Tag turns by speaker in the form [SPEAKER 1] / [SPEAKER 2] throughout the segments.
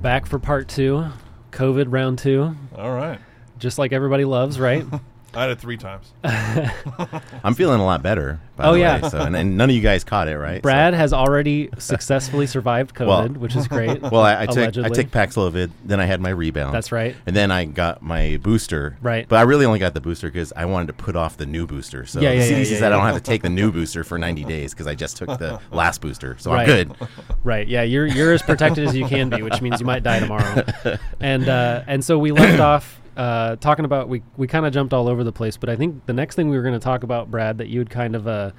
[SPEAKER 1] back for part two, COVID round two,
[SPEAKER 2] All right.
[SPEAKER 1] just like everybody loves, right?
[SPEAKER 2] I had it three times.
[SPEAKER 3] I'm feeling a lot better. By
[SPEAKER 1] Oh,
[SPEAKER 3] the
[SPEAKER 1] yeah.
[SPEAKER 3] Way, so and, and none of you guys caught it, right? So-
[SPEAKER 1] Brad has already successfully survived COVID,
[SPEAKER 3] Well-
[SPEAKER 1] which is great.
[SPEAKER 3] well, I, I took I
[SPEAKER 1] allegedly.
[SPEAKER 3] took Paxlovid, then I had my rebound.
[SPEAKER 1] That's right.
[SPEAKER 3] And then I got my booster.
[SPEAKER 1] Right.
[SPEAKER 3] But I really only got the booster because I wanted to put off the new booster. So
[SPEAKER 1] Yeah, yeah,
[SPEAKER 3] the
[SPEAKER 1] yeah,
[SPEAKER 3] CDC
[SPEAKER 1] yeah,
[SPEAKER 3] said
[SPEAKER 1] yeah.
[SPEAKER 3] I don't have to take the new booster for 90 days because I just took the last booster. So
[SPEAKER 1] Right.
[SPEAKER 3] I'm good.
[SPEAKER 1] Right. Yeah, you're you're as protected as you can be, which means you might die tomorrow. And uh, and so we left off uh, talking about we we kind of jumped all over the place, but I think the next thing we were going to talk about, Brad, that you would kind of uh,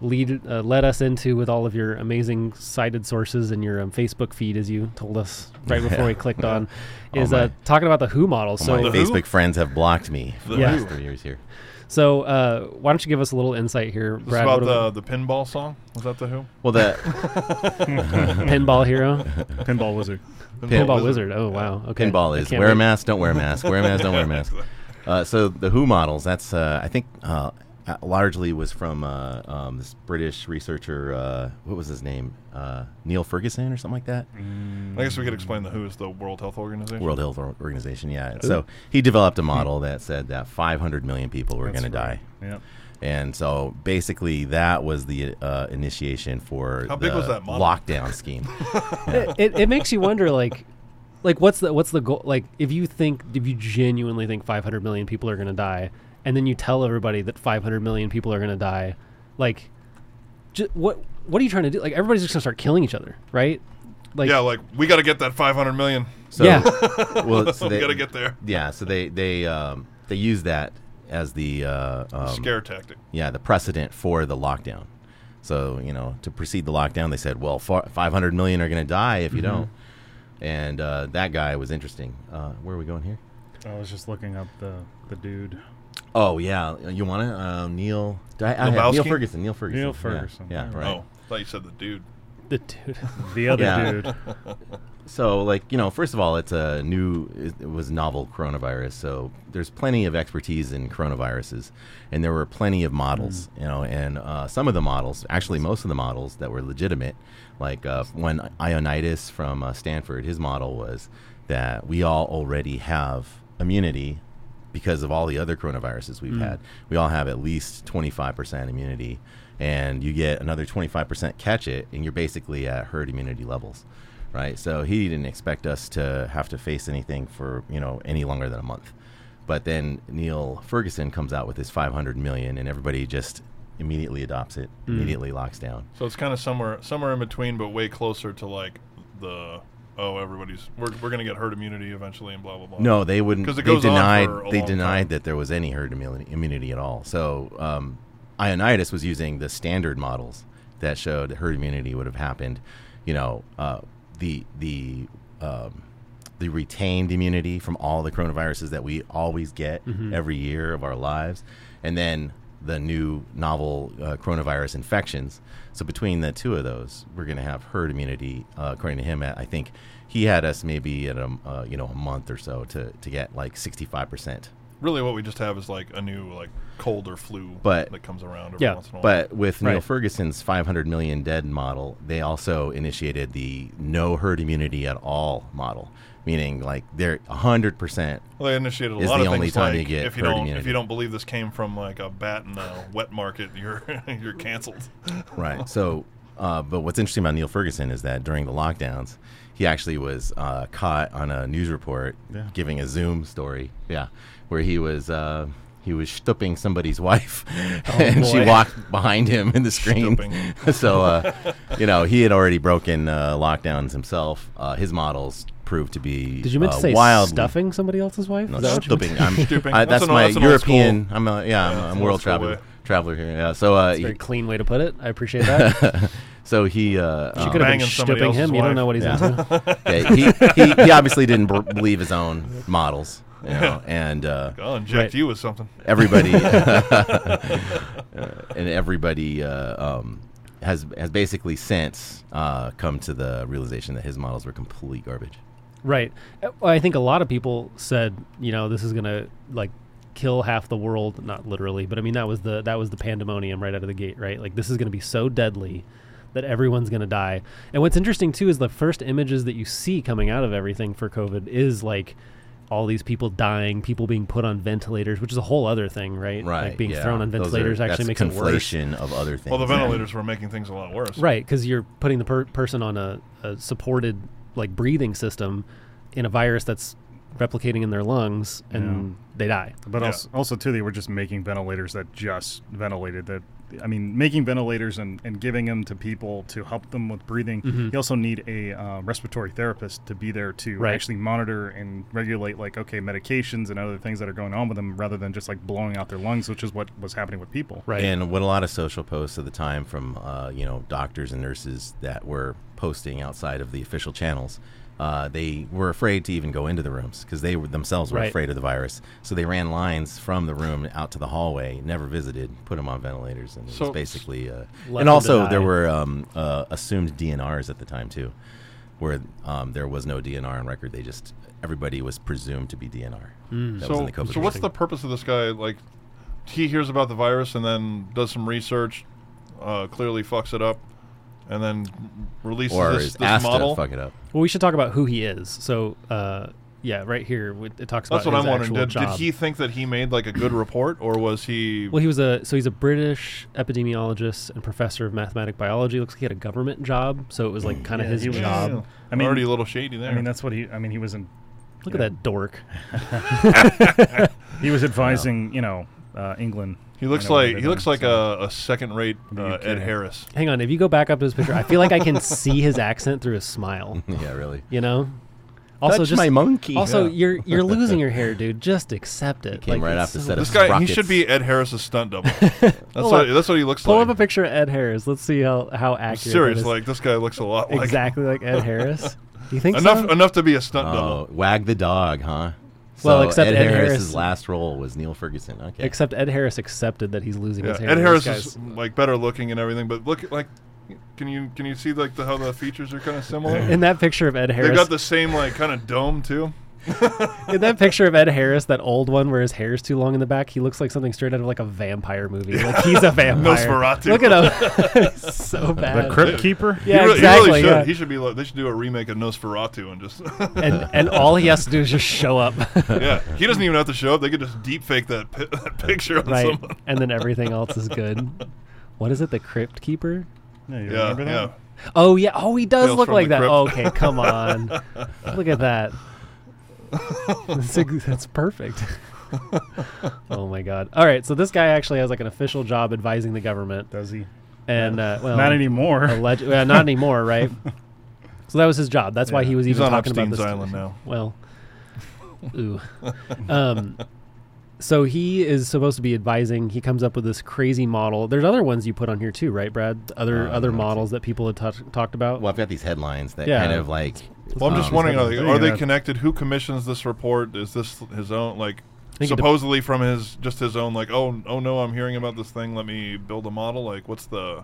[SPEAKER 1] lead uh, led us into with all of your amazing cited sources and your um, Facebook feed, as you told us right before we clicked on,
[SPEAKER 3] Oh,
[SPEAKER 1] is uh,
[SPEAKER 3] my. Oh,
[SPEAKER 1] talking about the Who model. So
[SPEAKER 3] My
[SPEAKER 2] The who?
[SPEAKER 3] Facebook friends have blocked me for the
[SPEAKER 1] Yeah.
[SPEAKER 3] last three years here.
[SPEAKER 1] so uh, why don't you give us a little insight here,
[SPEAKER 2] This is
[SPEAKER 1] Brad?
[SPEAKER 2] about
[SPEAKER 1] what
[SPEAKER 2] the, the pinball song. Was that the Who?
[SPEAKER 3] Well, the
[SPEAKER 1] about pinball hero,
[SPEAKER 4] Pinball Wizard.
[SPEAKER 1] pinball wizard. Oh wow. Okay.
[SPEAKER 3] pinball
[SPEAKER 1] I
[SPEAKER 3] is
[SPEAKER 1] can't
[SPEAKER 3] wear a
[SPEAKER 1] wait.
[SPEAKER 3] mask, don't wear a mask, wear a mask, don't wear a mask. Uh, so the WHO models, that's uh, I think uh, uh, largely was from uh, um, this British researcher. Uh, what was his name? Uh, Neil Ferguson or something like that.
[SPEAKER 2] Mm-hmm. I guess we could explain the Who is the World Health Organization.
[SPEAKER 3] World Health Or- Organization. Yeah. And So he developed a model
[SPEAKER 2] Hmm.
[SPEAKER 3] that said that 500 million people were going to die.
[SPEAKER 4] Yep.
[SPEAKER 3] And so basically, that was the uh, initiation for
[SPEAKER 2] How
[SPEAKER 3] the
[SPEAKER 2] big was that model?
[SPEAKER 3] lockdown scheme.
[SPEAKER 1] it, it, it makes you wonder like like what's the what's the goal like if you think if you genuinely think 500 million people are going to die and then you tell everybody that 500 million people are going to die like ju- what what are you trying to do like everybody's just going to start killing each other right like
[SPEAKER 2] yeah, like we got to get that 500 million.
[SPEAKER 3] So,
[SPEAKER 1] Yeah.
[SPEAKER 3] well, so
[SPEAKER 2] we
[SPEAKER 3] they,
[SPEAKER 2] got to get there.
[SPEAKER 3] Yeah. So they they um, they used that as the uh, um,
[SPEAKER 2] Scare tactic.
[SPEAKER 3] yeah, the precedent for the lockdown. So, you know, to precede the lockdown, they said, well, far, 500 million are going to die if you don't. And uh, that guy was interesting. Uh, where are we going here?
[SPEAKER 4] I was just looking up the the dude.
[SPEAKER 3] Oh, yeah. You want to? Uh, Neil. I, I had Neil
[SPEAKER 2] Lebowski?
[SPEAKER 3] Ferguson. Neil Ferguson.
[SPEAKER 4] Neil
[SPEAKER 3] Yeah,
[SPEAKER 4] Ferguson.
[SPEAKER 3] Yeah, right.
[SPEAKER 2] Oh, I thought you said the dude.
[SPEAKER 1] the dude
[SPEAKER 4] The other
[SPEAKER 3] Yeah.
[SPEAKER 4] dude.
[SPEAKER 3] So, like, you know, first of all, it's a new, it, it was novel coronavirus. So there's plenty of expertise in coronaviruses. And there were plenty of models, you know, and uh, some of the models, actually, most of the models that were legitimate, like uh, when Ionitis from uh, Stanford, his model was that we all already have immunity because of all the other coronaviruses we've had. We all have at least 25% immunity, and you get another 25% catch it, and you're basically at herd immunity levels, right? So he didn't expect us to have to face anything for you know any longer than a month. But then Neil Ferguson comes out with his 500 million, and everybody just immediately adopts it, immediately locks down.
[SPEAKER 2] So it's kind of somewhere somewhere in between, but way closer to like the oh everybody's we're, we're gonna get herd immunity eventually and blah blah blah.
[SPEAKER 3] No, they wouldn't.
[SPEAKER 2] 'Cause it
[SPEAKER 3] they
[SPEAKER 2] goes on
[SPEAKER 3] denied.
[SPEAKER 2] for a
[SPEAKER 3] they
[SPEAKER 2] long
[SPEAKER 3] denied
[SPEAKER 2] time.
[SPEAKER 3] that there was any herd immunity, immunity at all. So um, Ionitis was using the standard models that showed herd immunity would have happened. You know, uh, the the um, the retained immunity from all the coronaviruses that we always get every year of our lives, and then the new novel uh, coronavirus infections. So between the two of those, we're going to have herd immunity, uh, according to him. At, I think he had us maybe at a m- uh, you know a month or so to to get like sixty five percent.
[SPEAKER 2] really what we just have is like a new like cold or flu
[SPEAKER 3] But-
[SPEAKER 2] that comes around every
[SPEAKER 1] Yeah,
[SPEAKER 2] once in a while.
[SPEAKER 3] But with Neil
[SPEAKER 1] Right.
[SPEAKER 3] Ferguson's 500 million dead model, they also initiated the no herd immunity at all model, meaning like they're 100%.
[SPEAKER 2] Well, they initiated a
[SPEAKER 3] is
[SPEAKER 2] lot
[SPEAKER 3] the
[SPEAKER 2] of
[SPEAKER 3] only
[SPEAKER 2] things
[SPEAKER 3] time
[SPEAKER 2] like
[SPEAKER 3] you get
[SPEAKER 2] if you
[SPEAKER 3] herd
[SPEAKER 2] don't if
[SPEAKER 3] immunity.
[SPEAKER 2] you don't believe this came from like a bat in a wet market, you're you're canceled.
[SPEAKER 3] Right. So, uh, but what's interesting about Neil Ferguson is that during the lockdowns, he actually was uh, caught on a news report
[SPEAKER 4] Yeah.
[SPEAKER 3] giving a Zoom story. Yeah, where he was. Uh, he was stooping somebody's wife,
[SPEAKER 2] Oh,
[SPEAKER 3] and she
[SPEAKER 1] boy.
[SPEAKER 3] walked behind him in the screen.
[SPEAKER 2] Stooping.
[SPEAKER 3] so, uh, you know, he had already broken uh, lockdowns himself. Uh, his models proved to be
[SPEAKER 1] did you mean
[SPEAKER 3] uh,
[SPEAKER 1] to say
[SPEAKER 3] wildly
[SPEAKER 1] stuffing somebody else's wife
[SPEAKER 3] no,
[SPEAKER 1] Is that what you-
[SPEAKER 3] stooping. I'm,
[SPEAKER 2] Stooping.
[SPEAKER 3] I,
[SPEAKER 2] That's
[SPEAKER 3] that's
[SPEAKER 2] an-
[SPEAKER 3] my
[SPEAKER 2] that's an old school-
[SPEAKER 3] European. I'm a, yeah, I'm a- I'm
[SPEAKER 2] an
[SPEAKER 3] a world
[SPEAKER 2] old school
[SPEAKER 3] traveler
[SPEAKER 2] way.
[SPEAKER 3] traveler here. Yeah. So, uh,
[SPEAKER 1] very
[SPEAKER 3] he,
[SPEAKER 1] clean way to put it i appreciate that
[SPEAKER 3] so he. Uh,
[SPEAKER 1] she could
[SPEAKER 3] um,
[SPEAKER 1] have been
[SPEAKER 2] Banging somebody
[SPEAKER 1] stooping him
[SPEAKER 2] else's
[SPEAKER 1] you don't
[SPEAKER 2] wife.
[SPEAKER 1] know what he's
[SPEAKER 3] Yeah.
[SPEAKER 1] into
[SPEAKER 3] Yeah, he, he, he obviously didn't b- believe his own models, you know, and uh,
[SPEAKER 2] I'll inject
[SPEAKER 1] Right.
[SPEAKER 2] you with something.
[SPEAKER 3] everybody uh, and everybody uh, um, has has basically since uh, come to the realization that his models were complete garbage.
[SPEAKER 1] Right. Uh, well, I think a lot of people said, you know, this is going to like kill half the world, not literally, but I mean that was the that was the pandemonium right out of the gate, right? Like this is going to be so deadly that everyone's going to die. And what's interesting too is the first images that you see coming out of everything for COVID is like all these people dying, people being put on ventilators, which is a whole other thing, right?
[SPEAKER 3] Right.
[SPEAKER 1] Like being
[SPEAKER 3] yeah.
[SPEAKER 1] thrown on
[SPEAKER 3] Those are-
[SPEAKER 1] ventilators actually
[SPEAKER 3] that's
[SPEAKER 1] makes it worse.
[SPEAKER 3] conflation of other things.
[SPEAKER 2] Well, the
[SPEAKER 3] yeah.
[SPEAKER 2] ventilators were making things a lot worse.
[SPEAKER 1] Right, because you're putting the per- person on a, a supported like breathing system in a virus that's replicating in their lungs, and they die.
[SPEAKER 4] But
[SPEAKER 2] Yeah.
[SPEAKER 4] also, also too, they were just making ventilators that just ventilated. That I mean, making ventilators and, and giving them to people to help them with breathing.
[SPEAKER 1] Mm-hmm.
[SPEAKER 4] You also need a uh, respiratory therapist to be there to
[SPEAKER 1] Right.
[SPEAKER 4] actually monitor and regulate, like okay, medications and other things that are going on with them, rather than just like blowing out their lungs, which is what was happening with people.
[SPEAKER 1] Right.
[SPEAKER 3] And what a lot of social posts at the time from uh, you know doctors and nurses that were posting outside of the official channels, uh, they were afraid to even go into the rooms because they were, themselves were
[SPEAKER 1] Right.
[SPEAKER 3] afraid of the virus. So they ran lines from the room out to the hallway, never visited, put them on ventilators, and it
[SPEAKER 2] So-
[SPEAKER 3] was basically. Uh,
[SPEAKER 1] Let them
[SPEAKER 3] and also
[SPEAKER 1] die.
[SPEAKER 3] there were um, uh, assumed DNRs at the time too, where um, there was no DNR on record. They just everybody was presumed to be DNR. That was in
[SPEAKER 2] Hmm. So,
[SPEAKER 3] the COVID
[SPEAKER 2] so what's
[SPEAKER 3] restriction.
[SPEAKER 2] the purpose of this guy? Like, he hears about the virus and then does some research, uh, clearly fucks it up, and then releases
[SPEAKER 3] or
[SPEAKER 2] this,
[SPEAKER 3] is
[SPEAKER 2] this
[SPEAKER 3] asked
[SPEAKER 2] model.
[SPEAKER 3] to fuck it up?
[SPEAKER 1] Well, we should talk about who he is. So, uh, yeah, right here we- it talks
[SPEAKER 2] That's
[SPEAKER 1] about
[SPEAKER 2] what I'm
[SPEAKER 1] his
[SPEAKER 2] wondering.
[SPEAKER 1] actual
[SPEAKER 2] Did, did
[SPEAKER 1] job.
[SPEAKER 2] he think that he made like a good report, or was he?
[SPEAKER 1] Well, he was a so he's a British epidemiologist and professor of mathematic biology. Looks like he had a government job, so it was like kind of
[SPEAKER 4] Yeah,
[SPEAKER 1] his
[SPEAKER 4] he was-
[SPEAKER 1] job.
[SPEAKER 2] I
[SPEAKER 4] Yeah. I
[SPEAKER 2] mean,
[SPEAKER 4] mean-
[SPEAKER 2] already a little shady there.
[SPEAKER 4] I mean, that's what he. I mean, he was in.
[SPEAKER 1] Look at that dork.
[SPEAKER 4] He was advising, you know, uh, England.
[SPEAKER 2] he looks
[SPEAKER 4] I know what
[SPEAKER 2] like
[SPEAKER 4] they're
[SPEAKER 2] he looks
[SPEAKER 4] doing,
[SPEAKER 2] like
[SPEAKER 4] so-
[SPEAKER 2] a, a second-rate uh,
[SPEAKER 4] you
[SPEAKER 2] Ed
[SPEAKER 4] kidding?
[SPEAKER 2] Harris.
[SPEAKER 1] Hang on, if you go back up to his picture, I feel like I can see his accent through his smile.
[SPEAKER 3] yeah, really.
[SPEAKER 1] You know. Also,
[SPEAKER 3] Touch
[SPEAKER 1] just
[SPEAKER 3] Mm-hmm. my monkey.
[SPEAKER 1] Also,
[SPEAKER 3] Yeah.
[SPEAKER 1] you're you're losing your hair, dude. Just accept it.
[SPEAKER 3] came right
[SPEAKER 1] it's
[SPEAKER 3] off the set of
[SPEAKER 2] This guy,
[SPEAKER 3] Sprockets.
[SPEAKER 2] he should be Ed Harris's stunt double. That's what that's what he looks
[SPEAKER 1] Pull
[SPEAKER 2] like.
[SPEAKER 1] up a picture of Ed Harris. Let's see how how
[SPEAKER 2] I'm
[SPEAKER 1] accurate. that
[SPEAKER 2] serious,
[SPEAKER 1] is.
[SPEAKER 2] like this guy looks a lot like
[SPEAKER 1] exactly like Ed Harris. You think
[SPEAKER 2] enough
[SPEAKER 1] so?
[SPEAKER 2] enough to be a stunt double.
[SPEAKER 3] Oh, wag the dog, huh?
[SPEAKER 1] Well,
[SPEAKER 3] So
[SPEAKER 1] except
[SPEAKER 3] Ed,
[SPEAKER 1] Ed
[SPEAKER 3] Harris's
[SPEAKER 1] Harris-
[SPEAKER 3] last role was Neil Ferguson. Okay,
[SPEAKER 1] Except Ed Harris accepted that he's losing
[SPEAKER 2] Yeah,
[SPEAKER 1] his hair.
[SPEAKER 2] Ed
[SPEAKER 1] This
[SPEAKER 2] Harris
[SPEAKER 1] guy's-
[SPEAKER 2] is like better looking and everything, but look like can you can you see like the, how the features are kind of similar?
[SPEAKER 1] in that picture of Ed
[SPEAKER 2] They
[SPEAKER 1] Harris.
[SPEAKER 2] got the same like kind of dome too.
[SPEAKER 1] in that picture of Ed Harris, that old one where his hair's too long in the back, he looks like something straight out of like a vampire movie. Like he's a vampire.
[SPEAKER 2] Nosferatu.
[SPEAKER 1] Look at him. He's so bad.
[SPEAKER 4] the Crypt Keeper.
[SPEAKER 1] Yeah,
[SPEAKER 2] he really, he really
[SPEAKER 1] exactly.
[SPEAKER 2] should.
[SPEAKER 1] yeah.
[SPEAKER 2] He should be. Like, they should do a remake of Nosferatu and just
[SPEAKER 1] and and all he has to do is just show up,
[SPEAKER 2] yeah. He doesn't even have to show up. They could just deep fake that, pi- that picture on
[SPEAKER 1] right?
[SPEAKER 2] someone.
[SPEAKER 1] And then everything else is good. What is it? The Crypt Keeper?
[SPEAKER 4] Yeah, you
[SPEAKER 2] Yeah,
[SPEAKER 4] remember that?
[SPEAKER 2] yeah.
[SPEAKER 1] Oh yeah. Oh, he does
[SPEAKER 2] Tales
[SPEAKER 1] look
[SPEAKER 2] from
[SPEAKER 1] like
[SPEAKER 2] the
[SPEAKER 1] that.
[SPEAKER 2] Crypt.
[SPEAKER 1] okay, come on. look at that. That's, ex- that's perfect. oh my god. All right. So this guy actually has like an official job advising the government,
[SPEAKER 4] Does he?
[SPEAKER 1] and uh, well,
[SPEAKER 4] Not anymore.
[SPEAKER 1] alleg- well, not anymore, right? So that was his job. That's why he was
[SPEAKER 2] He's
[SPEAKER 1] even
[SPEAKER 2] on
[SPEAKER 1] talking
[SPEAKER 2] Epstein's
[SPEAKER 1] about this.
[SPEAKER 2] Island now.
[SPEAKER 1] Well, ooh. Um, so he is supposed to be advising. He comes up with this crazy model. There's other ones you put on here too, right, Brad? Other
[SPEAKER 3] Uh,
[SPEAKER 1] other
[SPEAKER 3] let's see.
[SPEAKER 1] models that people had t- talked about.
[SPEAKER 3] well, I've got these headlines that
[SPEAKER 1] Yeah.
[SPEAKER 3] kind of like.
[SPEAKER 2] Well, I'm just
[SPEAKER 3] um,
[SPEAKER 2] wondering: are they,
[SPEAKER 4] There
[SPEAKER 2] are
[SPEAKER 4] you
[SPEAKER 2] they
[SPEAKER 4] go.
[SPEAKER 2] connected? Who commissions this report? Is this his own? Like
[SPEAKER 1] think it dep-
[SPEAKER 2] supposedly from his just his own? Like oh oh no, I'm hearing about this thing. Let me build a model. Like what's the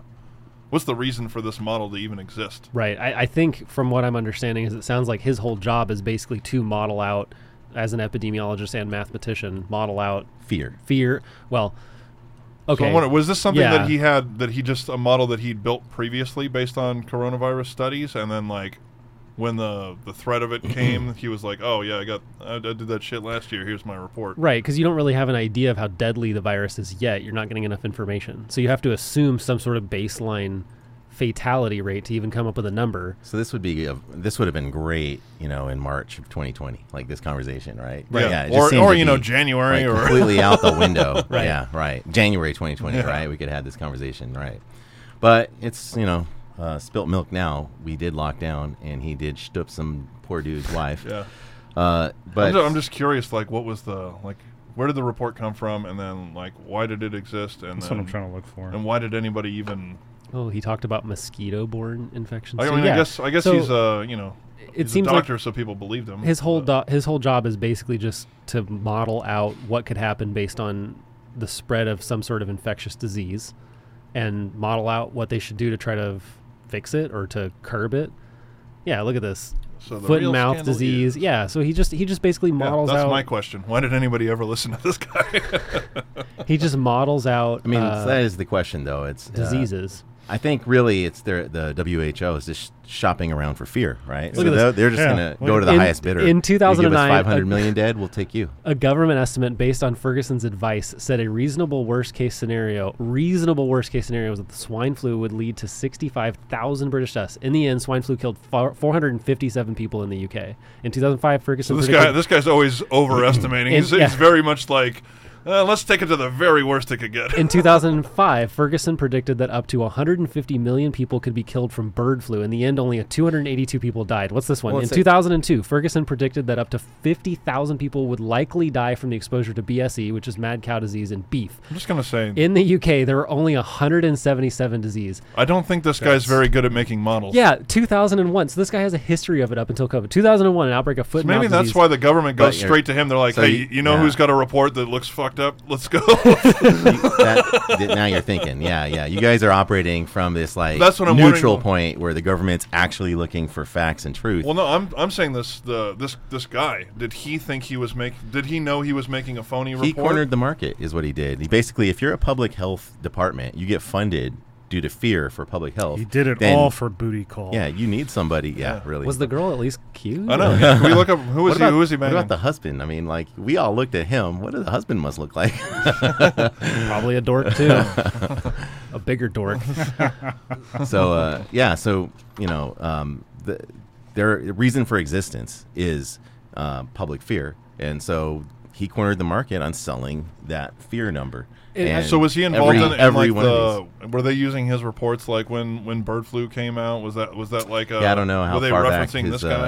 [SPEAKER 2] what's the reason for this model to even exist?
[SPEAKER 1] Right. I, I think from what I'm understanding is it sounds like his whole job is basically to model out, as an epidemiologist and mathematician, model out
[SPEAKER 3] Fear.
[SPEAKER 1] fear. Well, okay.
[SPEAKER 2] So I wonder, was this something
[SPEAKER 1] Yeah.
[SPEAKER 2] that he had that he just a model that he'd built previously based on coronavirus studies, and then like when the the threat of it came, he was like, oh yeah, I got I, I did that shit last year. Here's my report.
[SPEAKER 1] Right, because you don't really have an idea of how deadly the virus is yet. You're not getting enough information. So you have to assume some sort of baseline fatality rate to even come up with a number.
[SPEAKER 3] So this would be a, this would have been great, you know, in March of 2020, like this conversation, right?
[SPEAKER 2] Right.
[SPEAKER 3] Yeah. it just
[SPEAKER 2] or
[SPEAKER 3] seemed
[SPEAKER 2] or
[SPEAKER 3] to
[SPEAKER 2] you know
[SPEAKER 3] be,
[SPEAKER 2] January
[SPEAKER 3] like,
[SPEAKER 2] or
[SPEAKER 3] completely out the window.
[SPEAKER 1] Right.
[SPEAKER 3] Yeah. Right. January 2020.
[SPEAKER 2] Yeah.
[SPEAKER 3] Right. We could have had this conversation. Right. But it's you know uh, spilt milk. Now we did lock down, and he did stoop some poor dude's wife.
[SPEAKER 2] yeah.
[SPEAKER 3] Uh, but
[SPEAKER 2] I'm ju- I'm just, curious, like, what was the like? Where did the report come from, and then like, why did it exist, and
[SPEAKER 4] That's
[SPEAKER 2] then,
[SPEAKER 4] what I'm trying to look for.
[SPEAKER 2] and why did anybody even?
[SPEAKER 1] Oh, he talked about mosquito-borne infections.
[SPEAKER 2] I
[SPEAKER 1] So,
[SPEAKER 2] mean,
[SPEAKER 1] yeah.
[SPEAKER 2] I guess I guess
[SPEAKER 1] So
[SPEAKER 2] he's uh, you know,
[SPEAKER 1] it
[SPEAKER 2] he's
[SPEAKER 1] seems
[SPEAKER 2] a
[SPEAKER 1] like
[SPEAKER 2] doctor, so people believed him.
[SPEAKER 1] his whole
[SPEAKER 2] but-
[SPEAKER 1] do- his whole job is basically just to model out what could happen based on the spread of some sort of infectious disease and model out what they should do to try to f- fix it or to curb it. Yeah, look at this.
[SPEAKER 2] Uh, so the
[SPEAKER 1] Foot
[SPEAKER 2] real
[SPEAKER 1] and mouth
[SPEAKER 2] scandal
[SPEAKER 1] disease.
[SPEAKER 2] is-
[SPEAKER 1] Yeah, so he just he just basically
[SPEAKER 2] Yeah,
[SPEAKER 1] models
[SPEAKER 2] that's
[SPEAKER 1] out
[SPEAKER 2] my question. Why did anybody ever listen to this guy?
[SPEAKER 1] he just models out
[SPEAKER 3] I mean,
[SPEAKER 1] uh,
[SPEAKER 3] that is the question, though. It's uh,
[SPEAKER 1] diseases.
[SPEAKER 3] I think really it's their the WHO is just shopping around for fear, right?
[SPEAKER 4] Look
[SPEAKER 3] so
[SPEAKER 4] at this.
[SPEAKER 3] they're, they're just
[SPEAKER 4] Yeah.
[SPEAKER 3] going to
[SPEAKER 4] Look
[SPEAKER 3] go
[SPEAKER 4] at-
[SPEAKER 3] to the
[SPEAKER 1] In-
[SPEAKER 3] highest bidder.
[SPEAKER 1] in
[SPEAKER 3] You give us
[SPEAKER 1] 2009,
[SPEAKER 3] 500 million dead, we'll take you.
[SPEAKER 1] A government estimate based on Ferguson's advice said a reasonable worst case scenario, reasonable worst case scenario was that the swine flu would lead to 65,000 British deaths. In the end, swine flu killed four- 457 people in the UK. In 2005, Ferguson
[SPEAKER 2] This
[SPEAKER 1] predicted
[SPEAKER 2] guy, this guy's always overestimating.
[SPEAKER 1] And-
[SPEAKER 2] he's,
[SPEAKER 1] yeah.
[SPEAKER 2] he's very much like, uh, let's take it to the very worst it could get.
[SPEAKER 1] In 2005, Ferguson predicted that up to 150 million people could be killed from bird flu. In the end, only 282 people died. What's this one?
[SPEAKER 3] Well,
[SPEAKER 1] in
[SPEAKER 3] it's a-
[SPEAKER 1] 2002, Ferguson predicted that up to 50,000 people would likely die from the exposure to BSE, which is mad cow disease, in beef.
[SPEAKER 2] I'm just gonna say,
[SPEAKER 1] In the UK, there were only 177 disease.
[SPEAKER 2] I don't think this guy's
[SPEAKER 4] That's-
[SPEAKER 2] very good at making models.
[SPEAKER 1] Yeah, 2001. So this guy has a history of it up until COVID. 2001, an outbreak of foot
[SPEAKER 2] So
[SPEAKER 1] and
[SPEAKER 2] Maybe
[SPEAKER 1] mouth
[SPEAKER 2] that's
[SPEAKER 1] disease.
[SPEAKER 2] why the government
[SPEAKER 3] But
[SPEAKER 2] goes
[SPEAKER 3] you're-
[SPEAKER 2] straight to him. They're like,
[SPEAKER 3] so
[SPEAKER 2] "Hey,
[SPEAKER 3] you-
[SPEAKER 2] you, know
[SPEAKER 3] yeah.
[SPEAKER 2] who's got a report that looks fucked up? Let's go."
[SPEAKER 3] that, that- now you're thinking, yeah, yeah. You guys are operating from this like
[SPEAKER 2] That's what I'm
[SPEAKER 3] neutral
[SPEAKER 2] wondering.
[SPEAKER 3] point where the government's actually looking for facts and truth.
[SPEAKER 2] well, no, I'm I'm saying this the this this guy. Did he think he was make? Did he know he was making a phony
[SPEAKER 3] he
[SPEAKER 2] report?
[SPEAKER 3] cornered the market, is what he did. He basically, if you're a public health department, you get funded due to fear for public health.
[SPEAKER 4] He did it
[SPEAKER 3] then-
[SPEAKER 4] all for booty call.
[SPEAKER 3] Yeah, you need somebody. Yeah,
[SPEAKER 2] Yeah.
[SPEAKER 3] really.
[SPEAKER 1] Was the girl at least cute?
[SPEAKER 2] I know. Can we look up who
[SPEAKER 3] What
[SPEAKER 2] is he?
[SPEAKER 3] about-
[SPEAKER 2] Who is he
[SPEAKER 3] What
[SPEAKER 2] banging?
[SPEAKER 3] about the husband? I mean, like we all looked at him. What did the husband must look like?
[SPEAKER 1] Probably a dork, too. a bigger dork.
[SPEAKER 3] so uh, yeah, so you know, um, the, their reason for existence is uh, public fear, and so he cornered the market on selling that fear number.
[SPEAKER 1] It-
[SPEAKER 3] And
[SPEAKER 2] uh, so was he involved
[SPEAKER 3] every,
[SPEAKER 2] in, in
[SPEAKER 3] every
[SPEAKER 2] like
[SPEAKER 3] one of these?
[SPEAKER 2] the? Were they using his reports like when when bird flu came out? Was that was that like? A,
[SPEAKER 3] Yeah, I don't know how
[SPEAKER 2] were they
[SPEAKER 3] far back
[SPEAKER 2] referencing
[SPEAKER 3] his
[SPEAKER 2] this
[SPEAKER 3] uh,
[SPEAKER 2] guy? I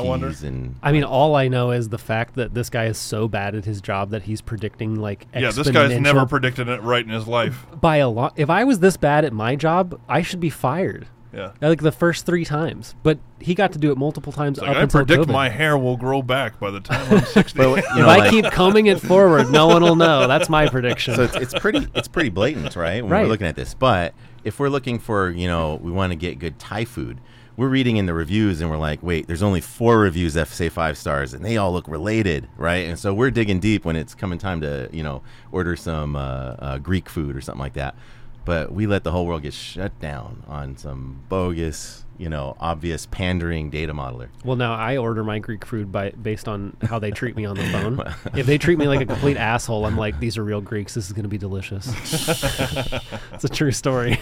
[SPEAKER 2] wonder.
[SPEAKER 3] expertise and
[SPEAKER 1] I mean, all I know is the fact that this guy is so bad at his job that he's predicting like
[SPEAKER 2] Yeah, this guy's never
[SPEAKER 1] exponential-
[SPEAKER 2] predicted it right in his life.
[SPEAKER 1] by a lot. If I was this bad at my job, I should be fired.
[SPEAKER 2] Yeah.
[SPEAKER 1] Like the first three times, but he got to do it multiple times
[SPEAKER 2] Like,
[SPEAKER 1] up
[SPEAKER 2] I
[SPEAKER 1] until
[SPEAKER 2] predict
[SPEAKER 1] COVID.
[SPEAKER 2] my hair will grow back by the time I'm 60.
[SPEAKER 3] But, you
[SPEAKER 1] if
[SPEAKER 3] know,
[SPEAKER 1] I
[SPEAKER 3] like-
[SPEAKER 1] keep combing it forward, no one will know. That's my prediction.
[SPEAKER 3] so it's, it's pretty it's pretty blatant, right? When
[SPEAKER 1] Right.
[SPEAKER 3] we're looking at this, but if we're looking for you know we want to get good Thai food, we're reading in the reviews and we're like, wait, there's only four reviews that say five stars, and they all look related, right? And so we're digging deep when it's coming time to you know order some uh, uh, Greek food or something like that. But we let the whole world get shut down on some bogus, you know, obvious pandering data modeler.
[SPEAKER 1] well, now I order my Greek food by based on how they treat me on the phone. if they treat me like a complete asshole, I'm like, these are real Greeks. This is going to be delicious. it's a true story.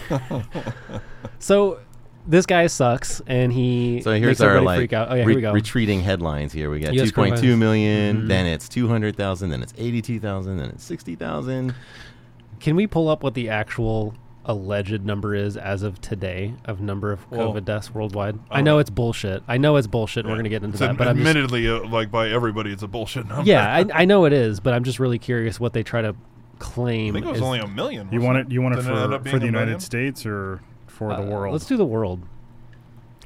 [SPEAKER 1] so this guy sucks, and he
[SPEAKER 3] So here's
[SPEAKER 1] makes
[SPEAKER 3] our
[SPEAKER 1] everybody
[SPEAKER 3] like
[SPEAKER 1] freak out. Oh yeah, here
[SPEAKER 3] re-
[SPEAKER 1] we go.
[SPEAKER 3] retreating headlines. Here we got
[SPEAKER 1] US
[SPEAKER 3] 2.2
[SPEAKER 1] coronavirus.
[SPEAKER 3] million,
[SPEAKER 1] Mm-hmm.
[SPEAKER 3] then it's 200,000, then it's 82,000, then it's 60,000.
[SPEAKER 1] Can we pull up what the actual alleged number is as of today of number of
[SPEAKER 2] Well,
[SPEAKER 1] COVID deaths worldwide? I
[SPEAKER 2] alright.
[SPEAKER 1] know it's bullshit. I know it's bullshit. and We're
[SPEAKER 2] Yeah.
[SPEAKER 1] gonna get into
[SPEAKER 2] It's
[SPEAKER 1] that,
[SPEAKER 2] ad-
[SPEAKER 1] but I'm just,
[SPEAKER 2] admittedly, uh, like by everybody, it's a bullshit number.
[SPEAKER 1] yeah, I, I know it is, but I'm just really curious what they try to claim.
[SPEAKER 2] I think it was
[SPEAKER 1] is-
[SPEAKER 2] only a million.
[SPEAKER 4] You
[SPEAKER 2] wasn't
[SPEAKER 4] want it? You want it
[SPEAKER 2] Didn't end
[SPEAKER 4] for,
[SPEAKER 2] up being
[SPEAKER 4] for the
[SPEAKER 2] a
[SPEAKER 4] United
[SPEAKER 2] million?
[SPEAKER 4] States or for
[SPEAKER 1] uh,
[SPEAKER 4] the world?
[SPEAKER 1] Let's do the world.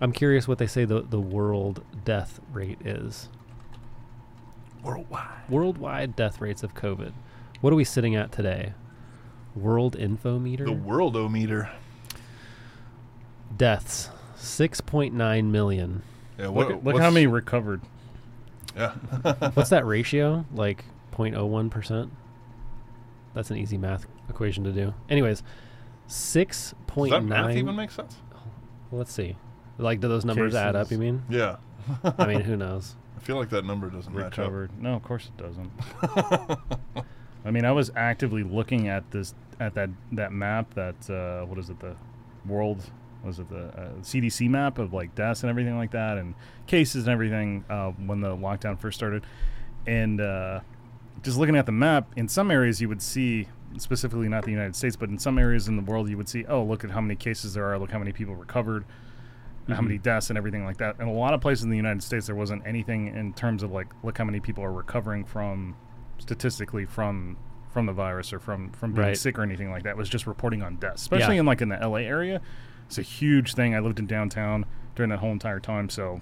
[SPEAKER 1] I'm curious what they say the the world death rate is.
[SPEAKER 2] Worldwide.
[SPEAKER 1] Worldwide death rates of COVID. What are we sitting at today? World info meter.
[SPEAKER 2] The worldometer.
[SPEAKER 1] deaths. 6.9 million.
[SPEAKER 2] Yeah,
[SPEAKER 4] look,
[SPEAKER 2] what,
[SPEAKER 4] at- look how
[SPEAKER 2] what's-
[SPEAKER 4] many recovered.
[SPEAKER 2] Yeah.
[SPEAKER 1] What's that ratio? Like 0.01%? That's an easy math equation to do. Anyways,
[SPEAKER 2] Does that math
[SPEAKER 1] 6.9.
[SPEAKER 2] even make sense?
[SPEAKER 1] let's see. Like, do those numbers add up, you
[SPEAKER 4] Cases.
[SPEAKER 1] mean?
[SPEAKER 2] Yeah.
[SPEAKER 1] I mean, who knows?
[SPEAKER 2] I feel like that number doesn't match up.
[SPEAKER 4] recovered. No, of course it doesn't. I mean, I was actively looking at this at that that map that uh, what is it the world was it the uh, CDC map of like deaths and everything like that and cases and everything uh, when the lockdown first started and uh, just looking at the map in some areas you would see specifically not the United States but in some areas in the world you would see oh look at how many cases there are look how many people recovered how
[SPEAKER 1] Mm-hmm.
[SPEAKER 4] many deaths and everything like that. And a lot of places in the United States, there wasn't anything in terms of like, look how many people are recovering from, statistically from from the virus or from from being
[SPEAKER 1] Right.
[SPEAKER 4] sick or anything like that. It was just reporting on deaths, especially
[SPEAKER 1] Yeah.
[SPEAKER 4] in like in the LA area. It's a huge thing. I lived in downtown during that whole entire time, so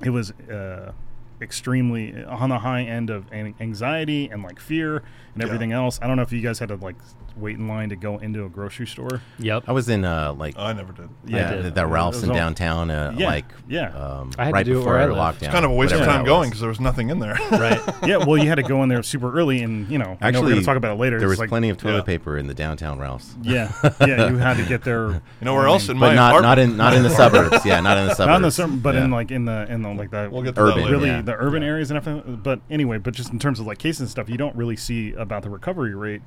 [SPEAKER 4] it was uh, extremely on the high end of an- anxiety and like fear and everything else. I don't know if you guys had to like wait in line to go into a grocery store.
[SPEAKER 1] Yep.
[SPEAKER 3] I was in uh, like
[SPEAKER 2] I never did.
[SPEAKER 4] Yeah.
[SPEAKER 3] uh,
[SPEAKER 1] did.
[SPEAKER 3] that Ralph's
[SPEAKER 4] It was
[SPEAKER 3] in
[SPEAKER 4] all-
[SPEAKER 3] downtown, uh,
[SPEAKER 4] Yeah,
[SPEAKER 3] like
[SPEAKER 4] yeah.
[SPEAKER 3] um,
[SPEAKER 1] I had to
[SPEAKER 3] right
[SPEAKER 1] do it
[SPEAKER 3] before
[SPEAKER 1] where I
[SPEAKER 3] the
[SPEAKER 1] lived.
[SPEAKER 3] lockdown.
[SPEAKER 1] It's
[SPEAKER 2] Kind of a waste of
[SPEAKER 3] whatever
[SPEAKER 2] time
[SPEAKER 3] that was.
[SPEAKER 2] going because there was nothing in there.
[SPEAKER 1] right.
[SPEAKER 4] yeah, well, you had to go in there super early, and you know, I know we're
[SPEAKER 3] Actually,
[SPEAKER 4] gonna talk about it later.
[SPEAKER 3] There
[SPEAKER 4] It's
[SPEAKER 3] was
[SPEAKER 4] like-
[SPEAKER 3] plenty of toilet
[SPEAKER 2] yeah.
[SPEAKER 3] paper in the downtown Ralph's,
[SPEAKER 4] Yeah, yeah, you had to get there.
[SPEAKER 2] You know where else in my
[SPEAKER 3] but not not
[SPEAKER 2] apartment?
[SPEAKER 3] in not in the suburbs. Yeah, not in the suburbs.
[SPEAKER 4] Not in the summer, but
[SPEAKER 3] Yeah.
[SPEAKER 4] in like in the in the like the
[SPEAKER 2] We'll get to
[SPEAKER 3] Urban.
[SPEAKER 2] that later.
[SPEAKER 4] really
[SPEAKER 3] Yeah.
[SPEAKER 4] the urban areas and everything. But anyway, but just in terms of like cases and stuff, you don't really see about the recovery rate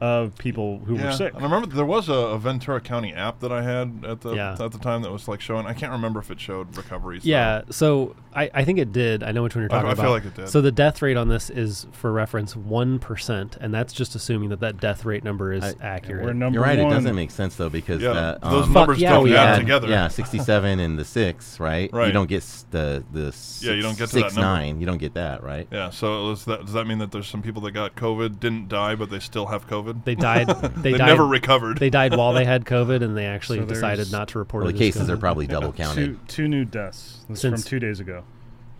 [SPEAKER 4] of people who were
[SPEAKER 2] Yeah,
[SPEAKER 4] sick.
[SPEAKER 2] and I remember there was a, a Ventura County app that I had at the
[SPEAKER 1] Yeah.
[SPEAKER 2] at the time that was like showing. I can't remember if it showed recoveries. though.
[SPEAKER 1] Yeah, so I, I think it did. I know which one you're
[SPEAKER 2] I-
[SPEAKER 1] talking
[SPEAKER 2] I
[SPEAKER 1] about.
[SPEAKER 2] feel like it did.
[SPEAKER 1] So the death rate on this is, for reference, one percent, and that's just assuming that that death rate number is
[SPEAKER 3] I-
[SPEAKER 1] accurate.
[SPEAKER 4] We're number
[SPEAKER 3] You're right.
[SPEAKER 4] one.
[SPEAKER 3] It doesn't make sense though because
[SPEAKER 2] yeah.
[SPEAKER 3] that,
[SPEAKER 2] those
[SPEAKER 3] um,
[SPEAKER 1] fuck
[SPEAKER 2] numbers
[SPEAKER 1] yeah,
[SPEAKER 2] don't
[SPEAKER 1] we
[SPEAKER 2] add
[SPEAKER 1] had-
[SPEAKER 2] together.
[SPEAKER 3] Yeah, sixty-seven and the six, right? You
[SPEAKER 2] Right.
[SPEAKER 3] don't get s- the the six,
[SPEAKER 2] you don't get to that
[SPEAKER 3] six
[SPEAKER 2] number.
[SPEAKER 3] nine. You don't get that, right?
[SPEAKER 2] Yeah, so it was that, does that mean that there's some people that got COVID, didn't die, but they still have COVID?
[SPEAKER 1] they died. They, died.
[SPEAKER 2] never recovered.
[SPEAKER 1] They died while they had COVID, and they actually
[SPEAKER 4] So
[SPEAKER 1] decided
[SPEAKER 4] there's-
[SPEAKER 1] not to report.
[SPEAKER 3] Well, the
[SPEAKER 1] it as
[SPEAKER 3] cases are
[SPEAKER 1] COVID.
[SPEAKER 3] probably double counted.
[SPEAKER 4] Two, two new deaths This is
[SPEAKER 1] Since-
[SPEAKER 4] from two days ago.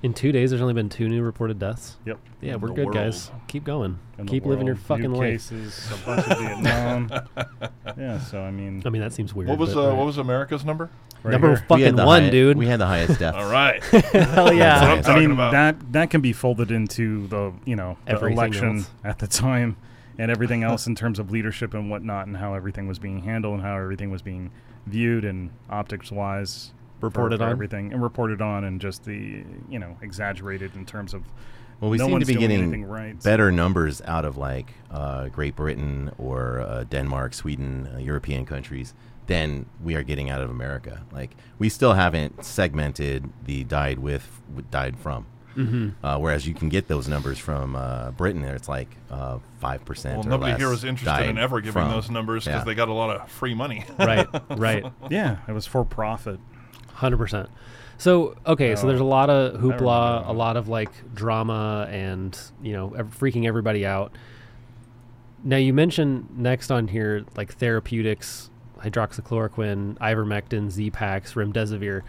[SPEAKER 1] in two days. There's only been two new reported deaths.
[SPEAKER 4] Yep.
[SPEAKER 1] Yeah,
[SPEAKER 2] In
[SPEAKER 1] we're
[SPEAKER 2] the
[SPEAKER 1] good,
[SPEAKER 2] world.
[SPEAKER 1] guys. Keep going.
[SPEAKER 4] In the
[SPEAKER 1] Keep living your
[SPEAKER 4] world,
[SPEAKER 1] fucking
[SPEAKER 4] new
[SPEAKER 1] life.
[SPEAKER 4] Cases, a bunch of Vietnam. Yeah, so I mean,
[SPEAKER 1] I mean, that seems weird.
[SPEAKER 2] what was
[SPEAKER 1] but,
[SPEAKER 2] uh,
[SPEAKER 1] right.
[SPEAKER 2] what was America's number?
[SPEAKER 4] right
[SPEAKER 1] number
[SPEAKER 4] here.
[SPEAKER 3] We had
[SPEAKER 1] fucking
[SPEAKER 3] the
[SPEAKER 1] one,
[SPEAKER 3] high-
[SPEAKER 1] dude?
[SPEAKER 3] We had the highest deaths.
[SPEAKER 2] All right.
[SPEAKER 1] Hell
[SPEAKER 2] That's what
[SPEAKER 1] yeah.
[SPEAKER 2] I'm talking
[SPEAKER 4] I mean
[SPEAKER 2] about.
[SPEAKER 4] that that can be folded into the you know the
[SPEAKER 1] Everything
[SPEAKER 4] election
[SPEAKER 1] else.
[SPEAKER 4] at the time and everything else in terms of leadership and whatnot and how everything was being handled and how everything was being viewed and optics wise
[SPEAKER 1] Reported on?
[SPEAKER 4] everything and reported on and just the you know exaggerated in terms of
[SPEAKER 3] Well, we
[SPEAKER 4] no
[SPEAKER 3] seem
[SPEAKER 4] one's
[SPEAKER 3] to be
[SPEAKER 4] doing
[SPEAKER 3] getting
[SPEAKER 4] anything right.
[SPEAKER 3] better numbers out of like uh, Great Britain or uh, Denmark, Sweden, uh, European countries than we are getting out of America. Like we still haven't segmented the died with, with died from. Mm-hmm. Uh, whereas you can get those numbers from uh, Britain, and it's like uh, five percent.
[SPEAKER 2] Well,
[SPEAKER 3] or
[SPEAKER 2] nobody
[SPEAKER 3] less
[SPEAKER 2] here was interested
[SPEAKER 3] died
[SPEAKER 2] in ever giving
[SPEAKER 3] from.
[SPEAKER 2] those numbers because
[SPEAKER 3] Yeah.
[SPEAKER 2] they got a lot of free money.
[SPEAKER 1] right. Right.
[SPEAKER 4] yeah, it was for profit.
[SPEAKER 1] Hundred percent. So okay, so
[SPEAKER 4] No.
[SPEAKER 1] there's a lot of
[SPEAKER 4] remember
[SPEAKER 1] hoopla,
[SPEAKER 4] that.
[SPEAKER 1] a lot of like drama, and you know, ev- freaking everybody out. Now you mentioned next on here like therapeutics, hydroxychloroquine, ivermectin, Z-Pax, remdesivir,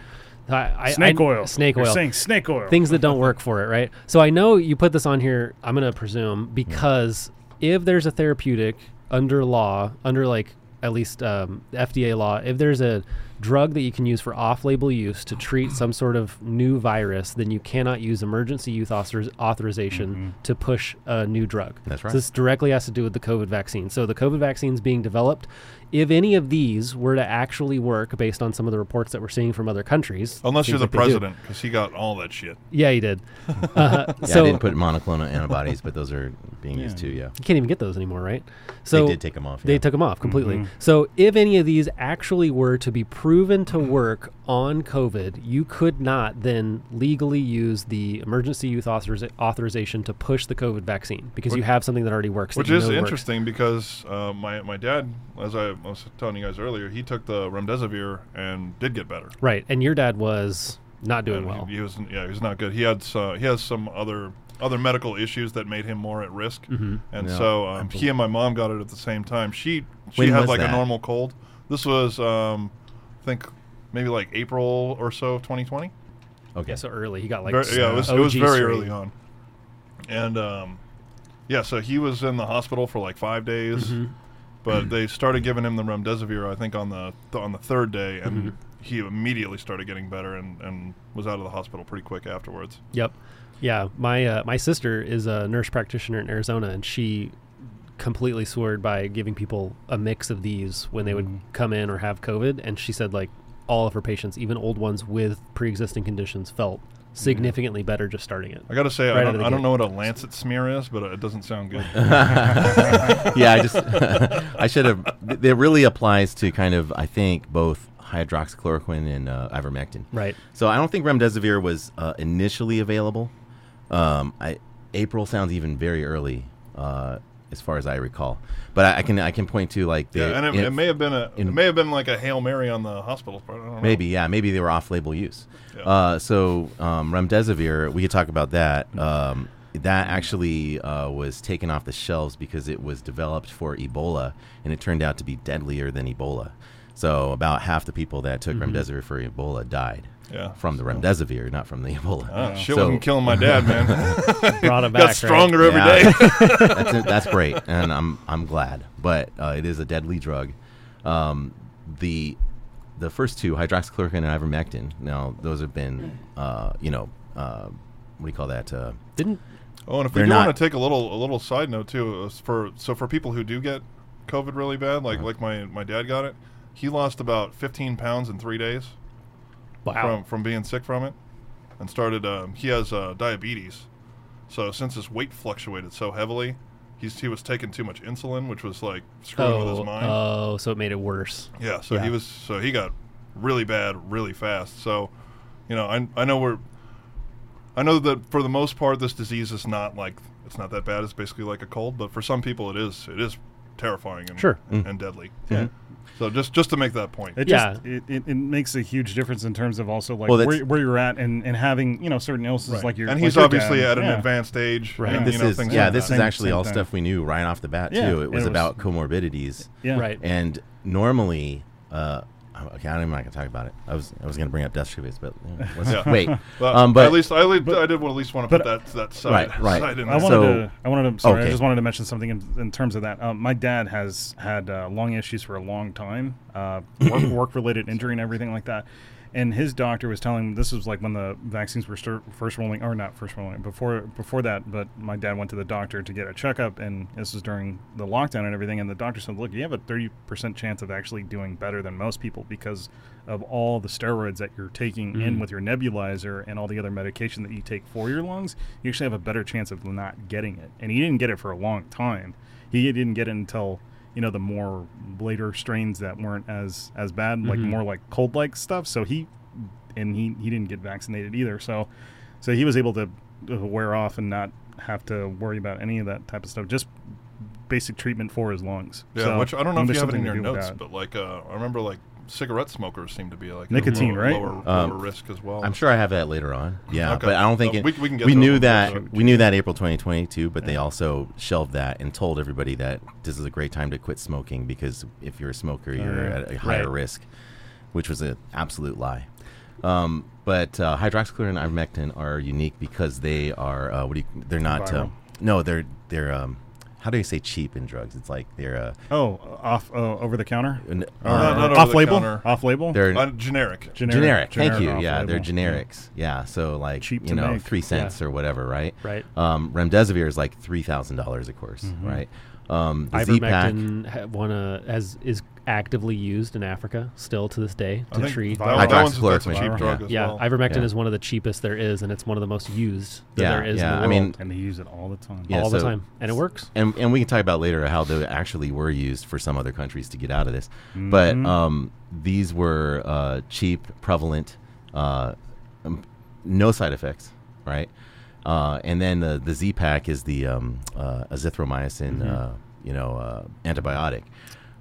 [SPEAKER 1] I, I,
[SPEAKER 4] Snake
[SPEAKER 1] I-
[SPEAKER 4] oil.
[SPEAKER 1] snake
[SPEAKER 4] They're
[SPEAKER 1] oil,
[SPEAKER 4] saying snake oil.
[SPEAKER 1] things that don't work for it, right? So I know you put this on here. I'm gonna presume because if there's a therapeutic under law, under like at least um, FDA law, if there's a drug that you can use for off-label use to treat some sort of new virus, then you cannot use emergency youth authoriz- authorization
[SPEAKER 2] Mm-hmm.
[SPEAKER 1] to push a new drug.
[SPEAKER 3] That's right.
[SPEAKER 1] So this directly has to do with the COVID vaccine. So the COVID vaccines being developed, if any of these were to actually work, based on some of the reports that we're seeing from other countries,
[SPEAKER 2] Unless
[SPEAKER 1] seems
[SPEAKER 2] you're the
[SPEAKER 1] like they do.
[SPEAKER 2] president because he got all that shit.
[SPEAKER 1] Yeah, he did. Uh,
[SPEAKER 3] Yeah,
[SPEAKER 1] so
[SPEAKER 3] I didn't put monoclonal antibodies, but those are being used too. Yeah,
[SPEAKER 1] you can't even get those anymore, right? So
[SPEAKER 3] they did take them off.
[SPEAKER 1] They
[SPEAKER 3] yeah.
[SPEAKER 1] took them off completely.
[SPEAKER 2] Mm-hmm.
[SPEAKER 1] So if any of these actually were to be proven to work on COVID, you could not then legally use the emergency youth authoriz- authorization to push the COVID vaccine because you have something that already works. that
[SPEAKER 2] Which
[SPEAKER 1] you
[SPEAKER 2] is
[SPEAKER 1] know works.
[SPEAKER 2] interesting because uh, my my dad, as I was telling you guys earlier, he took the remdesivir and did get better.
[SPEAKER 1] right? And your dad was not doing
[SPEAKER 2] And
[SPEAKER 1] well.
[SPEAKER 2] He, he was yeah, he was not good. He had uh, he has some other other medical issues that made him more at risk,
[SPEAKER 1] Mm-hmm.
[SPEAKER 2] and
[SPEAKER 3] Yeah.
[SPEAKER 2] so um, he and my mom got it at the same time. She she
[SPEAKER 3] When
[SPEAKER 2] had
[SPEAKER 3] was
[SPEAKER 2] like
[SPEAKER 3] that?
[SPEAKER 2] a normal cold. This was um, I think maybe like April or so of 2020.
[SPEAKER 3] Okay,
[SPEAKER 1] Yeah, so early he got like uh,
[SPEAKER 2] Ver- yeah, it was, it was
[SPEAKER 1] OG
[SPEAKER 2] very
[SPEAKER 1] straight.
[SPEAKER 2] early on, and um, yeah, so he was in the hospital for like five days,
[SPEAKER 1] Mm-hmm.
[SPEAKER 2] but they started giving him the remdesivir I think on the th- on the third day, and
[SPEAKER 1] Mm-hmm.
[SPEAKER 2] he immediately started getting better and, and was out of the hospital pretty quick afterwards.
[SPEAKER 1] Yep. Yeah, my uh, my sister is a nurse practitioner in Arizona, and she completely swore by giving people a mix of these when they would
[SPEAKER 2] Mm-hmm.
[SPEAKER 1] come in or have COVID. And she said like all of her patients, even old ones with pre-existing conditions, felt significantly better just starting it.
[SPEAKER 2] I gotta say,
[SPEAKER 1] Right
[SPEAKER 2] I
[SPEAKER 1] out of
[SPEAKER 2] don't,
[SPEAKER 1] the
[SPEAKER 2] I don't
[SPEAKER 1] gate.
[SPEAKER 2] know what a lancet smear is, but it doesn't sound good.
[SPEAKER 3] yeah, I just I should have. It really applies to kind of I think both hydroxychloroquine and uh, ivermectin.
[SPEAKER 1] Right.
[SPEAKER 3] So I don't think remdesivir was uh, initially available. Um, I April sounds even very early, uh, as far as I recall. But I, I can I can point to like the
[SPEAKER 2] yeah, and it,
[SPEAKER 3] in-
[SPEAKER 2] it may have been a it
[SPEAKER 3] in-
[SPEAKER 2] may have been like a hail mary on the hospital part. I don't know.
[SPEAKER 3] Maybe, yeah, maybe they were off-label use.
[SPEAKER 2] Yeah.
[SPEAKER 3] Uh, so um, remdesivir, we could talk about that.
[SPEAKER 2] Mm-hmm.
[SPEAKER 3] Um, that actually uh, was taken off the shelves because it was developed for Ebola, and it turned out to be deadlier than Ebola. So about half the people that took remdesivir for Ebola died.
[SPEAKER 2] Mm-hmm. Yeah.
[SPEAKER 3] from the remdesivir, not from the Ebola.
[SPEAKER 2] Ah,
[SPEAKER 4] Yeah.
[SPEAKER 2] Shit
[SPEAKER 3] So-
[SPEAKER 2] wasn't killing my dad, man.
[SPEAKER 1] Brought it back,
[SPEAKER 2] Got
[SPEAKER 1] right?
[SPEAKER 2] stronger every day.
[SPEAKER 3] Yeah. that's, it, that's great, and I'm I'm glad. But uh, it is a deadly drug. Um, the the first two, hydroxychloroquine and ivermectin. Now those have been, uh, you know, uh, what do you call that? Uh,
[SPEAKER 1] Didn't
[SPEAKER 2] Oh, and if we
[SPEAKER 3] They're
[SPEAKER 2] do want
[SPEAKER 3] not-
[SPEAKER 2] to take a little a little side note too, is for so for people who do get COVID really bad, like like my my dad got it, he lost about 15 pounds in three days
[SPEAKER 1] wow.
[SPEAKER 2] from from being sick from it, and started. Um, he has uh, diabetes, so since his weight fluctuated so heavily, he's he was taking too much insulin, which was like screwing with his
[SPEAKER 1] oh,
[SPEAKER 2] mind.
[SPEAKER 1] oh, so it made it worse.
[SPEAKER 2] Yeah, so
[SPEAKER 1] Yeah.
[SPEAKER 2] he was so he got really bad really fast. So, you know, I I know we're I know that for the most part this disease is not like it's not that bad. It's basically like a cold, but for some people it is it is terrifying and
[SPEAKER 1] Sure. Mm.
[SPEAKER 2] and, and deadly.
[SPEAKER 4] Yeah.
[SPEAKER 2] So just just to make that point.
[SPEAKER 4] It
[SPEAKER 1] Yeah.
[SPEAKER 4] just it, it, it makes a huge difference in terms of also like
[SPEAKER 3] Well, that's-
[SPEAKER 4] where, where you're at and, and having you know certain illnesses
[SPEAKER 2] Right.
[SPEAKER 4] like your
[SPEAKER 2] and
[SPEAKER 4] like
[SPEAKER 2] he's
[SPEAKER 4] your
[SPEAKER 2] obviously
[SPEAKER 4] dad.
[SPEAKER 2] at an
[SPEAKER 4] Yeah.
[SPEAKER 2] advanced age.
[SPEAKER 1] Right.
[SPEAKER 2] and,
[SPEAKER 3] and
[SPEAKER 2] you
[SPEAKER 3] this
[SPEAKER 2] know,
[SPEAKER 3] is
[SPEAKER 2] things
[SPEAKER 3] yeah,
[SPEAKER 2] like
[SPEAKER 3] this
[SPEAKER 2] that.
[SPEAKER 3] is
[SPEAKER 4] Same-
[SPEAKER 3] actually
[SPEAKER 4] same
[SPEAKER 3] all
[SPEAKER 4] thing.
[SPEAKER 3] stuff we knew right off the bat
[SPEAKER 4] Yeah,
[SPEAKER 3] too. It was
[SPEAKER 4] it was-
[SPEAKER 3] about comorbidities.
[SPEAKER 4] Yeah.
[SPEAKER 1] Right.
[SPEAKER 3] And normally, uh, okay, I'm not gonna talk about it. I was I was gonna bring up death certificates, but uh, let's
[SPEAKER 2] Yeah.
[SPEAKER 3] wait.
[SPEAKER 2] Well,
[SPEAKER 3] um, but
[SPEAKER 2] at least I, li- I did at least want to put
[SPEAKER 4] but-
[SPEAKER 2] that that side,
[SPEAKER 3] Right, right.
[SPEAKER 2] side in
[SPEAKER 4] I
[SPEAKER 2] there.
[SPEAKER 4] wanted
[SPEAKER 3] So-
[SPEAKER 4] to. I wanted to. Sorry,
[SPEAKER 3] Okay.
[SPEAKER 4] I just wanted to mention something in, in terms of that. Um, my dad has had uh, lung issues for a long time, uh, work work related injury and everything like that. And his doctor was telling him this was like when the vaccines were stir- first rolling, or not first rolling, before before that. But my dad went to the doctor to get a checkup, and this was during the lockdown and everything. And the doctor said, "Look, you have a thirty percent chance of actually doing better than most people because of all the steroids that you're taking in with your nebulizer and all the other medication that you take for your lungs, you actually have a better chance of not getting it. And he didn't get it for a long time. He didn't get it until you know the more later strains that weren't as as bad, like more like cold like stuff. So he and he he didn't get vaccinated either. So so he was able to uh, wear off and not have to worry about any of that type of stuff. Just basic treatment for his lungs.
[SPEAKER 2] Yeah,
[SPEAKER 4] So,
[SPEAKER 2] which I don't know
[SPEAKER 4] and
[SPEAKER 2] if you
[SPEAKER 4] there's
[SPEAKER 2] have it in
[SPEAKER 4] something to
[SPEAKER 2] your
[SPEAKER 4] do with
[SPEAKER 2] notes,
[SPEAKER 4] that.
[SPEAKER 2] but like uh, I remember like cigarette smokers seem to be like a
[SPEAKER 4] Nicotine,
[SPEAKER 2] lower,
[SPEAKER 4] right?
[SPEAKER 2] Lower,
[SPEAKER 3] Um,
[SPEAKER 2] lower risk as well.
[SPEAKER 3] I'm sure I have that later on. Yeah,
[SPEAKER 2] Oh. Okay.
[SPEAKER 3] but I don't think
[SPEAKER 2] Uh,
[SPEAKER 3] it,
[SPEAKER 2] we- we can get those
[SPEAKER 3] knew
[SPEAKER 2] ones
[SPEAKER 3] that
[SPEAKER 2] later.
[SPEAKER 3] we knew that April 2022, but they also shelved that and told everybody that this is a great time to quit smoking because if you're a
[SPEAKER 2] Oh,
[SPEAKER 3] smoker, you're
[SPEAKER 4] yeah.
[SPEAKER 3] at a higher
[SPEAKER 1] Right.
[SPEAKER 3] risk, which was an absolute lie. Um, but uh, hydroxychloroquine and ivermectin are unique because they are uh, what do you? They're not. Uh,
[SPEAKER 4] Viral.
[SPEAKER 3] no, they're they're. Um, how do you say cheap in drugs? It's like they're uh,
[SPEAKER 4] Oh, off uh, over the counter,
[SPEAKER 3] n-
[SPEAKER 2] not-
[SPEAKER 3] uh,
[SPEAKER 2] not over the
[SPEAKER 4] off label,
[SPEAKER 2] counter.
[SPEAKER 4] off label.
[SPEAKER 3] they're
[SPEAKER 2] Uh, generic.
[SPEAKER 3] generic. Thank you.
[SPEAKER 4] off
[SPEAKER 3] Yeah, they're
[SPEAKER 4] label.
[SPEAKER 3] generics. Yeah, so like
[SPEAKER 4] Cheap
[SPEAKER 3] you
[SPEAKER 4] to
[SPEAKER 3] know,
[SPEAKER 4] make.
[SPEAKER 3] three cents or whatever, right?
[SPEAKER 1] Right.
[SPEAKER 3] Um, remdesivir is like three thousand dollars a course, right? Um, the Z-Pak,
[SPEAKER 1] Ivermectin ha- wanna, has, is actively used in Africa still to this day
[SPEAKER 2] I
[SPEAKER 1] to
[SPEAKER 2] think
[SPEAKER 1] treat.
[SPEAKER 2] that, that one's that's a
[SPEAKER 3] Hydroxychloroquine.
[SPEAKER 2] cheap
[SPEAKER 4] Yeah.
[SPEAKER 2] drug as
[SPEAKER 1] yeah,
[SPEAKER 2] well.
[SPEAKER 1] ivermectin
[SPEAKER 3] Yeah.
[SPEAKER 1] is one of the cheapest there is, and it's one of the most used that
[SPEAKER 3] Yeah,
[SPEAKER 1] there is
[SPEAKER 3] yeah,
[SPEAKER 1] in the
[SPEAKER 3] I
[SPEAKER 1] world
[SPEAKER 3] mean,
[SPEAKER 4] and they use it all the time.
[SPEAKER 3] Yeah,
[SPEAKER 1] all the
[SPEAKER 3] so-
[SPEAKER 1] time, and it works.
[SPEAKER 3] and and we can talk about later how they actually were used for some other countries to get out of this, but um, these were uh, cheap, prevalent, uh, um, no side effects, right? Uh, and then the, the Z-Pak is the um, uh, azithromycin, uh, you know, uh, antibiotic.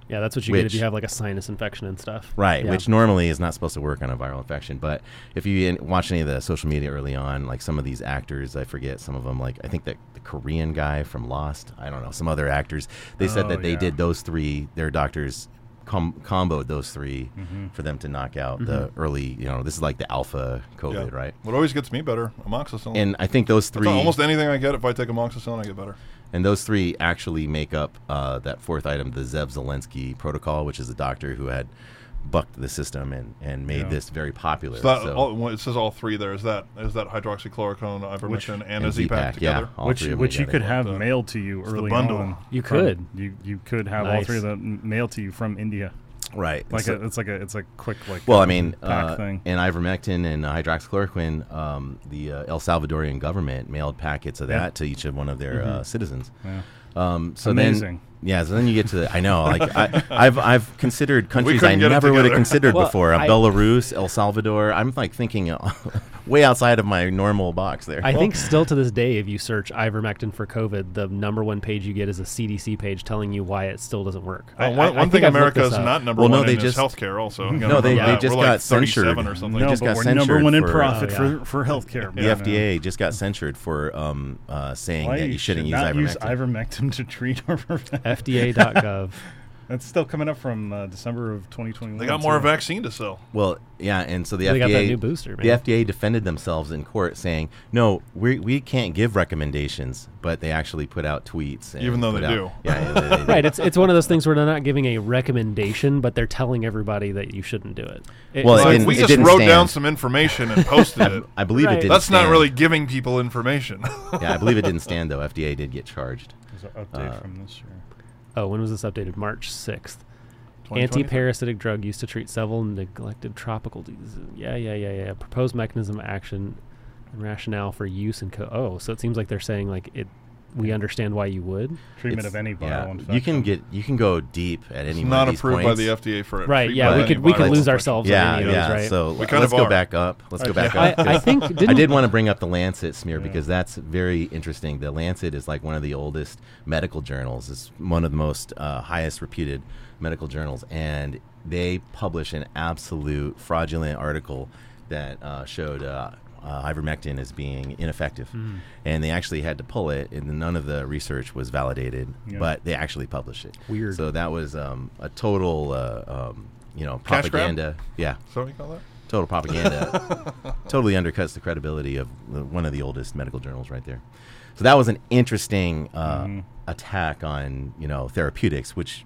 [SPEAKER 1] Yeah, that's what you get if
[SPEAKER 3] which-
[SPEAKER 1] you have like a sinus infection and stuff.
[SPEAKER 3] Right,
[SPEAKER 1] Yeah.
[SPEAKER 3] which normally is not supposed to work on a viral infection. But if you in- watch any of the social media early on, like some of these actors, I forget some of them, like I think that the Korean guy from Lost, I don't know, some other actors, they said
[SPEAKER 4] Oh,
[SPEAKER 3] that they
[SPEAKER 4] yeah.
[SPEAKER 3] did those three, their doctors com- comboed those 3
[SPEAKER 2] Mm-hmm.
[SPEAKER 3] for them to knock out the early, you know, this is like the alpha
[SPEAKER 2] Yeah.
[SPEAKER 3] COVID, right?
[SPEAKER 2] What always gets me better, amoxicillin.
[SPEAKER 3] And I think those
[SPEAKER 2] That's
[SPEAKER 3] three,
[SPEAKER 2] almost anything I get, if I take amoxicillin, I get better.
[SPEAKER 3] and those three actually make up uh, that fourth item, the Zev Zelensky protocol, which is a doctor who had bucked the system and, and made
[SPEAKER 4] Yeah.
[SPEAKER 3] this very popular.
[SPEAKER 2] So that
[SPEAKER 3] So-
[SPEAKER 2] all, well, it says all three there. Is that is that hydroxychloroquine, ivermectin, and, a
[SPEAKER 3] and
[SPEAKER 2] Z-Pack
[SPEAKER 3] Z-Pack, yeah,
[SPEAKER 2] together?
[SPEAKER 3] all
[SPEAKER 4] which
[SPEAKER 3] three of them
[SPEAKER 4] which you
[SPEAKER 3] together.
[SPEAKER 4] could have
[SPEAKER 2] The-
[SPEAKER 4] mailed to you
[SPEAKER 2] the
[SPEAKER 4] early
[SPEAKER 2] bundle.
[SPEAKER 4] on.
[SPEAKER 1] You
[SPEAKER 4] from-
[SPEAKER 1] could.
[SPEAKER 4] you you could have all
[SPEAKER 1] Nice.
[SPEAKER 4] three of them mailed to you from India.
[SPEAKER 3] right?
[SPEAKER 4] Like
[SPEAKER 3] So-
[SPEAKER 4] a, it's like a it's like quick like.
[SPEAKER 3] well, I mean,
[SPEAKER 4] pack
[SPEAKER 3] uh,
[SPEAKER 4] thing.
[SPEAKER 3] and ivermectin and hydroxychloroquine, um, the uh, El Salvadorian government mailed packets of that
[SPEAKER 4] Yeah.
[SPEAKER 3] to each of one of their uh, citizens.
[SPEAKER 4] Yeah.
[SPEAKER 3] Um, so
[SPEAKER 4] Amazing.
[SPEAKER 3] then, yeah, so then you get to the, I know, like I, I've I've considered countries I
[SPEAKER 2] couldn't get it
[SPEAKER 3] never would have
[SPEAKER 2] together.
[SPEAKER 3] considered
[SPEAKER 1] Well,
[SPEAKER 3] before. Um
[SPEAKER 1] I-
[SPEAKER 3] Belarus, El Salvador. I'm like thinking uh, way outside of my normal box there.
[SPEAKER 1] I think still to this day, if you search ivermectin for COVID, the number one page you get is a CDC page telling you why it still doesn't work.
[SPEAKER 2] Uh, one one thing
[SPEAKER 1] think I've looked
[SPEAKER 2] America
[SPEAKER 1] this
[SPEAKER 2] is
[SPEAKER 1] up.
[SPEAKER 2] not number
[SPEAKER 3] Well, no,
[SPEAKER 2] one
[SPEAKER 3] they
[SPEAKER 2] in is
[SPEAKER 3] just-
[SPEAKER 2] healthcare. Also, You gotta
[SPEAKER 3] no, they,
[SPEAKER 2] remember
[SPEAKER 3] they
[SPEAKER 2] that.
[SPEAKER 3] just
[SPEAKER 2] We're
[SPEAKER 3] got
[SPEAKER 2] like
[SPEAKER 3] censured
[SPEAKER 2] 37 or something.
[SPEAKER 3] They
[SPEAKER 4] no,
[SPEAKER 3] just
[SPEAKER 4] but
[SPEAKER 3] got
[SPEAKER 4] we're
[SPEAKER 3] censured
[SPEAKER 4] number one in
[SPEAKER 3] for-
[SPEAKER 4] profit
[SPEAKER 1] Oh, yeah.
[SPEAKER 4] for for healthcare.
[SPEAKER 3] The
[SPEAKER 4] man.
[SPEAKER 3] FDA just got censured for um, uh, saying
[SPEAKER 4] Why
[SPEAKER 3] that you
[SPEAKER 4] should
[SPEAKER 3] shouldn't
[SPEAKER 4] not
[SPEAKER 3] use
[SPEAKER 4] use
[SPEAKER 3] ivermectin.
[SPEAKER 4] ivermectin to treat our
[SPEAKER 1] FDA.gov.
[SPEAKER 4] That's still coming up from uh, December of 2021.
[SPEAKER 2] They got more
[SPEAKER 4] so-
[SPEAKER 2] vaccine to sell.
[SPEAKER 3] Well, yeah, and so the
[SPEAKER 1] They
[SPEAKER 3] FDA
[SPEAKER 1] got that new booster, man.
[SPEAKER 3] The FDA defended themselves in court, saying, "No, we we can't give recommendations," but they actually put out tweets. and
[SPEAKER 2] Even though
[SPEAKER 3] put
[SPEAKER 2] they
[SPEAKER 3] out-
[SPEAKER 2] do.
[SPEAKER 3] yeah, they- they-
[SPEAKER 1] right. It's it's one of those things where they're not giving a recommendation, but they're telling everybody that you shouldn't do it. It-
[SPEAKER 3] Well,
[SPEAKER 1] it's
[SPEAKER 3] it
[SPEAKER 2] Like,
[SPEAKER 3] didn't-
[SPEAKER 2] we
[SPEAKER 3] it
[SPEAKER 2] just
[SPEAKER 3] didn't
[SPEAKER 2] wrote
[SPEAKER 3] stand.
[SPEAKER 2] down some information and posted it.
[SPEAKER 3] I believe
[SPEAKER 1] Right.
[SPEAKER 3] it did.
[SPEAKER 2] That's not really giving people information.
[SPEAKER 3] yeah, I believe it didn't stand though. FDA did get charged.
[SPEAKER 4] There's an update
[SPEAKER 3] Uh,
[SPEAKER 4] from this year.
[SPEAKER 1] oh, when was this updated? March sixth. Anti-parasitic drug used to treat several neglected tropical diseases. Yeah, yeah, yeah, yeah. Proposed mechanism of action and rationale for use and co- oh, so it seems like they're saying like it. We understand why you would.
[SPEAKER 4] Treatment
[SPEAKER 3] It's-
[SPEAKER 4] of any viral
[SPEAKER 3] yeah,
[SPEAKER 4] infection.
[SPEAKER 3] You can get you can go deep at any.
[SPEAKER 2] It's
[SPEAKER 3] one
[SPEAKER 2] not
[SPEAKER 3] of these
[SPEAKER 2] approved by
[SPEAKER 3] points.
[SPEAKER 2] the FDA for it.
[SPEAKER 1] Right. Yeah, we
[SPEAKER 3] but-
[SPEAKER 1] could we could
[SPEAKER 3] but-
[SPEAKER 1] lose ourselves.
[SPEAKER 3] Yeah,
[SPEAKER 1] in any
[SPEAKER 3] yeah.
[SPEAKER 1] Of those, right?
[SPEAKER 3] So
[SPEAKER 2] We kind
[SPEAKER 3] let's
[SPEAKER 2] of
[SPEAKER 3] go
[SPEAKER 2] are.
[SPEAKER 3] back up. Let's go
[SPEAKER 4] Okay.
[SPEAKER 3] back
[SPEAKER 1] I,
[SPEAKER 3] up. 'cause
[SPEAKER 1] I think
[SPEAKER 3] I
[SPEAKER 1] didn't
[SPEAKER 3] did want to bring up the Lancet smear
[SPEAKER 4] Yeah.
[SPEAKER 3] because that's very interesting. The Lancet is like one of the oldest medical journals. It's one of the most uh, highest reputed medical journals, and they publish an absolute fraudulent article that uh, showed. Uh, uh, ivermectin as being ineffective, and they actually had to pull it, and none of the research was validated.
[SPEAKER 4] Yeah.
[SPEAKER 3] But they actually published it.
[SPEAKER 1] Weird.
[SPEAKER 3] So that was um, a total, uh, um, you know,
[SPEAKER 2] Cash grab?
[SPEAKER 3] propaganda. Yeah,
[SPEAKER 2] So what do you call that?
[SPEAKER 3] total propaganda totally undercuts the credibility of the, one of the oldest medical journals right there so that was an interesting uh, attack on you know therapeutics which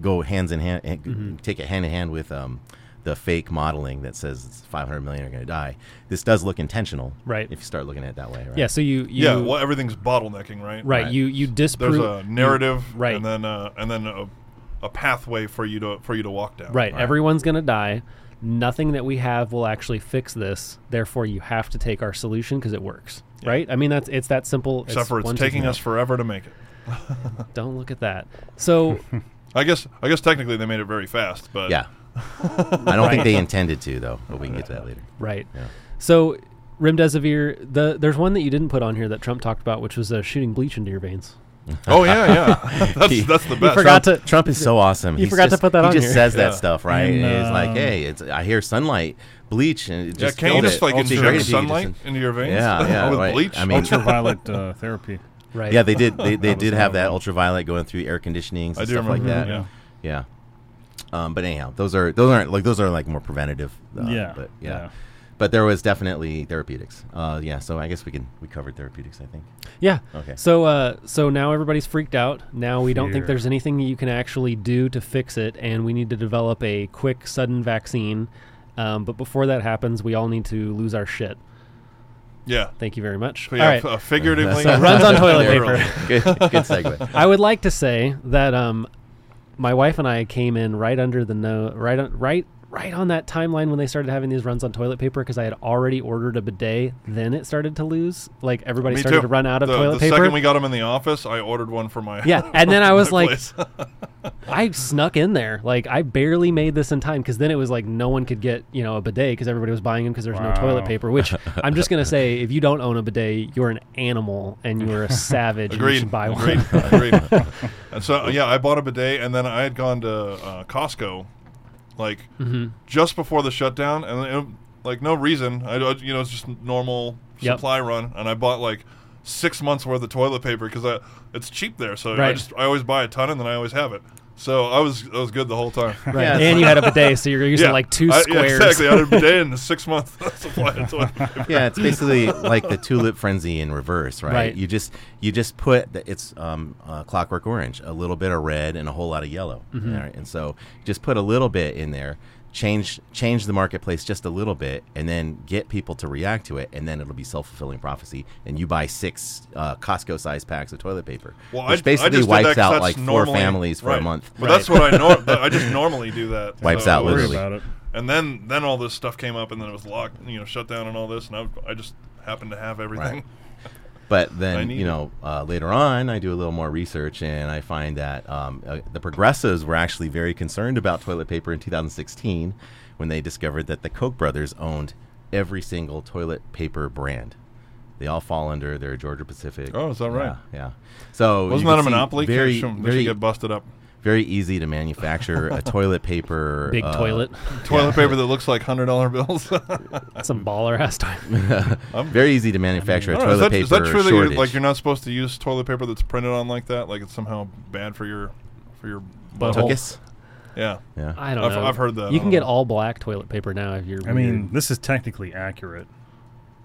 [SPEAKER 3] go hands in hand and take it hand in hand with um, the fake modeling that says it's 500 million are going to die this does look intentional
[SPEAKER 1] Right.
[SPEAKER 3] if you start looking at it that way right
[SPEAKER 1] yeah. So you, you
[SPEAKER 2] yeah. Well, everything's bottlenecking, right?
[SPEAKER 1] right,
[SPEAKER 3] Right.
[SPEAKER 1] You you disprove
[SPEAKER 2] There's a narrative,
[SPEAKER 1] right.
[SPEAKER 2] And then uh, and then a, a pathway for you to for you to walk down.
[SPEAKER 1] Right.
[SPEAKER 3] Right.
[SPEAKER 1] Everyone's going to die. Nothing that we have will actually fix this. Therefore, you have to take our solution because it works. Right? I mean, that's it's that simple.
[SPEAKER 2] Except for it's
[SPEAKER 1] one, two,
[SPEAKER 2] taking
[SPEAKER 1] three.
[SPEAKER 2] us forever to make it.
[SPEAKER 1] Don't look at that. So,
[SPEAKER 2] I guess I guess technically they made it very fast, but
[SPEAKER 3] yeah i don't think they intended to though but we can get to that later
[SPEAKER 1] right.
[SPEAKER 3] Yeah.
[SPEAKER 1] So, remdesivir. The there's one that you didn't put on here that Trump talked about, which was uh, shooting bleach into your veins.
[SPEAKER 2] Oh yeah, yeah. that's
[SPEAKER 3] He-
[SPEAKER 2] that's the best.
[SPEAKER 1] forgot
[SPEAKER 3] Trump,
[SPEAKER 1] to-
[SPEAKER 3] Trump is so awesome.
[SPEAKER 1] You
[SPEAKER 3] He's
[SPEAKER 1] forgot to
[SPEAKER 3] just-
[SPEAKER 1] put that
[SPEAKER 3] he
[SPEAKER 1] on
[SPEAKER 3] just
[SPEAKER 1] here. Mm-hmm.
[SPEAKER 3] says
[SPEAKER 2] Yeah.
[SPEAKER 3] that stuff, right? And,
[SPEAKER 4] And,
[SPEAKER 3] he's like,
[SPEAKER 4] um,
[SPEAKER 3] "Hey, it's I hear sunlight, bleach, and it
[SPEAKER 2] Yeah,
[SPEAKER 3] just
[SPEAKER 2] can you
[SPEAKER 3] killed
[SPEAKER 2] just
[SPEAKER 3] it.
[SPEAKER 2] like
[SPEAKER 3] It's great
[SPEAKER 2] inject
[SPEAKER 3] if you just-
[SPEAKER 2] sunlight into your veins?
[SPEAKER 3] Yeah, yeah,
[SPEAKER 2] with
[SPEAKER 3] right.
[SPEAKER 2] bleach.
[SPEAKER 3] I mean,
[SPEAKER 4] Ultraviolet uh, therapy.
[SPEAKER 1] Right.
[SPEAKER 3] yeah, they did. They, they
[SPEAKER 4] That was
[SPEAKER 3] did have
[SPEAKER 4] another
[SPEAKER 3] that
[SPEAKER 4] one.
[SPEAKER 3] ultraviolet going through air conditionings
[SPEAKER 2] I
[SPEAKER 3] and
[SPEAKER 2] do
[SPEAKER 3] stuff like
[SPEAKER 2] remember
[SPEAKER 3] that.
[SPEAKER 2] that,
[SPEAKER 3] Yeah. Um, but anyhow, those are those aren't like those are like more preventative. Uh,
[SPEAKER 4] Yeah,
[SPEAKER 3] But yeah.
[SPEAKER 4] yeah.
[SPEAKER 3] But there was definitely therapeutics. Uh, yeah, so I guess we can we covered therapeutics. I think.
[SPEAKER 1] Yeah.
[SPEAKER 3] Okay.
[SPEAKER 1] So uh, so now everybody's freaked out. Now we don't think
[SPEAKER 4] Fear.
[SPEAKER 1] there's anything you can actually do to fix it, and we need to develop a quick, sudden vaccine. Um, but before that happens, we all need to lose our shit.
[SPEAKER 2] Oh, yeah.
[SPEAKER 1] Thank you very much.
[SPEAKER 2] So
[SPEAKER 1] all
[SPEAKER 2] yeah,
[SPEAKER 1] right.
[SPEAKER 2] f- uh, figuratively.
[SPEAKER 1] runs on toilet
[SPEAKER 2] literally.
[SPEAKER 1] paper.
[SPEAKER 3] good, good segue.
[SPEAKER 1] I would like to say that um, my wife and I came in right under the no, right on, right right on that timeline when they started having these runs on toilet paper because I had already ordered a bidet. Then it started to lose. Like everybody
[SPEAKER 2] Me
[SPEAKER 1] started
[SPEAKER 2] too.
[SPEAKER 1] to run out of
[SPEAKER 2] the,
[SPEAKER 1] toilet
[SPEAKER 2] the
[SPEAKER 1] paper.
[SPEAKER 2] second we got them in the office, I ordered one for my
[SPEAKER 1] Yeah, and then I was
[SPEAKER 2] my
[SPEAKER 1] like-
[SPEAKER 2] place.
[SPEAKER 1] I snuck in there. Like I barely made this in time because then it was like no one could get you know a bidet because everybody was buying them because there's no toilet
[SPEAKER 4] Wow.
[SPEAKER 1] paper. Which I'm just gonna say, if you don't own a bidet, you're an animal and you're a savage. and you
[SPEAKER 2] Agreed.
[SPEAKER 1] should buy one.
[SPEAKER 2] Agreed. Agreed. and so yeah, I bought a bidet, and then I had gone to uh, Costco, like
[SPEAKER 1] Mm-hmm.
[SPEAKER 2] just before the shutdown, and it, like no reason. I don't- you know it's just normal
[SPEAKER 1] Yep.
[SPEAKER 2] supply run, and I bought like six months worth of toilet paper because it's cheap there. So I
[SPEAKER 1] Right.
[SPEAKER 2] just I always buy a ton, and then I always have it. So I was I was good the whole time.
[SPEAKER 1] Right.
[SPEAKER 3] Yeah, it's
[SPEAKER 1] and you had a bidet, so you're using like two
[SPEAKER 2] I- yeah,
[SPEAKER 1] squares.
[SPEAKER 2] exactly. I had a bidet in the six month supply of toilet paper.
[SPEAKER 3] yeah, it's basically like the tulip frenzy in reverse, right?
[SPEAKER 1] Right.
[SPEAKER 3] You just you just put the, it's um, uh, clockwork orange, a little bit of red and a whole lot of yellow, all right? and so just put a little bit in there, change change the marketplace just a little bit, and then get people to react to it, and then it'll be self fulfilling prophecy, and you buy six uh, Costco sized packs of toilet paper,
[SPEAKER 2] Well, I-
[SPEAKER 3] which
[SPEAKER 2] I
[SPEAKER 3] basically
[SPEAKER 2] just did that
[SPEAKER 3] wipes
[SPEAKER 2] 'cause
[SPEAKER 3] out
[SPEAKER 2] that's
[SPEAKER 3] like four
[SPEAKER 2] normally-
[SPEAKER 3] families for a
[SPEAKER 2] right.
[SPEAKER 3] month.
[SPEAKER 2] But that's what I nor- I just normally do that.
[SPEAKER 3] Wipes out
[SPEAKER 2] it
[SPEAKER 4] Worry
[SPEAKER 2] was-
[SPEAKER 3] literally.
[SPEAKER 4] about it.
[SPEAKER 2] And then then all this stuff came up, and then it was locked, you know, shut down, and all this, and I, I just happened to have everything.
[SPEAKER 3] Right. But
[SPEAKER 2] I
[SPEAKER 3] then,
[SPEAKER 2] need
[SPEAKER 3] you know, uh, later on, I do a little more research and I find that um, uh, the progressives were actually very concerned about toilet paper in 2016 when they discovered that the Koch brothers owned every single toilet paper brand. They all fall under their Georgia Pacific.
[SPEAKER 2] Oh, is that right?
[SPEAKER 3] Yeah. yeah. So you
[SPEAKER 2] Wasn't
[SPEAKER 3] can
[SPEAKER 2] that a
[SPEAKER 3] see
[SPEAKER 2] monopoly?
[SPEAKER 3] Very,
[SPEAKER 2] they should, they should
[SPEAKER 3] very,
[SPEAKER 2] get busted up.
[SPEAKER 3] very easy to manufacture a toilet paper.
[SPEAKER 1] Big
[SPEAKER 3] uh,
[SPEAKER 1] toilet.
[SPEAKER 2] Toilet paper that looks like hundred dollar bills.
[SPEAKER 1] Some baller ass toilet.
[SPEAKER 3] Very easy to manufacture
[SPEAKER 2] I
[SPEAKER 3] a
[SPEAKER 2] don't know,
[SPEAKER 3] toilet
[SPEAKER 2] is, that,
[SPEAKER 3] paper
[SPEAKER 2] is that true that
[SPEAKER 3] shortage.
[SPEAKER 2] you're, like you're not supposed to use toilet paper that's printed on like that? Like it's somehow bad for your for your
[SPEAKER 1] Butthole.
[SPEAKER 2] butthole.
[SPEAKER 3] Tuckus?
[SPEAKER 2] Yeah,
[SPEAKER 3] Yeah.
[SPEAKER 1] I don't
[SPEAKER 2] I've,
[SPEAKER 1] know.
[SPEAKER 2] I've heard that. uh,
[SPEAKER 1] you
[SPEAKER 2] I
[SPEAKER 1] can
[SPEAKER 2] don't
[SPEAKER 1] get
[SPEAKER 2] know.
[SPEAKER 1] all black toilet paper now if you're.
[SPEAKER 4] I mean, this is technically accurate.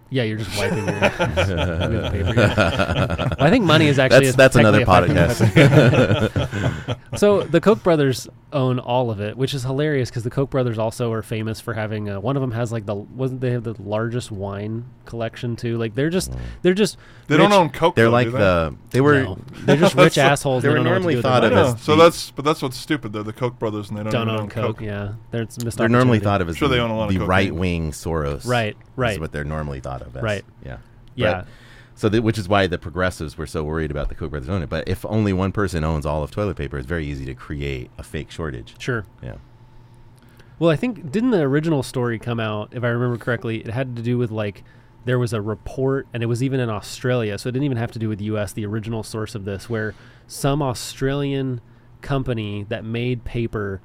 [SPEAKER 1] yeah, you're just wiping your. with paper, yeah. Well, I think money is actually
[SPEAKER 3] that's that's another
[SPEAKER 1] technically a fucking
[SPEAKER 3] podcast.
[SPEAKER 1] so the Koch brothers own all of it, which is hilarious because the Koch brothers also are famous for having. Uh, one of them has like the wasn't they have the largest wine collection too? Like they're
[SPEAKER 3] Mm.
[SPEAKER 1] just they're just
[SPEAKER 2] They don't
[SPEAKER 1] rich-
[SPEAKER 2] own coke.
[SPEAKER 3] They're
[SPEAKER 2] though,
[SPEAKER 3] like
[SPEAKER 2] do they?
[SPEAKER 3] the they were
[SPEAKER 1] no. they're just rich assholes.
[SPEAKER 3] they
[SPEAKER 1] that
[SPEAKER 3] were
[SPEAKER 1] don't know what to
[SPEAKER 3] normally
[SPEAKER 1] do with their
[SPEAKER 3] thought of
[SPEAKER 1] money.
[SPEAKER 3] as
[SPEAKER 2] Yeah, Oh, so
[SPEAKER 3] the-
[SPEAKER 2] that's but that's what's stupid. They're the Koch brothers, and they don't,
[SPEAKER 1] don't
[SPEAKER 2] even
[SPEAKER 1] own Coke. Yeah, they're it's a missed
[SPEAKER 3] they're normally
[SPEAKER 1] opportunity.
[SPEAKER 3] thought of as
[SPEAKER 2] Sure, they
[SPEAKER 3] the,
[SPEAKER 2] own a lot of
[SPEAKER 3] the
[SPEAKER 2] cocaine.
[SPEAKER 3] right wing Soros.
[SPEAKER 1] Right,
[SPEAKER 3] Is
[SPEAKER 1] right.
[SPEAKER 3] what they're normally thought of as.
[SPEAKER 1] Right.
[SPEAKER 3] Yeah.
[SPEAKER 1] Yeah.
[SPEAKER 3] But- so, the, which is why the progressives were so worried about the Koch brothers owning it. But if only one person owns all of toilet paper, it's very easy to create a fake shortage.
[SPEAKER 1] Sure.
[SPEAKER 3] Yeah.
[SPEAKER 1] Well, I think didn't the original story come out, if I remember correctly, it had to do with like there was a report and it was even in Australia, so it didn't even have to do with US, the original source of this, where some Australian company that made paper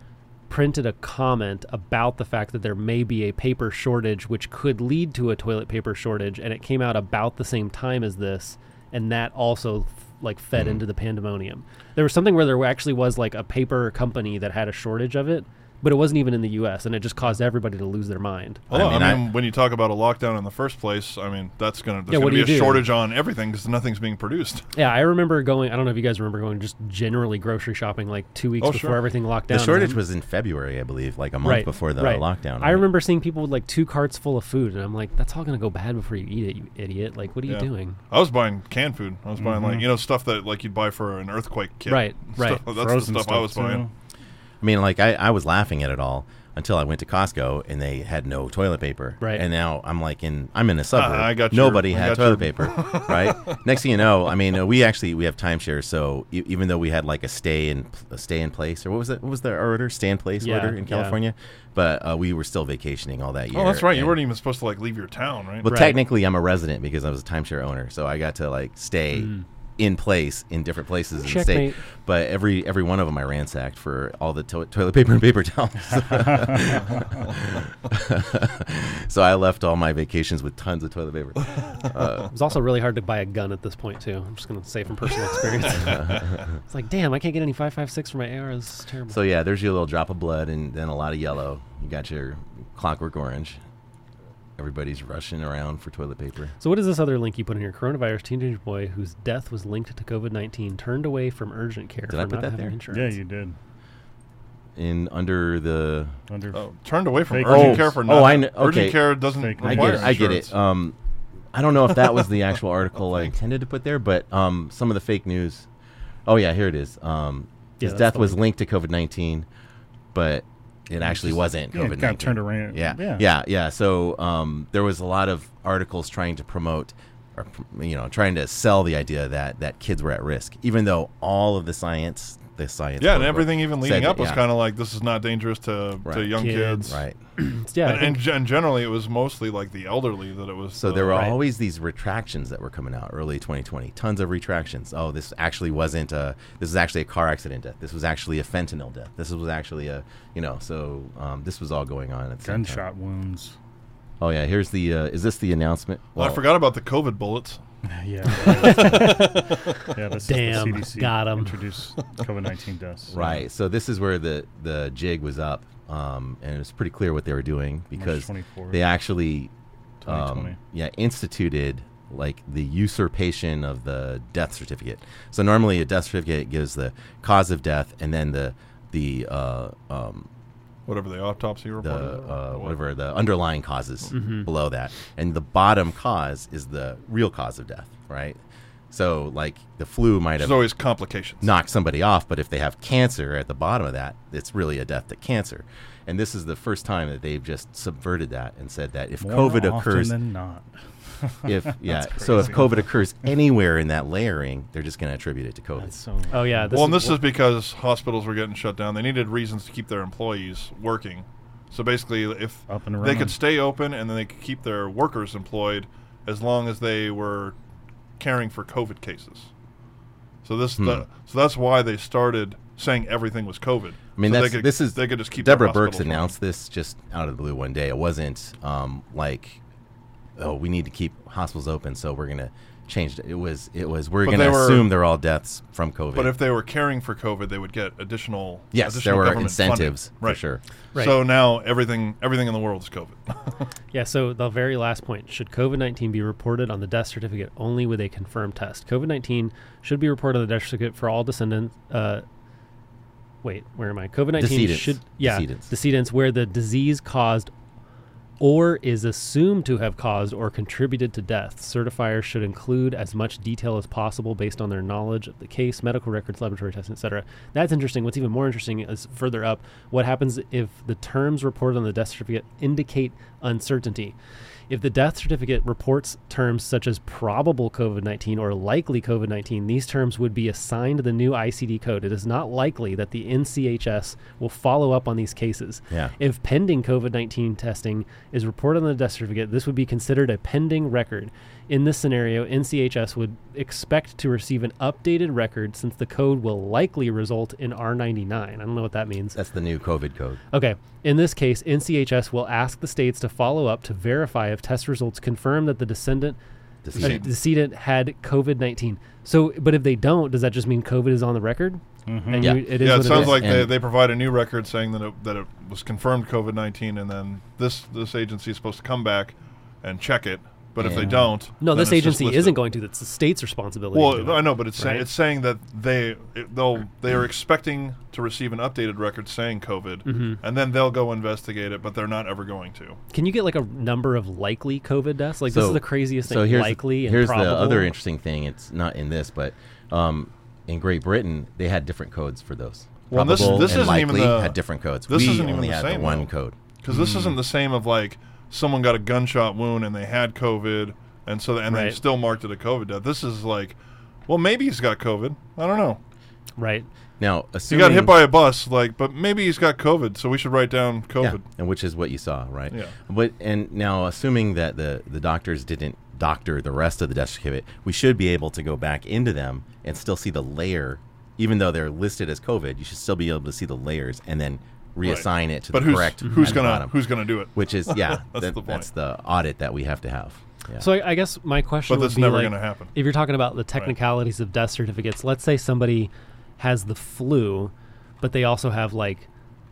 [SPEAKER 1] printed a comment about the fact that there may be a paper shortage which could lead to a toilet paper shortage and it came out about the same time as this and that also like fed into the pandemonium. There was something where there actually was like a paper company that had a shortage of it, but it wasn't even in the U.S. and it just caused everybody to lose their mind.
[SPEAKER 2] Well, I
[SPEAKER 3] I
[SPEAKER 2] mean,
[SPEAKER 3] mean, I-
[SPEAKER 2] when you talk about a lockdown in the first place, I mean that's gonna there's
[SPEAKER 1] Yeah, what
[SPEAKER 2] gonna
[SPEAKER 1] do
[SPEAKER 2] be
[SPEAKER 1] you do?
[SPEAKER 2] a shortage on everything because nothing's being produced.
[SPEAKER 1] Yeah, I remember going. I don't know if you guys remember going just generally grocery shopping like two weeks
[SPEAKER 2] Oh,
[SPEAKER 1] before
[SPEAKER 2] sure.
[SPEAKER 1] everything locked
[SPEAKER 3] The
[SPEAKER 1] down.
[SPEAKER 3] shortage
[SPEAKER 1] and-
[SPEAKER 3] was in February, I believe, like a month before the
[SPEAKER 1] right.
[SPEAKER 3] lockdown.
[SPEAKER 1] I remember seeing people with like two carts full of food, and I'm like, "That's all gonna go bad before you eat it, you idiot! Like, what are
[SPEAKER 2] Yeah.
[SPEAKER 1] you doing?"
[SPEAKER 2] I was buying canned food. I was buying like you know stuff that like you'd buy for an earthquake kit.
[SPEAKER 1] Mm-hmm. Right, right.
[SPEAKER 2] Stuff- Oh, that's
[SPEAKER 4] Frozen
[SPEAKER 2] the stuff, I was
[SPEAKER 4] too.
[SPEAKER 2] buying.
[SPEAKER 3] I mean, like I, I was laughing at it all until I went to Costco and they had no toilet paper.
[SPEAKER 1] Right.
[SPEAKER 3] And now I'm like in I'm in a suburb.
[SPEAKER 2] Ah, I got your-
[SPEAKER 3] Nobody
[SPEAKER 2] I
[SPEAKER 3] had
[SPEAKER 2] got
[SPEAKER 3] toilet
[SPEAKER 2] your-
[SPEAKER 3] paper. Right. Next thing you know, I mean, uh, we actually we have timeshare, so e- even though we had like a stay in a stay in place or what was it? What was the order? Stay in place
[SPEAKER 1] Yeah,
[SPEAKER 3] order in
[SPEAKER 1] yeah.
[SPEAKER 3] California. But uh, we were still vacationing all that year.
[SPEAKER 2] Oh, that's right. You
[SPEAKER 3] and-
[SPEAKER 2] weren't even supposed to like leave your town, right?
[SPEAKER 3] well,
[SPEAKER 1] Right.
[SPEAKER 3] technically, I'm a resident because I was a timeshare owner, so I got to like stay in place in different places and stay.
[SPEAKER 1] Checkmate.
[SPEAKER 3] But every every one of them I ransacked for all the to- toilet paper and paper towels. so I left all my vacations with tons of toilet paper.
[SPEAKER 1] It was also really hard to buy a gun at this point too. I'm just gonna say from personal experience. it's like, damn, I can't get any 5.56 for my AR. This is terrible.
[SPEAKER 3] So yeah, there's your little drop of blood and then a lot of yellow. You got your clockwork orange. Everybody's rushing around for toilet paper.
[SPEAKER 1] So what is this other link you put in here? Coronavirus teenage boy whose death was linked to COVID nineteen turned away from urgent care for
[SPEAKER 3] I put
[SPEAKER 1] not
[SPEAKER 3] that
[SPEAKER 1] having
[SPEAKER 3] there?
[SPEAKER 4] Yeah,
[SPEAKER 1] insurance.
[SPEAKER 4] you did.
[SPEAKER 3] In under the
[SPEAKER 4] Under
[SPEAKER 2] oh, turned away from
[SPEAKER 4] Fake
[SPEAKER 2] urgent
[SPEAKER 4] news.
[SPEAKER 2] care for
[SPEAKER 3] Oh,
[SPEAKER 2] nothing.
[SPEAKER 3] I kn- okay.
[SPEAKER 2] Urgent care doesn't
[SPEAKER 4] Fake news.
[SPEAKER 3] I
[SPEAKER 2] require
[SPEAKER 3] get it. I get it.
[SPEAKER 2] insurance.
[SPEAKER 3] Um, I don't know if that was the actual article I intended to put there, but um, some of the fake news. Oh yeah, here it is. Um,
[SPEAKER 1] Yeah,
[SPEAKER 3] his
[SPEAKER 1] that's
[SPEAKER 3] death
[SPEAKER 1] the
[SPEAKER 3] was
[SPEAKER 1] link.
[SPEAKER 3] linked to COVID nineteen, but it actually
[SPEAKER 4] just-
[SPEAKER 3] wasn't
[SPEAKER 4] yeah, it
[SPEAKER 3] COVID nineteen.
[SPEAKER 4] got turned around.
[SPEAKER 3] Yeah, yeah,
[SPEAKER 4] Yeah.
[SPEAKER 3] yeah. So um, there was a lot of articles trying to promote, or you know, trying to sell the idea that that kids were at risk, even though all of the science, the science,
[SPEAKER 2] yeah, and
[SPEAKER 3] quote,
[SPEAKER 2] everything even
[SPEAKER 3] said
[SPEAKER 2] leading
[SPEAKER 3] that-
[SPEAKER 2] up was
[SPEAKER 3] yeah,
[SPEAKER 2] kind of like this is not dangerous to, to
[SPEAKER 3] Right.
[SPEAKER 2] young
[SPEAKER 1] Kids.
[SPEAKER 2] kids.
[SPEAKER 3] right.
[SPEAKER 1] yeah, I
[SPEAKER 2] And,
[SPEAKER 1] think-
[SPEAKER 2] and, gen- generally, it was mostly like the elderly that it was. uh,
[SPEAKER 3] So
[SPEAKER 2] the-
[SPEAKER 3] there were
[SPEAKER 1] Right.
[SPEAKER 3] always these retractions that were coming out early 2020. Tons of retractions. Oh, this actually wasn't a. This is actually a car accident death. This was actually a fentanyl death. This was actually a. You know, so um, this was all going on at the same time.
[SPEAKER 4] gunshot wounds.
[SPEAKER 3] Oh yeah, here's the. Uh, is this the announcement?
[SPEAKER 2] Well, Oh, I forgot about the COVID bullets.
[SPEAKER 4] Yeah. yeah. This
[SPEAKER 1] Damn,
[SPEAKER 4] Is the CDC
[SPEAKER 1] got 'em.
[SPEAKER 4] Introduce COVID nineteen deaths.
[SPEAKER 3] Right. So this is where the the jig was up, um, and it was pretty clear what they were doing because
[SPEAKER 4] 24th,
[SPEAKER 3] they actually, um,
[SPEAKER 4] 2020.
[SPEAKER 3] yeah, instituted like the usurpation of the death certificate. So normally a death certificate gives the cause of death and then the the uh, um,
[SPEAKER 2] Whatever the autopsy report.
[SPEAKER 3] the
[SPEAKER 2] is, or
[SPEAKER 3] uh,
[SPEAKER 2] what. Mm-hmm.
[SPEAKER 3] whatever the underlying causes below that, and the bottom cause is the real cause of death, right? So like the flu might have
[SPEAKER 2] There's always complications.
[SPEAKER 3] knock somebody off, but if they have cancer at the bottom of that, it's really a death to cancer. And this is the first time that they've just subverted that and said that if
[SPEAKER 4] More
[SPEAKER 3] COVID
[SPEAKER 4] often
[SPEAKER 3] occurs,
[SPEAKER 4] than not.
[SPEAKER 3] if yeah, so if
[SPEAKER 4] crazy.
[SPEAKER 3] COVID occurs anywhere in that layering, they're just going to attribute it to COVID.
[SPEAKER 4] That's so.
[SPEAKER 1] oh yeah. This
[SPEAKER 2] well, and
[SPEAKER 1] is,
[SPEAKER 2] this is because hospitals were getting shut down. They needed reasons to keep their employees working. So basically, if
[SPEAKER 4] Up and
[SPEAKER 2] they
[SPEAKER 4] running.
[SPEAKER 2] could stay open and then they could keep their workers employed as long as they were caring for COVID cases. So this the,
[SPEAKER 3] Hmm.
[SPEAKER 2] so that's why they started saying everything was COVID.
[SPEAKER 3] I mean,
[SPEAKER 2] so
[SPEAKER 3] that's,
[SPEAKER 2] they could,
[SPEAKER 3] this is
[SPEAKER 2] they could just keep their
[SPEAKER 3] Deborah Burks
[SPEAKER 2] hospitals
[SPEAKER 3] announced this just out of the blue one day. It wasn't um, like, oh, we need to keep hospitals open, so we're going to changed it. It was it was we're
[SPEAKER 2] But
[SPEAKER 3] going to
[SPEAKER 2] they were-
[SPEAKER 3] assume they're all deaths from COVID.
[SPEAKER 2] But if they were caring for COVID, they would get additional
[SPEAKER 3] yes, there
[SPEAKER 2] additional
[SPEAKER 3] were
[SPEAKER 2] government funding.
[SPEAKER 3] incentives
[SPEAKER 2] right?
[SPEAKER 3] for sure.
[SPEAKER 1] Right.
[SPEAKER 2] So now everything everything in the world is COVID.
[SPEAKER 1] Yeah, so the very last point should COVID 19 be reported on the death certificate only with a confirmed test? COVID 19 should be reported on the death certificate for all descendants. Uh, wait, where am I? COVID 19
[SPEAKER 3] Decedents.
[SPEAKER 1] should. Yeah,
[SPEAKER 3] Decedents.
[SPEAKER 1] decedents where the disease caused or is assumed to have caused or contributed to death. Certifiers should include as much detail as possible based on their knowledge of the case, medical records, laboratory testing, etc. That's interesting. What's even more interesting is further up what happens if the terms reported on the death certificate indicate uncertainty. If the death certificate reports terms such as probable COVID 19 or likely COVID 19, these terms would be assigned the new ICD code. It is not likely that the NCHS will follow up on these cases.
[SPEAKER 3] Yeah.
[SPEAKER 1] If pending COVID 19 testing is reported on the death certificate, this would be considered a pending record. In this scenario, NCHS would expect to receive an updated record since the code will likely result in R99. I don't know what that means.
[SPEAKER 3] That's the new COVID code.
[SPEAKER 1] Okay. In this case, NCHS will ask the states to follow up to verify if test results confirm that the descendant uh,
[SPEAKER 3] Decedent.
[SPEAKER 1] decedent had COVID nineteen. So, but if they don't, does that just mean COVID is on the record? And
[SPEAKER 3] Yeah.
[SPEAKER 1] you, it is
[SPEAKER 2] yeah,
[SPEAKER 1] what
[SPEAKER 2] it sounds
[SPEAKER 1] is.
[SPEAKER 2] like they,
[SPEAKER 3] And-
[SPEAKER 2] they provide a new record saying that it, that it was confirmed COVID nineteen, and then this this agency is supposed to come back and check it. But if they
[SPEAKER 3] Yeah.
[SPEAKER 2] don't,
[SPEAKER 1] no.
[SPEAKER 2] then
[SPEAKER 1] This
[SPEAKER 2] it's just
[SPEAKER 1] agency
[SPEAKER 2] listed.
[SPEAKER 1] isn't going to. That's the state's responsibility. to
[SPEAKER 2] Well,
[SPEAKER 1] do it.
[SPEAKER 2] I know, but it's saying
[SPEAKER 1] right?
[SPEAKER 2] it's saying that they it, they'll they are expecting to receive an updated record saying COVID,
[SPEAKER 1] Mm-hmm.
[SPEAKER 2] and then they'll go investigate it, but they're not ever going to.
[SPEAKER 1] Can you get like a number of likely COVID deaths? Like this is the craziest thing.
[SPEAKER 3] So here's,
[SPEAKER 1] likely and
[SPEAKER 3] here's
[SPEAKER 1] probable.
[SPEAKER 3] the other interesting thing. It's not in this, but um, in Great Britain they had different codes for those.
[SPEAKER 2] Well, this-
[SPEAKER 3] Probable
[SPEAKER 2] this
[SPEAKER 3] and
[SPEAKER 2] isn't even
[SPEAKER 3] likely
[SPEAKER 2] the-
[SPEAKER 3] had different codes.
[SPEAKER 2] this
[SPEAKER 3] we
[SPEAKER 2] isn't even
[SPEAKER 3] only
[SPEAKER 2] the
[SPEAKER 3] had
[SPEAKER 2] same,
[SPEAKER 3] the one
[SPEAKER 2] though.
[SPEAKER 3] code.
[SPEAKER 2] because this
[SPEAKER 1] Mm.
[SPEAKER 2] isn't the same of like someone got a gunshot wound and they had COVID, and so and they
[SPEAKER 1] Right.
[SPEAKER 2] still marked it a COVID death. This is like, well, maybe he's got COVID. I don't know.
[SPEAKER 1] right.
[SPEAKER 3] Now,
[SPEAKER 2] He
[SPEAKER 3] assuming
[SPEAKER 2] got hit by a bus, like, but maybe he's got COVID, so we should write down
[SPEAKER 3] Yeah,
[SPEAKER 2] COVID.
[SPEAKER 3] and which is what you saw, right?
[SPEAKER 2] Yeah.
[SPEAKER 3] But and now, assuming that the the doctors didn't doctor the rest of the death certificate, we should be able to go back into them and still see the layer, even though they're listed as COVID. You should still be able to see the layers and then reassign it to
[SPEAKER 2] But
[SPEAKER 3] the
[SPEAKER 2] who's
[SPEAKER 3] correct. at
[SPEAKER 2] who's
[SPEAKER 3] the
[SPEAKER 2] gonna
[SPEAKER 3] bottom,
[SPEAKER 2] who's gonna do it?
[SPEAKER 3] which is yeah,
[SPEAKER 2] That's the
[SPEAKER 3] that-
[SPEAKER 2] point.
[SPEAKER 3] that's the audit that we have to have. Yeah.
[SPEAKER 1] So I, I guess my question
[SPEAKER 2] But
[SPEAKER 1] would
[SPEAKER 2] that's
[SPEAKER 1] be
[SPEAKER 2] never
[SPEAKER 1] like,
[SPEAKER 2] gonna happen.
[SPEAKER 1] if you're talking about the technicalities of death certificates, let's say somebody has the flu, but they also have like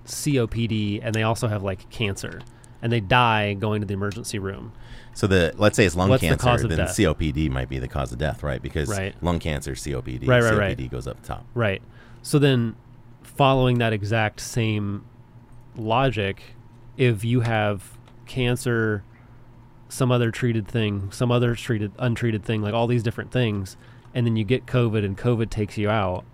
[SPEAKER 1] COPD and they also have like cancer and they die going to the emergency room.
[SPEAKER 3] So the let's say it's lung
[SPEAKER 1] What's the
[SPEAKER 3] cancer,
[SPEAKER 1] cause of
[SPEAKER 3] then
[SPEAKER 1] death?
[SPEAKER 3] COPD might be the cause of death, right? Because
[SPEAKER 1] Right.
[SPEAKER 3] lung cancer, COPD,
[SPEAKER 1] Right, right,
[SPEAKER 3] COPD
[SPEAKER 1] right.
[SPEAKER 3] goes up top.
[SPEAKER 1] Right. So then following that exact same logic, if you have cancer, some other treated thing, some other treated untreated thing, like all these different things, and then you get COVID and COVID takes you out,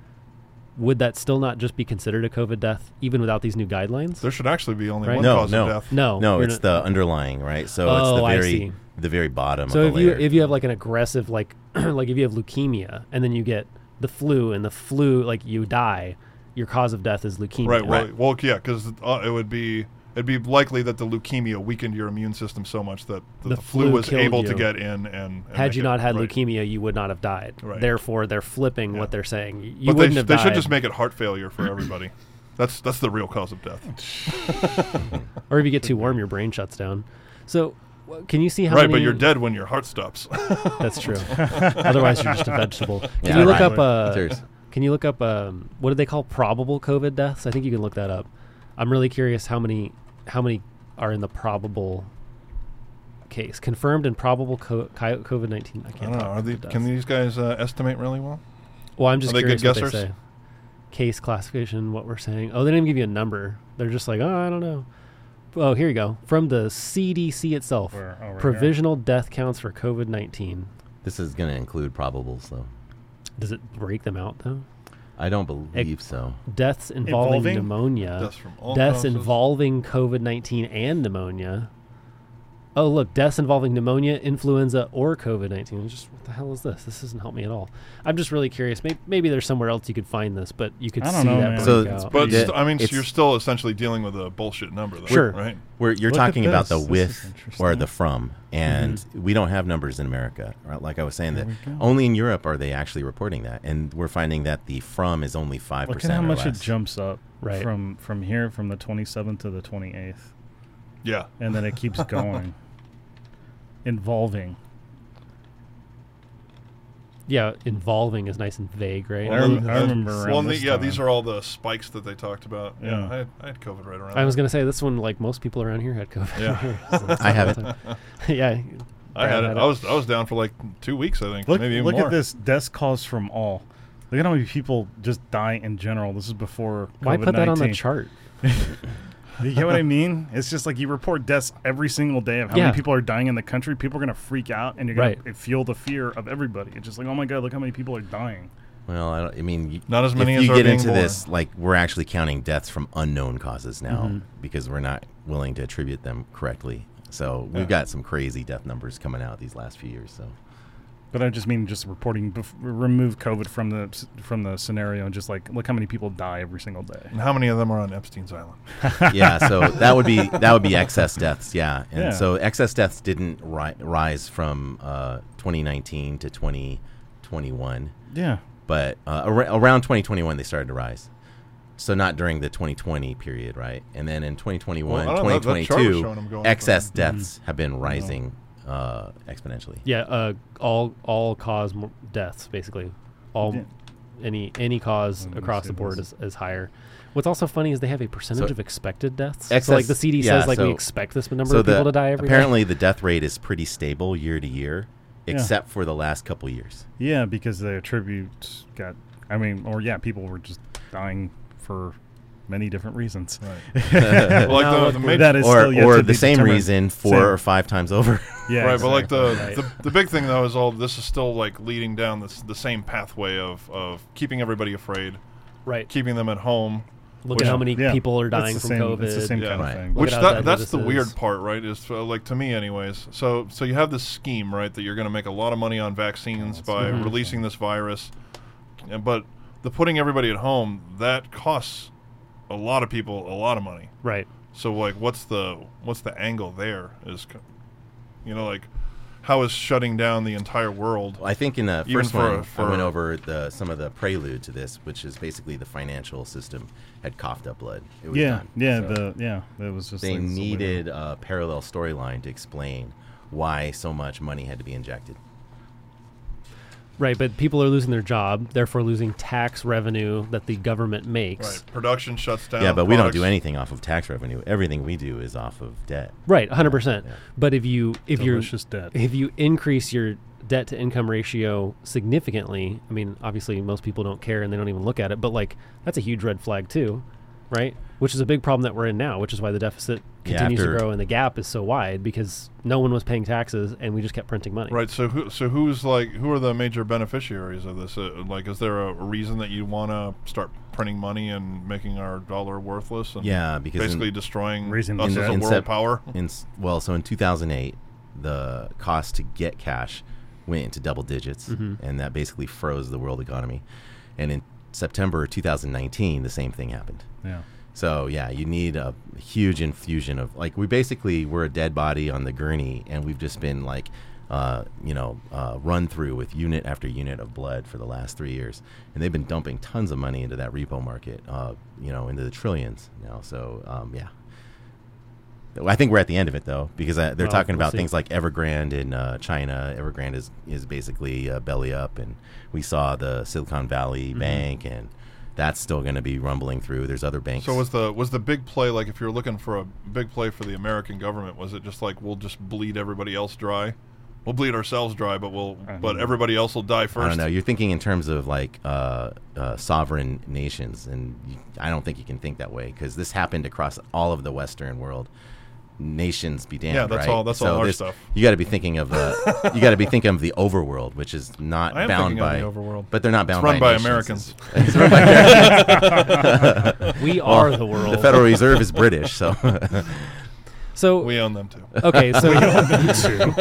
[SPEAKER 1] would that still not just be considered a COVID death even without these new guidelines?
[SPEAKER 2] There should actually be only
[SPEAKER 1] Right.
[SPEAKER 2] one
[SPEAKER 3] No,
[SPEAKER 2] cause
[SPEAKER 3] no,
[SPEAKER 2] of death.
[SPEAKER 1] No.
[SPEAKER 3] no,
[SPEAKER 1] Oh, you're
[SPEAKER 3] it's
[SPEAKER 1] not-
[SPEAKER 3] the underlying, right? So it's
[SPEAKER 1] Oh,
[SPEAKER 3] the
[SPEAKER 1] I
[SPEAKER 3] very
[SPEAKER 1] see.
[SPEAKER 3] the very bottom
[SPEAKER 1] So
[SPEAKER 3] of
[SPEAKER 1] if
[SPEAKER 3] the
[SPEAKER 1] you
[SPEAKER 3] layer.
[SPEAKER 1] if you have like an aggressive like like if you have leukemia and then you get the flu and the flu like you die, your cause of death is leukemia.
[SPEAKER 2] Right. Well, well yeah, because uh, it would be it'd be likely that the leukemia weakened your immune system so much that the,
[SPEAKER 1] The
[SPEAKER 2] flu,
[SPEAKER 1] flu
[SPEAKER 2] was
[SPEAKER 1] killed
[SPEAKER 2] able to
[SPEAKER 1] you.
[SPEAKER 2] get in. And, and
[SPEAKER 1] had
[SPEAKER 2] make
[SPEAKER 1] you
[SPEAKER 2] it-
[SPEAKER 1] not had
[SPEAKER 2] right.
[SPEAKER 1] leukemia, you would not have died.
[SPEAKER 2] Right.
[SPEAKER 1] Therefore, they're flipping
[SPEAKER 2] Yeah.
[SPEAKER 1] what they're saying. Y- You
[SPEAKER 2] but
[SPEAKER 1] wouldn't
[SPEAKER 2] they,
[SPEAKER 1] have
[SPEAKER 2] they
[SPEAKER 1] died.
[SPEAKER 2] should just make it heart failure for everybody. That's that's the real cause of death.
[SPEAKER 1] or if you get too warm, your brain shuts down. So, wh- can you see how?
[SPEAKER 2] Right,
[SPEAKER 1] many,
[SPEAKER 2] but you're dead when your heart stops.
[SPEAKER 1] That's true. Otherwise, you're just a vegetable. Can
[SPEAKER 3] Yeah,
[SPEAKER 1] you look
[SPEAKER 3] right.
[SPEAKER 1] up? Uh,
[SPEAKER 3] Serious.
[SPEAKER 1] can you look up? Um, what do they call probable COVID deaths? I think you can look that up. I'm really curious how many how many are in the probable case confirmed and probable co- COVID nineteen. I
[SPEAKER 2] I
[SPEAKER 1] can't.
[SPEAKER 2] don't know.
[SPEAKER 1] talk
[SPEAKER 2] Are they,
[SPEAKER 1] about
[SPEAKER 2] can
[SPEAKER 1] deaths.
[SPEAKER 2] these guys uh, estimate really well?
[SPEAKER 1] Well, I'm just
[SPEAKER 2] Are they good
[SPEAKER 1] curious what they
[SPEAKER 2] guessers?
[SPEAKER 1] say. Case classification, what we're saying. Oh, they didn't even give you a number. They're just like, oh, I don't know. Oh, here you go. From the CDC itself,
[SPEAKER 4] Where- oh, right here.
[SPEAKER 1] provisional death counts for COVID nineteen.
[SPEAKER 3] this is going to include probables, though.
[SPEAKER 1] Does it break them out though?
[SPEAKER 3] I don't believe so.
[SPEAKER 1] Deaths involving,
[SPEAKER 4] Involving?
[SPEAKER 1] pneumonia.
[SPEAKER 2] Deaths from all
[SPEAKER 1] deaths
[SPEAKER 2] causes.
[SPEAKER 1] involving COVID nineteen and pneumonia. Oh, look, deaths involving pneumonia, influenza, or COVID nineteen. Just what the hell is this? This doesn't help me at all. I'm just really curious. Maybe, maybe there's somewhere else you could find this, but you could
[SPEAKER 4] I
[SPEAKER 1] see
[SPEAKER 4] don't know,
[SPEAKER 1] that
[SPEAKER 4] man.
[SPEAKER 3] So
[SPEAKER 1] breakout.
[SPEAKER 3] it's
[SPEAKER 2] But
[SPEAKER 3] Yeah,
[SPEAKER 2] st- I mean, so
[SPEAKER 3] it's-
[SPEAKER 2] you're still essentially dealing with a bullshit number, though.
[SPEAKER 1] Sure.
[SPEAKER 2] Right.
[SPEAKER 3] Where you're
[SPEAKER 4] Look at
[SPEAKER 3] talking about the
[SPEAKER 4] this. This
[SPEAKER 3] with
[SPEAKER 4] is
[SPEAKER 3] or
[SPEAKER 4] interesting.
[SPEAKER 3] the from, and
[SPEAKER 1] Mm-hmm.
[SPEAKER 3] we don't have numbers in America. Right? Like I was saying, that only in Europe are they actually reporting that, and we're finding that the from is only five
[SPEAKER 4] Look at how
[SPEAKER 3] percent.
[SPEAKER 4] much it jumps up
[SPEAKER 1] Right.
[SPEAKER 4] from from here from the 27th to the 28th,
[SPEAKER 2] Yeah.
[SPEAKER 4] and then it keeps going, involving.
[SPEAKER 1] yeah, involving is nice and vague, right?
[SPEAKER 4] I rem- I remember
[SPEAKER 2] Well,
[SPEAKER 4] around
[SPEAKER 2] and the-
[SPEAKER 4] this
[SPEAKER 2] yeah,
[SPEAKER 4] time.
[SPEAKER 2] these are all the spikes that they talked about. Yeah,
[SPEAKER 4] Yeah.
[SPEAKER 2] I, had, I had COVID right around.
[SPEAKER 1] I was
[SPEAKER 2] then.
[SPEAKER 1] gonna say this one, like most people around here had COVID.
[SPEAKER 2] Yeah.
[SPEAKER 3] I have it.
[SPEAKER 1] yeah,
[SPEAKER 2] I had
[SPEAKER 1] Brad
[SPEAKER 2] it. I was I was down for like two weeks. I think
[SPEAKER 4] Look,
[SPEAKER 2] maybe even
[SPEAKER 4] look
[SPEAKER 2] more.
[SPEAKER 4] at this death calls from all. Look at how many people just die in general. This is before COVID-19.
[SPEAKER 1] Why put that on the chart?
[SPEAKER 4] You get what I mean? It's just like you report deaths every single day of how
[SPEAKER 1] Yeah.
[SPEAKER 4] many people are dying in the country. People are going to freak out and you're going
[SPEAKER 1] Right.
[SPEAKER 4] to fuel the fear of everybody. It's just like, oh my God, look how many people are dying.
[SPEAKER 3] Well, I, don't, I mean, you-
[SPEAKER 2] Not as many
[SPEAKER 3] if
[SPEAKER 2] as
[SPEAKER 3] you
[SPEAKER 2] are
[SPEAKER 3] get
[SPEAKER 2] being
[SPEAKER 3] into
[SPEAKER 2] born.
[SPEAKER 3] this. Like we're actually counting deaths from unknown causes now
[SPEAKER 2] Mm-hmm.
[SPEAKER 3] because we're not willing to attribute them correctly. So we've
[SPEAKER 2] Yeah.
[SPEAKER 3] got some crazy death numbers coming out these last few years. So
[SPEAKER 4] But I just mean just reporting, bef- remove COVID from the from the scenario and just like, look how many people die every single day.
[SPEAKER 2] And how many of them are on Epstein's island?
[SPEAKER 3] yeah, so that would be that would be excess deaths. Yeah, and
[SPEAKER 4] Yeah.
[SPEAKER 3] so excess deaths didn't ri- rise from uh, 2019 to 2021,
[SPEAKER 4] Yeah.
[SPEAKER 3] but uh, ar- around 2021 they started to rise. So not during the 2020 period, right? And then in 2021,
[SPEAKER 2] Well, I don't know, that chart was
[SPEAKER 3] 2022,
[SPEAKER 2] showing 'em going up.
[SPEAKER 3] excess deaths have been rising uh, exponentially.
[SPEAKER 1] Yeah, uh, all all cause mo- deaths basically, all
[SPEAKER 4] Yeah. Oh
[SPEAKER 1] any any cause
[SPEAKER 4] Let me
[SPEAKER 1] across
[SPEAKER 4] see
[SPEAKER 1] the board
[SPEAKER 4] this.
[SPEAKER 1] is, is higher. What's also funny is they have a percentage
[SPEAKER 3] So-
[SPEAKER 1] of expected deaths. so
[SPEAKER 3] Excess-
[SPEAKER 1] like the CD
[SPEAKER 3] yeah,
[SPEAKER 1] says, like we
[SPEAKER 3] so-
[SPEAKER 1] expect this number
[SPEAKER 3] so
[SPEAKER 1] of people to
[SPEAKER 3] the-
[SPEAKER 1] die every day.
[SPEAKER 3] apparently the death rate is pretty stable year to year,
[SPEAKER 4] Yeah.
[SPEAKER 3] except for the last couple years.
[SPEAKER 4] Yeah, because the attributes got, I mean, or yeah, people were just dying for many different reasons.
[SPEAKER 2] Right.
[SPEAKER 3] or
[SPEAKER 2] like
[SPEAKER 1] No,
[SPEAKER 2] the, the
[SPEAKER 1] look,
[SPEAKER 2] major,
[SPEAKER 4] That is
[SPEAKER 3] or
[SPEAKER 4] still yet to
[SPEAKER 3] the
[SPEAKER 4] be
[SPEAKER 3] same
[SPEAKER 4] determined.
[SPEAKER 3] reason four
[SPEAKER 4] Same.
[SPEAKER 3] or five times over.
[SPEAKER 4] Yeah,
[SPEAKER 2] right, but like the,
[SPEAKER 4] exactly.
[SPEAKER 2] the the big thing though is all this is still like leading down this the same pathway of of keeping everybody afraid,
[SPEAKER 1] right.
[SPEAKER 2] keeping them at home.
[SPEAKER 1] Look
[SPEAKER 2] which-
[SPEAKER 1] at how many
[SPEAKER 4] Yeah.
[SPEAKER 1] people are
[SPEAKER 4] It's the
[SPEAKER 1] dying from
[SPEAKER 4] same-
[SPEAKER 1] COVID.
[SPEAKER 4] It's the same
[SPEAKER 2] Yeah.
[SPEAKER 4] kind of
[SPEAKER 3] Right.
[SPEAKER 4] thing.
[SPEAKER 1] Look
[SPEAKER 2] Which
[SPEAKER 1] at how
[SPEAKER 2] that,
[SPEAKER 1] deadly
[SPEAKER 2] that's
[SPEAKER 1] this
[SPEAKER 2] the
[SPEAKER 1] is.
[SPEAKER 2] weird part, right? Is uh, like to me, anyways. So so you have this scheme, right, that you're going to make a lot of money on vaccines by
[SPEAKER 1] Mhm.
[SPEAKER 2] releasing this virus, and, but the putting everybody at home that costs a lot of people a lot of money.
[SPEAKER 1] Right.
[SPEAKER 2] So like, what's the what's the angle there? Is c- you know like how is shutting down the entire world?
[SPEAKER 3] I think in the
[SPEAKER 2] Even
[SPEAKER 3] first
[SPEAKER 2] for-
[SPEAKER 3] one, I
[SPEAKER 2] for-
[SPEAKER 3] went over the some of the prelude to this, which is basically the financial system had coughed up blood. It was
[SPEAKER 4] Yeah,
[SPEAKER 3] done.
[SPEAKER 4] yeah,
[SPEAKER 3] So
[SPEAKER 4] the yeah, it was just
[SPEAKER 3] they
[SPEAKER 4] like, so weird.
[SPEAKER 3] needed a parallel storyline to explain why so much money had to be injected.
[SPEAKER 1] Right, but people are losing their job, therefore losing tax revenue that the government
[SPEAKER 2] Right,
[SPEAKER 1] makes.
[SPEAKER 2] production shuts down.
[SPEAKER 3] yeah, but we don't do
[SPEAKER 2] products-
[SPEAKER 3] anything off of tax revenue. Everything we do is off of debt.
[SPEAKER 1] Right, 100%.
[SPEAKER 3] Yeah, yeah.
[SPEAKER 1] But if you if you
[SPEAKER 4] Delicious debt.
[SPEAKER 1] if you increase your debt to income ratio significantly, I mean, obviously most people don't care and they don't even look at it, but like that's a huge red flag too, right? Which is a big problem that we're in now, which is why the deficit
[SPEAKER 3] Yeah,
[SPEAKER 1] continues
[SPEAKER 3] after-
[SPEAKER 1] to grow and the gap is so wide because no one was paying taxes and we just kept printing money.
[SPEAKER 2] Right. So who so who's like who are the major beneficiaries of this? Uh, like, is there a reason that you want to start printing money and making our dollar worthless? And
[SPEAKER 3] Yeah, because in-
[SPEAKER 2] basically destroying
[SPEAKER 4] Raising
[SPEAKER 2] us
[SPEAKER 4] the
[SPEAKER 2] as a
[SPEAKER 4] debt.
[SPEAKER 2] world
[SPEAKER 3] Incep-
[SPEAKER 2] power.
[SPEAKER 3] in s- well, so in 2008, the cost to get cash went into double digits, and that basically froze the world economy. And in September 2019, the same thing happened.
[SPEAKER 4] Yeah.
[SPEAKER 3] So yeah, you need a huge infusion of like we basically we're a dead body on the gurney, and we've just been like, uh, you know, uh, run through with unit after unit of blood for the last three years, and they've been dumping tons of money into that repo market, uh, you know, into the trillions now. So um, yeah, I think we're at the end of it though, because I, they're
[SPEAKER 1] Well,
[SPEAKER 3] talking
[SPEAKER 1] Oh, we'll
[SPEAKER 3] about
[SPEAKER 1] see.
[SPEAKER 3] things like Evergrande in uh, China. Evergrande is is basically uh, belly up, and we saw the Silicon Valley Bank, and that's still going to be rumbling through. There's other banks.
[SPEAKER 2] So was the was the big play like if you're looking for a big play for the American government? Was it just like we'll just bleed everybody else dry? We'll bleed ourselves dry, but we'll
[SPEAKER 4] I don't
[SPEAKER 2] but
[SPEAKER 4] know.
[SPEAKER 2] everybody else will die first.
[SPEAKER 3] I don't know. You're thinking in terms of like uh, uh, sovereign nations, and you, I don't think you can think that way because this happened across all of the Western world. Nations be damned.
[SPEAKER 2] Yeah, that's
[SPEAKER 3] right?
[SPEAKER 2] all- that's all our
[SPEAKER 3] there's-
[SPEAKER 2] stuff.
[SPEAKER 3] You got to be thinking of the. you got to be thinking of the overworld, which is not
[SPEAKER 2] I am
[SPEAKER 3] bound
[SPEAKER 2] thinking of
[SPEAKER 3] by
[SPEAKER 2] the overworld.
[SPEAKER 3] but they're not
[SPEAKER 2] It's
[SPEAKER 3] bound
[SPEAKER 2] run by
[SPEAKER 3] nations.
[SPEAKER 2] Americans.
[SPEAKER 3] It's run by Americans.
[SPEAKER 1] We
[SPEAKER 3] Well,
[SPEAKER 1] are the world.
[SPEAKER 3] The Federal Reserve is British, so
[SPEAKER 1] so
[SPEAKER 2] We uh, own them too.
[SPEAKER 1] Okay, so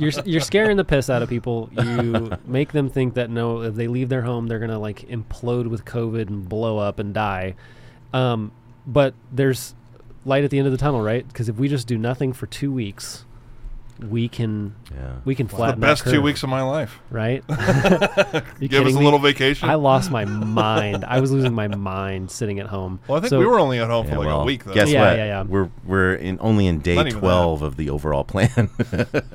[SPEAKER 1] you're you're scaring the piss out of people. You make them think that no, if they leave their home, they're gonna like implode with COVID and blow up and die. Um, but there's light at the end of the tunnel, right? Because if we just do nothing for two weeks, we can
[SPEAKER 3] Yeah.
[SPEAKER 1] we can
[SPEAKER 2] the
[SPEAKER 1] flatten that
[SPEAKER 2] best two
[SPEAKER 1] curve,
[SPEAKER 2] weeks of my life.
[SPEAKER 1] right? You
[SPEAKER 2] Give us
[SPEAKER 1] kidding
[SPEAKER 2] a
[SPEAKER 1] me?
[SPEAKER 2] little vacation.
[SPEAKER 1] I lost my mind. I was losing my mind sitting at home.
[SPEAKER 2] well, I think
[SPEAKER 1] So-
[SPEAKER 2] we were only at home
[SPEAKER 3] Yeah,
[SPEAKER 2] for like
[SPEAKER 3] well,
[SPEAKER 2] a week though.
[SPEAKER 3] Guess
[SPEAKER 1] Yeah,
[SPEAKER 3] what?
[SPEAKER 1] yeah, yeah.
[SPEAKER 3] We're we're in only in
[SPEAKER 2] Not
[SPEAKER 3] day
[SPEAKER 2] even
[SPEAKER 3] twelve of the overall plan.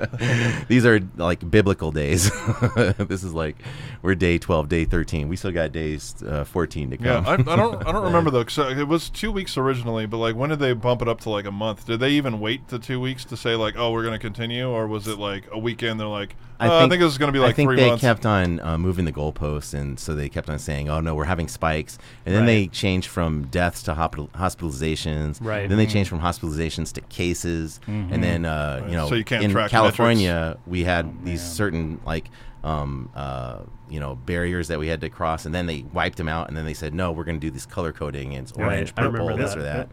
[SPEAKER 3] These are like biblical days. this is like we're day twelve, day thirteen. We still got days uh, fourteen to
[SPEAKER 2] Yeah,
[SPEAKER 3] come.
[SPEAKER 2] I, I don't. I don't remember though. 'cause, uh, it was two weeks originally, but like, when did they bump it up to like a month? Did they even wait the two weeks to say like, oh, we're gonna continue, or was it like a weekend? They're like,
[SPEAKER 3] I
[SPEAKER 2] "Uh, I, think,
[SPEAKER 3] think-
[SPEAKER 2] this is gonna be like
[SPEAKER 3] I think
[SPEAKER 2] three
[SPEAKER 3] they
[SPEAKER 2] months.
[SPEAKER 3] kept on uh, moving the goalposts, and so they kept on saying, "Oh no, we're having spikes," and then
[SPEAKER 1] Right.
[SPEAKER 3] they changed from deaths to hospital- hospitalizations.
[SPEAKER 1] Right.
[SPEAKER 3] Then they changed from hospitalizations to cases, and then uh,
[SPEAKER 2] Mm-hmm. Right.
[SPEAKER 3] you know,
[SPEAKER 2] So you can't
[SPEAKER 3] in
[SPEAKER 2] track Oh,
[SPEAKER 3] California, we had these
[SPEAKER 4] man.
[SPEAKER 3] certain like um, uh, you know barriers that we had to cross, and then they wiped them out, and then they said, "No, we're going to do this color coding, and it's
[SPEAKER 1] Right.
[SPEAKER 3] orange,
[SPEAKER 1] I remember
[SPEAKER 3] purple, this
[SPEAKER 1] that.
[SPEAKER 3] or that."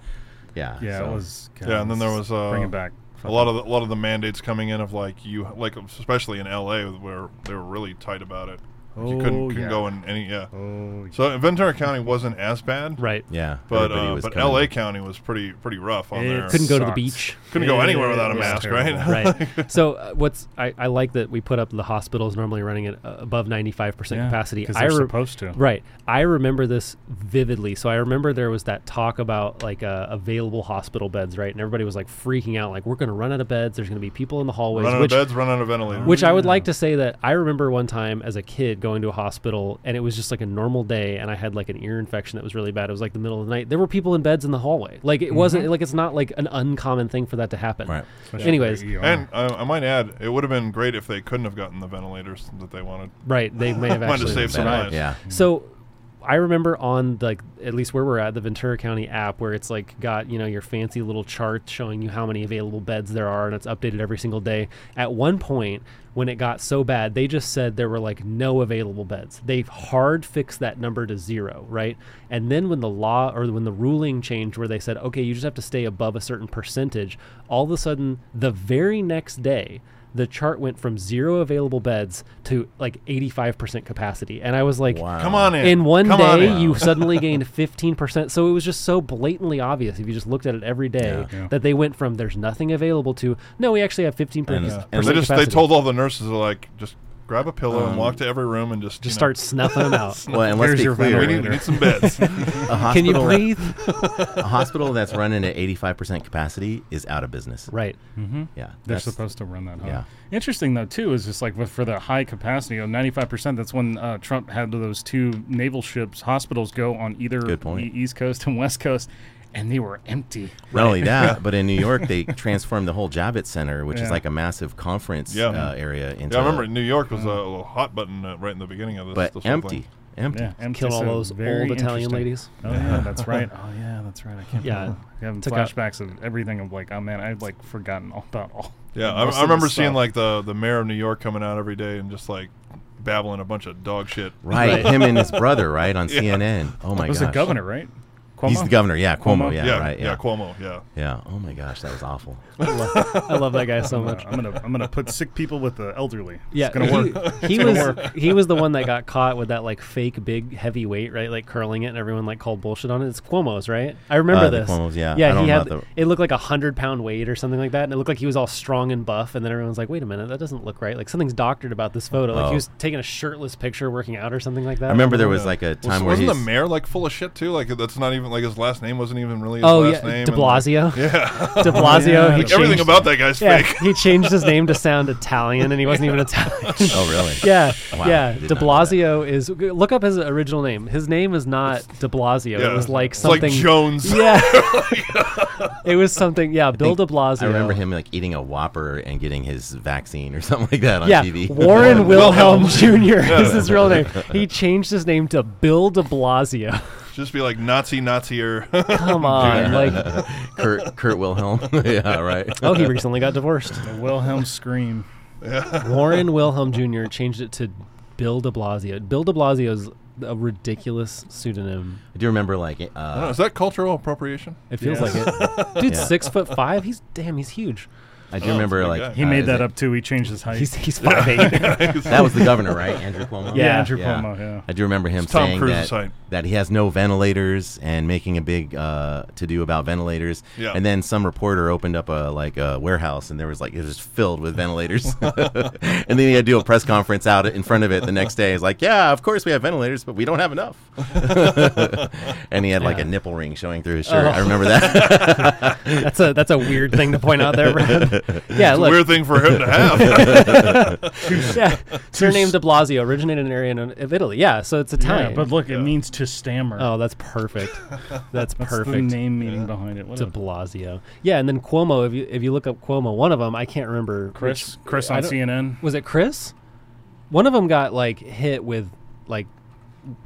[SPEAKER 3] Yeah.
[SPEAKER 4] Yeah,
[SPEAKER 3] so-
[SPEAKER 4] it was. God,
[SPEAKER 2] Yeah, and then there was, uh,
[SPEAKER 4] bring it back.
[SPEAKER 2] a lot of the, a lot of the mandates coming in of like you like especially in L.A. where they were really tight about it. Like, you couldn't,
[SPEAKER 4] Oh,
[SPEAKER 2] couldn't
[SPEAKER 4] yeah.
[SPEAKER 2] go in any. Yeah.
[SPEAKER 4] Oh,
[SPEAKER 2] So in Ventura County wasn't as bad,
[SPEAKER 1] right.
[SPEAKER 3] Yeah.
[SPEAKER 2] But
[SPEAKER 3] everybody
[SPEAKER 2] uh,
[SPEAKER 3] was
[SPEAKER 2] but
[SPEAKER 3] coming.
[SPEAKER 2] L.A. County was pretty pretty rough on
[SPEAKER 4] It
[SPEAKER 2] there.
[SPEAKER 1] Couldn't go to the
[SPEAKER 4] sucked.
[SPEAKER 1] beach.
[SPEAKER 2] Couldn't go
[SPEAKER 4] It
[SPEAKER 2] anywhere without a
[SPEAKER 4] was
[SPEAKER 2] mask,
[SPEAKER 4] terrible.
[SPEAKER 2] right?
[SPEAKER 1] right. So uh, what's I, I like that we put up the hospitals normally running at uh, above ninety five percent
[SPEAKER 4] Yeah,
[SPEAKER 1] capacity.
[SPEAKER 4] 'cause
[SPEAKER 1] I
[SPEAKER 4] they're
[SPEAKER 1] re-
[SPEAKER 4] supposed to.
[SPEAKER 1] Right. I remember this vividly. So I remember there was that talk about like uh, available hospital beds, right? And everybody was like freaking out, like we're going to run out of beds. There's going to be people in the hallways,
[SPEAKER 2] Run out of
[SPEAKER 1] which
[SPEAKER 2] beds, run out of ventilators.
[SPEAKER 1] which I would like to say that I remember one time as a kid going to a hospital and it was just like a normal day and I had like an ear infection that was really bad. It was like the middle of the night. There were people in beds in the hallway. Like it
[SPEAKER 4] Mm-hmm.
[SPEAKER 1] wasn't like it's not like an uncommon thing for that to happen.
[SPEAKER 3] Right.
[SPEAKER 4] Especially
[SPEAKER 1] Anyways,
[SPEAKER 4] for ER.
[SPEAKER 2] And I, I might add, it would have been great if they couldn't have gotten the ventilators that they wanted.
[SPEAKER 1] right, they may have
[SPEAKER 2] Wanted to
[SPEAKER 1] actually
[SPEAKER 2] save some
[SPEAKER 1] survived.
[SPEAKER 2] lives.
[SPEAKER 3] Yeah.
[SPEAKER 1] So I remember on like at least where we're at the Ventura County app where it's like got you know your fancy little chart showing you how many available beds there are and it's updated every single day. At one point when it got so bad, they just said there were like no available beds. They hard fixed that number to zero, right? And then when the law or when the ruling changed where they said okay, you just have to stay above a certain percentage, all of a sudden the very next day the chart went from zero available beds to like 85% capacity. And I was like,
[SPEAKER 3] Wow.
[SPEAKER 2] Come on in.
[SPEAKER 1] in one
[SPEAKER 2] Come on
[SPEAKER 1] day
[SPEAKER 2] in.
[SPEAKER 1] you suddenly gained 15% so it was just so blatantly obvious if you just looked at it every day
[SPEAKER 4] Yeah. Yeah.
[SPEAKER 1] that they went from there's nothing available to no we actually have 15%
[SPEAKER 3] And-
[SPEAKER 1] percent
[SPEAKER 3] and
[SPEAKER 2] they just
[SPEAKER 1] capacity.
[SPEAKER 2] they told all the nurses like just grab a pillow
[SPEAKER 3] Um,
[SPEAKER 2] and walk to every room and just
[SPEAKER 1] just
[SPEAKER 2] you know,
[SPEAKER 1] start snuffing them out
[SPEAKER 3] Well, and let's
[SPEAKER 4] Here's
[SPEAKER 3] be
[SPEAKER 4] your
[SPEAKER 3] clear.
[SPEAKER 2] We need, we need some beds.
[SPEAKER 3] a
[SPEAKER 1] can you
[SPEAKER 3] hospital-
[SPEAKER 1] breathe
[SPEAKER 3] a hospital that's running at 85% capacity is out of business.
[SPEAKER 1] right
[SPEAKER 4] Mhm.
[SPEAKER 3] Yeah.
[SPEAKER 4] They're
[SPEAKER 3] that's-
[SPEAKER 4] supposed to run that high.
[SPEAKER 3] yeah.
[SPEAKER 4] Interesting though too is just like with, for the high capacity of 95%. That's when uh, Trump had those two naval ships hospitals go on either
[SPEAKER 3] Good point.
[SPEAKER 4] e- East Coast and West Coast, and they were empty.
[SPEAKER 3] Not only that, but in New York, they transformed the whole Javits Center, which is
[SPEAKER 4] Yeah.
[SPEAKER 3] like a massive conference
[SPEAKER 2] Yeah.
[SPEAKER 3] uh, area, into
[SPEAKER 2] yeah, I remember New York
[SPEAKER 1] Uh.
[SPEAKER 2] was a little hot button uh, right in the beginning of this.
[SPEAKER 3] but
[SPEAKER 2] this whole
[SPEAKER 3] empty,
[SPEAKER 2] thing.
[SPEAKER 3] empty.
[SPEAKER 4] Yeah, empty.
[SPEAKER 1] kill all
[SPEAKER 4] so
[SPEAKER 1] those old
[SPEAKER 4] very
[SPEAKER 1] italian
[SPEAKER 4] interesting.
[SPEAKER 1] ladies
[SPEAKER 4] Oh yeah, that's right. Oh yeah, that's right. I can't.
[SPEAKER 1] Yeah.
[SPEAKER 4] remember. I'm having
[SPEAKER 1] Took out-
[SPEAKER 4] flashbacks of everything. I'm like, oh man, I've like forgotten all about all.
[SPEAKER 2] Yeah, I,
[SPEAKER 4] most of
[SPEAKER 2] I
[SPEAKER 4] the
[SPEAKER 2] remember seeing
[SPEAKER 4] stuff.
[SPEAKER 2] like the the mayor of New York coming out every day and just like babbling a bunch of dog shit.
[SPEAKER 3] Right, him and his brother, right on CNN. Oh my
[SPEAKER 4] It was
[SPEAKER 3] gosh,
[SPEAKER 4] the governor, right? Cuomo?
[SPEAKER 3] He's the governor. Yeah, Cuomo.
[SPEAKER 4] Cuomo?
[SPEAKER 3] Yeah,
[SPEAKER 2] yeah,
[SPEAKER 3] right. Yeah.
[SPEAKER 2] yeah, Cuomo. Yeah,
[SPEAKER 3] yeah. Oh my gosh, that was awful.
[SPEAKER 1] I love, I love that guy so much
[SPEAKER 4] Uh, I'm gonna I'm gonna put sick people with the elderly.
[SPEAKER 1] yeah,
[SPEAKER 4] it's gonna
[SPEAKER 1] he,
[SPEAKER 4] work.
[SPEAKER 1] he
[SPEAKER 4] It's
[SPEAKER 1] was
[SPEAKER 4] gonna work.
[SPEAKER 1] he was the one that got caught with that like fake big heavy weight, right? Like curling it, and everyone like called bullshit on it. It's Cuomo's, right? I remember
[SPEAKER 3] Uh, the
[SPEAKER 1] this.
[SPEAKER 3] Cuomo's, yeah. I
[SPEAKER 1] yeah.
[SPEAKER 3] don't
[SPEAKER 1] He
[SPEAKER 3] know
[SPEAKER 1] had
[SPEAKER 3] about
[SPEAKER 1] it looked like a hundred pound weight or something like that, and it looked like he was all strong and buff. And then everyone's like, "Wait a minute, that doesn't look right. Like something's doctored about this photo. Like
[SPEAKER 3] Oh.
[SPEAKER 1] he was taking a shirtless picture working out or something like that."
[SPEAKER 3] I remember there was like a
[SPEAKER 2] Was,
[SPEAKER 3] time where
[SPEAKER 2] wasn't the
[SPEAKER 3] he's-
[SPEAKER 2] mayor like full of shit too? Like that's not even like his last name wasn't even really his
[SPEAKER 1] Oh yeah,
[SPEAKER 2] last name.
[SPEAKER 1] De
[SPEAKER 2] and, like,
[SPEAKER 1] Blasio.
[SPEAKER 2] yeah,
[SPEAKER 1] De Blasio.
[SPEAKER 4] Yeah,
[SPEAKER 1] he
[SPEAKER 4] like,
[SPEAKER 2] everything
[SPEAKER 1] changed-
[SPEAKER 2] about that guy's
[SPEAKER 1] Yeah,
[SPEAKER 2] fake.
[SPEAKER 1] he changed his name to sound Italian, and he wasn't even Italian.
[SPEAKER 3] Oh really?
[SPEAKER 1] Yeah,
[SPEAKER 3] Wow, I
[SPEAKER 1] yeah. De
[SPEAKER 3] did not know that.
[SPEAKER 1] Blasio is g- look up his original name. His name is not De Blasio.
[SPEAKER 2] Yeah.
[SPEAKER 1] It was like
[SPEAKER 2] It's like
[SPEAKER 1] something.
[SPEAKER 2] Jones.
[SPEAKER 1] yeah, it was something. Yeah, Bill De Blasio.
[SPEAKER 3] I remember him like eating a Whopper and getting his vaccine or something like that on
[SPEAKER 1] Yeah,
[SPEAKER 3] TV.
[SPEAKER 1] Warren Wilhelm
[SPEAKER 2] Wilhelm.
[SPEAKER 1] Jr. is his real name. He changed his name to Bill De Blasio.
[SPEAKER 2] Just be like Nazi Nazier.
[SPEAKER 1] Come on, like
[SPEAKER 3] Kurt Kurt Wilhelm. yeah, right.
[SPEAKER 1] oh, he recently got divorced.
[SPEAKER 4] The Wilhelm scream.
[SPEAKER 1] Warren Wilhelm Jr. changed it to Bill De Blasio. Bill De Blasio is a ridiculous pseudonym.
[SPEAKER 3] I do remember like
[SPEAKER 2] I don't know,
[SPEAKER 3] uh,
[SPEAKER 2] is that cultural appropriation?
[SPEAKER 1] It feels
[SPEAKER 4] Yeah.
[SPEAKER 1] like it. Dude's
[SPEAKER 3] Yeah.
[SPEAKER 1] six foot five. He's damn. He's huge.
[SPEAKER 3] I do
[SPEAKER 2] Oh,
[SPEAKER 3] remember
[SPEAKER 2] big
[SPEAKER 3] like
[SPEAKER 2] guy.
[SPEAKER 4] He
[SPEAKER 3] uh,
[SPEAKER 4] made
[SPEAKER 3] is
[SPEAKER 4] that
[SPEAKER 3] it-
[SPEAKER 4] up too. He changed his height.
[SPEAKER 1] He's he's five eight.
[SPEAKER 3] That was the governor, right, Andrew Cuomo?
[SPEAKER 1] Yeah.
[SPEAKER 4] Andrew
[SPEAKER 3] yeah.
[SPEAKER 4] Cuomo. Yeah.
[SPEAKER 3] I do remember him
[SPEAKER 2] It's Tom
[SPEAKER 3] saying
[SPEAKER 2] Cruise's
[SPEAKER 3] that,
[SPEAKER 2] height.
[SPEAKER 3] that he has no ventilators and making a big uh, to do about ventilators.
[SPEAKER 2] Yeah.
[SPEAKER 3] And then some reporter opened up a like a warehouse and there was like it was filled with ventilators. and then he had to do a press conference out in front of it the next day. He's like, "Yeah, of course we have ventilators, but we don't have enough." and he had like
[SPEAKER 1] Yeah.
[SPEAKER 3] a nipple ring showing through his shirt.
[SPEAKER 1] Oh.
[SPEAKER 3] I remember that.
[SPEAKER 1] That's a that's a weird thing to point out there, Brad. Yeah,
[SPEAKER 2] It's a
[SPEAKER 1] look.
[SPEAKER 2] weird thing for him to have.
[SPEAKER 1] yeah. Surname De Blasio originated in an area in- of Italy. Yeah, so it's Italian.
[SPEAKER 4] Yeah, but look, it means to stammer.
[SPEAKER 1] oh, that's perfect. That's,
[SPEAKER 4] That's
[SPEAKER 1] perfect.
[SPEAKER 4] the name meaning behind it. What
[SPEAKER 1] De
[SPEAKER 4] a-
[SPEAKER 1] Blasio. Yeah, and then Cuomo. If you if you look up Cuomo, one of them I can't remember.
[SPEAKER 4] Chris,
[SPEAKER 1] which-
[SPEAKER 4] Chris
[SPEAKER 1] I
[SPEAKER 4] on
[SPEAKER 1] don't-
[SPEAKER 4] CNN.
[SPEAKER 1] Was it Chris? One of them got like hit with like,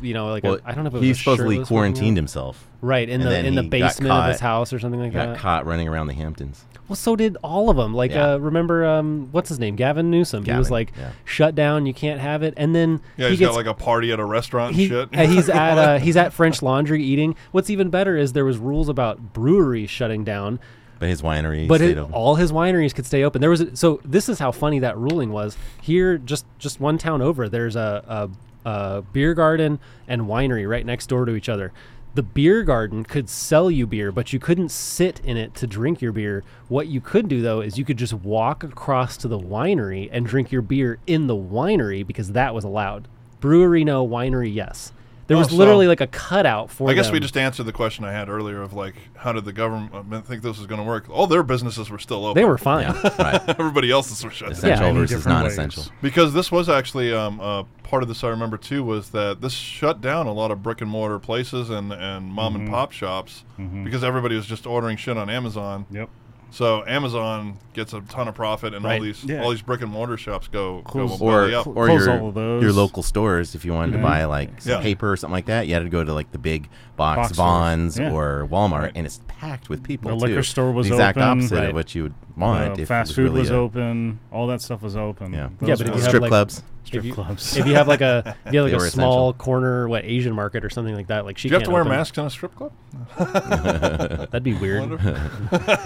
[SPEAKER 1] you know, like
[SPEAKER 3] Well,
[SPEAKER 1] I I don't know. if it was
[SPEAKER 3] he
[SPEAKER 1] a
[SPEAKER 3] supposedly
[SPEAKER 1] shirtless woman.
[SPEAKER 3] quarantined himself.
[SPEAKER 1] Right in
[SPEAKER 3] and
[SPEAKER 1] the
[SPEAKER 3] then
[SPEAKER 1] in the
[SPEAKER 3] he got
[SPEAKER 1] basement of his
[SPEAKER 3] caught-
[SPEAKER 1] house or something like
[SPEAKER 3] Got
[SPEAKER 1] that.
[SPEAKER 3] caught running around the Hamptons.
[SPEAKER 1] Well, so did all of them. Like,
[SPEAKER 3] Yeah.
[SPEAKER 1] uh, remember, um, what's his name? Gavin Newsom. he was
[SPEAKER 3] Gavin,
[SPEAKER 1] like,
[SPEAKER 3] yeah.
[SPEAKER 1] shut down. You can't have it. And then
[SPEAKER 2] yeah,
[SPEAKER 1] he
[SPEAKER 2] he's
[SPEAKER 1] gets
[SPEAKER 2] got like a party at a restaurant and
[SPEAKER 1] he,
[SPEAKER 2] shit.
[SPEAKER 1] uh, he's at uh, he's at French Laundry eating. What's even better is there was rules about breweries shutting down,
[SPEAKER 3] But his winery
[SPEAKER 1] but
[SPEAKER 3] stayed
[SPEAKER 1] it,
[SPEAKER 3] open.
[SPEAKER 1] all his wineries could stay open. There was a, so this is how funny that ruling was. Here, just just one town over, there's a, a, a beer garden and winery right next door to each other. The beer garden could sell you beer, but you couldn't sit in it to drink your beer. What you could do though is you could just walk across to the winery and drink your beer in the winery because that was allowed. Brewery no, winery yes. There
[SPEAKER 2] Oh,
[SPEAKER 1] was
[SPEAKER 2] so-
[SPEAKER 1] literally like a cutout for.
[SPEAKER 2] I guess we
[SPEAKER 1] them.
[SPEAKER 2] just answered the question I had earlier of like, how did the government think this was going to work? All their businesses were still open.
[SPEAKER 1] they were fine.
[SPEAKER 3] yeah, right.
[SPEAKER 2] Everybody else's were shut down.
[SPEAKER 1] Yeah.
[SPEAKER 3] Essential
[SPEAKER 1] Many
[SPEAKER 3] versus
[SPEAKER 4] different ways.
[SPEAKER 3] non-essential.
[SPEAKER 2] Because this was actually um, uh, part of this I remember too was that this shut down a lot of brick and mortar places and, and mom and pop shops because everybody was just ordering shit on Amazon.
[SPEAKER 4] Yep.
[SPEAKER 2] So Amazon gets a ton of profit, and
[SPEAKER 1] Right.
[SPEAKER 2] all these
[SPEAKER 4] Yeah.
[SPEAKER 2] all these brick and mortar shops go, go
[SPEAKER 4] Close.
[SPEAKER 2] belly
[SPEAKER 3] or
[SPEAKER 2] up.
[SPEAKER 3] or
[SPEAKER 4] Close
[SPEAKER 3] your,
[SPEAKER 4] all of those.
[SPEAKER 3] your local stores if you wanted to buy like some
[SPEAKER 2] Yeah.
[SPEAKER 3] paper or something like that you had to go to like the big box,
[SPEAKER 4] Box stores.
[SPEAKER 3] Vons
[SPEAKER 4] Yeah.
[SPEAKER 3] or Walmart
[SPEAKER 2] Right.
[SPEAKER 3] and it's packed with people
[SPEAKER 4] The
[SPEAKER 3] too.
[SPEAKER 4] liquor store was
[SPEAKER 3] the exact
[SPEAKER 4] open.
[SPEAKER 3] opposite
[SPEAKER 1] Right.
[SPEAKER 3] of what you would
[SPEAKER 4] Uh,
[SPEAKER 3] want if
[SPEAKER 4] fast
[SPEAKER 3] it was
[SPEAKER 4] food
[SPEAKER 3] really
[SPEAKER 4] was
[SPEAKER 3] a-
[SPEAKER 4] open. All that stuff was open.
[SPEAKER 3] yeah
[SPEAKER 4] Those
[SPEAKER 1] Yeah, but if
[SPEAKER 4] were-
[SPEAKER 1] you have,
[SPEAKER 3] strip
[SPEAKER 1] like-
[SPEAKER 3] clubs
[SPEAKER 1] Strip
[SPEAKER 4] you-
[SPEAKER 1] if you have like a if you have
[SPEAKER 3] They
[SPEAKER 1] like
[SPEAKER 3] were
[SPEAKER 1] a
[SPEAKER 3] essential.
[SPEAKER 1] small corner what Asian market or something like that, like she
[SPEAKER 2] Do you have
[SPEAKER 1] can't
[SPEAKER 2] to wear
[SPEAKER 1] open.
[SPEAKER 2] masks in a strip club?
[SPEAKER 1] That'd be weird.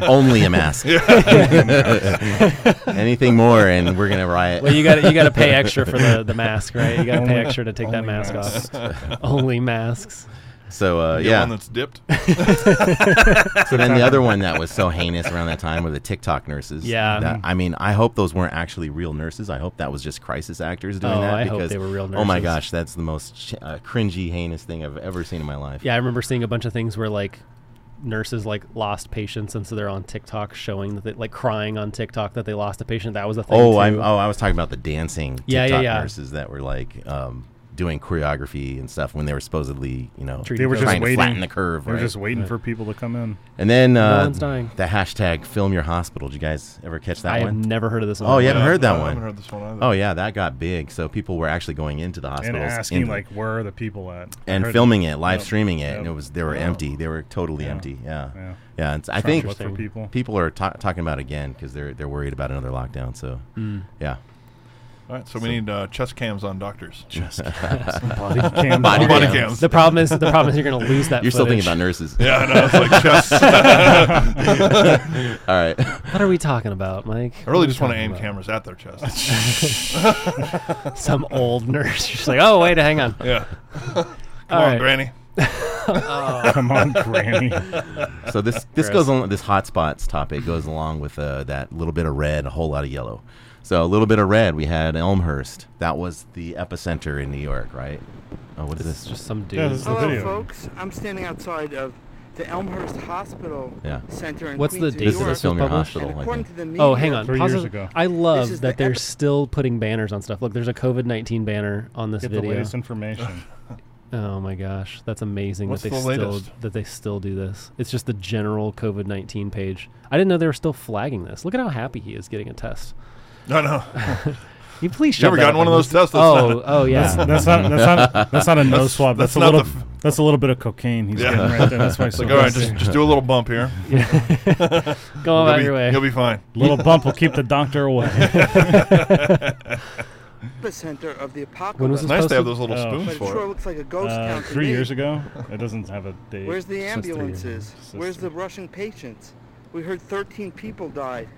[SPEAKER 3] only a mask anything more and we're gonna riot
[SPEAKER 1] well, you got to you got to pay extra for the, the mask, right? You got to
[SPEAKER 4] Only-
[SPEAKER 1] pay extra to take that
[SPEAKER 4] only
[SPEAKER 1] mask
[SPEAKER 4] masks.
[SPEAKER 1] off. Only masks.
[SPEAKER 3] so uh,
[SPEAKER 2] Get
[SPEAKER 3] yeah
[SPEAKER 2] one that's dipped.
[SPEAKER 3] so then the other one that was so heinous around that time were the TikTok nurses.
[SPEAKER 1] Yeah. Mm-hmm.
[SPEAKER 3] That- I mean, I hope those weren't actually real nurses. I hope that was just crisis actors doing
[SPEAKER 1] Oh,
[SPEAKER 3] that.
[SPEAKER 1] I hope
[SPEAKER 3] because,
[SPEAKER 1] they were real
[SPEAKER 3] Oh my
[SPEAKER 1] nurses.
[SPEAKER 3] gosh, that's the most ch- uh, cringy, heinous thing I've ever seen in my life.
[SPEAKER 1] Yeah, I remember seeing a bunch of things where like nurses like lost patients, and so they're on TikTok showing that they like crying on TikTok that they lost a patient. That was a thing.
[SPEAKER 3] Oh,
[SPEAKER 1] too.
[SPEAKER 3] I oh, I was talking about the dancing TikTok
[SPEAKER 1] Yeah, yeah, yeah.
[SPEAKER 3] nurses that were like um, doing choreography and stuff when they were supposedly, you know,
[SPEAKER 1] Treating
[SPEAKER 4] They were
[SPEAKER 1] Just
[SPEAKER 4] just
[SPEAKER 3] trying to
[SPEAKER 4] waiting.
[SPEAKER 3] flatten the curve.
[SPEAKER 4] They were
[SPEAKER 3] right?
[SPEAKER 4] just waiting for people to come in.
[SPEAKER 3] and then uh,
[SPEAKER 1] one's dying.
[SPEAKER 3] the hashtag film your hospital. Did you guys ever catch that
[SPEAKER 1] I have
[SPEAKER 3] one?
[SPEAKER 1] never heard of this. in
[SPEAKER 3] Oh,
[SPEAKER 1] my
[SPEAKER 3] you
[SPEAKER 1] life.
[SPEAKER 3] haven't heard that
[SPEAKER 2] I
[SPEAKER 3] one.
[SPEAKER 2] haven't heard this one either.
[SPEAKER 3] Oh yeah, that got big. So people were actually going into the
[SPEAKER 4] And
[SPEAKER 3] hospitals
[SPEAKER 4] asking
[SPEAKER 3] in-
[SPEAKER 4] like, where are the people at? I
[SPEAKER 3] and
[SPEAKER 4] heard-
[SPEAKER 3] filming it, live
[SPEAKER 4] Yep.
[SPEAKER 3] streaming it, and it
[SPEAKER 4] Yep.
[SPEAKER 3] was they were empty. They were totally
[SPEAKER 4] Yeah.
[SPEAKER 3] empty. Yeah,
[SPEAKER 4] Yeah.
[SPEAKER 3] yeah. it's, I
[SPEAKER 4] Trying
[SPEAKER 3] think
[SPEAKER 4] to look for people.
[SPEAKER 3] people are ta- talking about it again because they're they're worried about another lockdown. So yeah,
[SPEAKER 2] All right, so, we need uh, chest cams on doctors.
[SPEAKER 4] Just body cam.
[SPEAKER 3] Body
[SPEAKER 2] Body
[SPEAKER 3] cams.
[SPEAKER 2] cams.
[SPEAKER 1] The problem is the problem is you're gonna lose that.
[SPEAKER 3] you're still thinking
[SPEAKER 1] footage.
[SPEAKER 3] about nurses.
[SPEAKER 2] yeah, I know. It's like chest. I
[SPEAKER 3] All right,
[SPEAKER 1] What are we talking about, Mike? I
[SPEAKER 2] really just want to aim cameras at their chest.
[SPEAKER 1] Some old nurse. She's like, oh wait, hang on.
[SPEAKER 2] yeah. Come
[SPEAKER 1] All
[SPEAKER 2] on,
[SPEAKER 1] right.
[SPEAKER 2] Granny.
[SPEAKER 4] Come on, Granny.
[SPEAKER 3] so this this goes on this hotspots topic goes along with uh, that little bit of red, a whole lot of yellow. So a little bit of red, we had Elmhurst. That was the epicenter in New York, right? Oh, what is
[SPEAKER 1] It's
[SPEAKER 3] this?
[SPEAKER 1] just some dude.
[SPEAKER 4] Yeah, this is
[SPEAKER 2] Oh,
[SPEAKER 4] the
[SPEAKER 5] Hello,
[SPEAKER 4] video.
[SPEAKER 5] folks. I'm standing outside of the Elmhurst Hospital
[SPEAKER 3] Yeah.
[SPEAKER 5] Center in
[SPEAKER 1] What's the
[SPEAKER 5] Queens,
[SPEAKER 1] date
[SPEAKER 5] New
[SPEAKER 3] This is
[SPEAKER 5] York.
[SPEAKER 3] a
[SPEAKER 1] This was
[SPEAKER 3] film your
[SPEAKER 1] published?
[SPEAKER 5] and
[SPEAKER 3] hospital. I
[SPEAKER 5] according
[SPEAKER 3] think.
[SPEAKER 5] to the media,
[SPEAKER 1] Oh, hang on.
[SPEAKER 4] Three
[SPEAKER 1] Pause
[SPEAKER 4] years
[SPEAKER 1] it.
[SPEAKER 4] ago.
[SPEAKER 1] I love
[SPEAKER 5] is the
[SPEAKER 1] that they're
[SPEAKER 5] epi-
[SPEAKER 1] still putting banners on stuff. Look, there's a COVID 19 banner on this
[SPEAKER 4] Get the
[SPEAKER 1] video.
[SPEAKER 4] latest information.
[SPEAKER 1] Oh my gosh, that's amazing
[SPEAKER 2] What's
[SPEAKER 1] that they
[SPEAKER 2] the
[SPEAKER 1] still
[SPEAKER 2] latest?
[SPEAKER 1] that they still do this. It's just the general COVID 19 page. I didn't know they were still flagging this. Look at how happy he is getting a test.
[SPEAKER 2] No, no.
[SPEAKER 1] You please
[SPEAKER 2] You
[SPEAKER 1] shove
[SPEAKER 2] ever
[SPEAKER 1] that
[SPEAKER 2] gotten
[SPEAKER 1] up
[SPEAKER 2] one of
[SPEAKER 1] on
[SPEAKER 2] those
[SPEAKER 1] this-
[SPEAKER 2] tests? That's
[SPEAKER 1] Oh,
[SPEAKER 2] not-
[SPEAKER 1] oh yeah.
[SPEAKER 4] That's not. That's not. That's not a nose swab. That's,
[SPEAKER 2] that's
[SPEAKER 4] a
[SPEAKER 2] not
[SPEAKER 4] little.
[SPEAKER 2] the f-
[SPEAKER 4] that's a little bit of cocaine he's
[SPEAKER 2] Yeah.
[SPEAKER 4] getting right there. That's why. It's
[SPEAKER 2] It's like,
[SPEAKER 4] so
[SPEAKER 2] all right,
[SPEAKER 4] messy.
[SPEAKER 2] just, just do a little bump here.
[SPEAKER 1] Go
[SPEAKER 2] You'll
[SPEAKER 1] about
[SPEAKER 2] be,
[SPEAKER 1] your way.
[SPEAKER 2] you'll be fine.
[SPEAKER 4] little bump will keep the doctor away.
[SPEAKER 5] epicenter of the apocalypse.
[SPEAKER 1] When was this
[SPEAKER 2] Nice to have
[SPEAKER 1] posted?
[SPEAKER 2] those little
[SPEAKER 4] Oh.
[SPEAKER 5] But
[SPEAKER 2] spoons
[SPEAKER 5] it
[SPEAKER 2] for
[SPEAKER 5] sure
[SPEAKER 2] it.
[SPEAKER 5] looks like a ghost
[SPEAKER 4] Uh,
[SPEAKER 5] town to
[SPEAKER 4] three
[SPEAKER 5] me.
[SPEAKER 4] years ago. It doesn't have a date.
[SPEAKER 5] Where's the
[SPEAKER 1] Since three years.
[SPEAKER 5] ambulances?
[SPEAKER 4] Since
[SPEAKER 5] Where's
[SPEAKER 4] three-
[SPEAKER 5] the Russian patients? We heard 13 people died.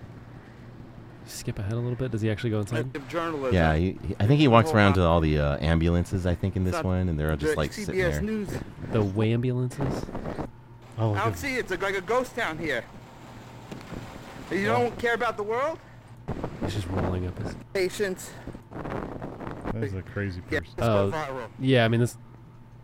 [SPEAKER 1] Skip ahead a little bit. Does he actually go inside?
[SPEAKER 5] of journalism.
[SPEAKER 3] Yeah, he, he- I think he walks
[SPEAKER 5] Hold
[SPEAKER 3] around
[SPEAKER 5] on.
[SPEAKER 3] to all the uh, ambulances. I think in this
[SPEAKER 5] Sub-
[SPEAKER 3] one, and they're all just
[SPEAKER 5] The
[SPEAKER 3] like sitting
[SPEAKER 5] CBS
[SPEAKER 3] there.
[SPEAKER 5] News.
[SPEAKER 1] The way ambulances. Oh,
[SPEAKER 5] I
[SPEAKER 1] good.
[SPEAKER 5] don't see it. It's like a ghost town here. You don't care about the world?
[SPEAKER 1] he's just rolling up his.
[SPEAKER 5] Patience.
[SPEAKER 4] That's a crazy
[SPEAKER 5] Yeah,
[SPEAKER 4] person.
[SPEAKER 5] it's
[SPEAKER 1] Oh,
[SPEAKER 5] gone viral.
[SPEAKER 1] Yeah, I mean this.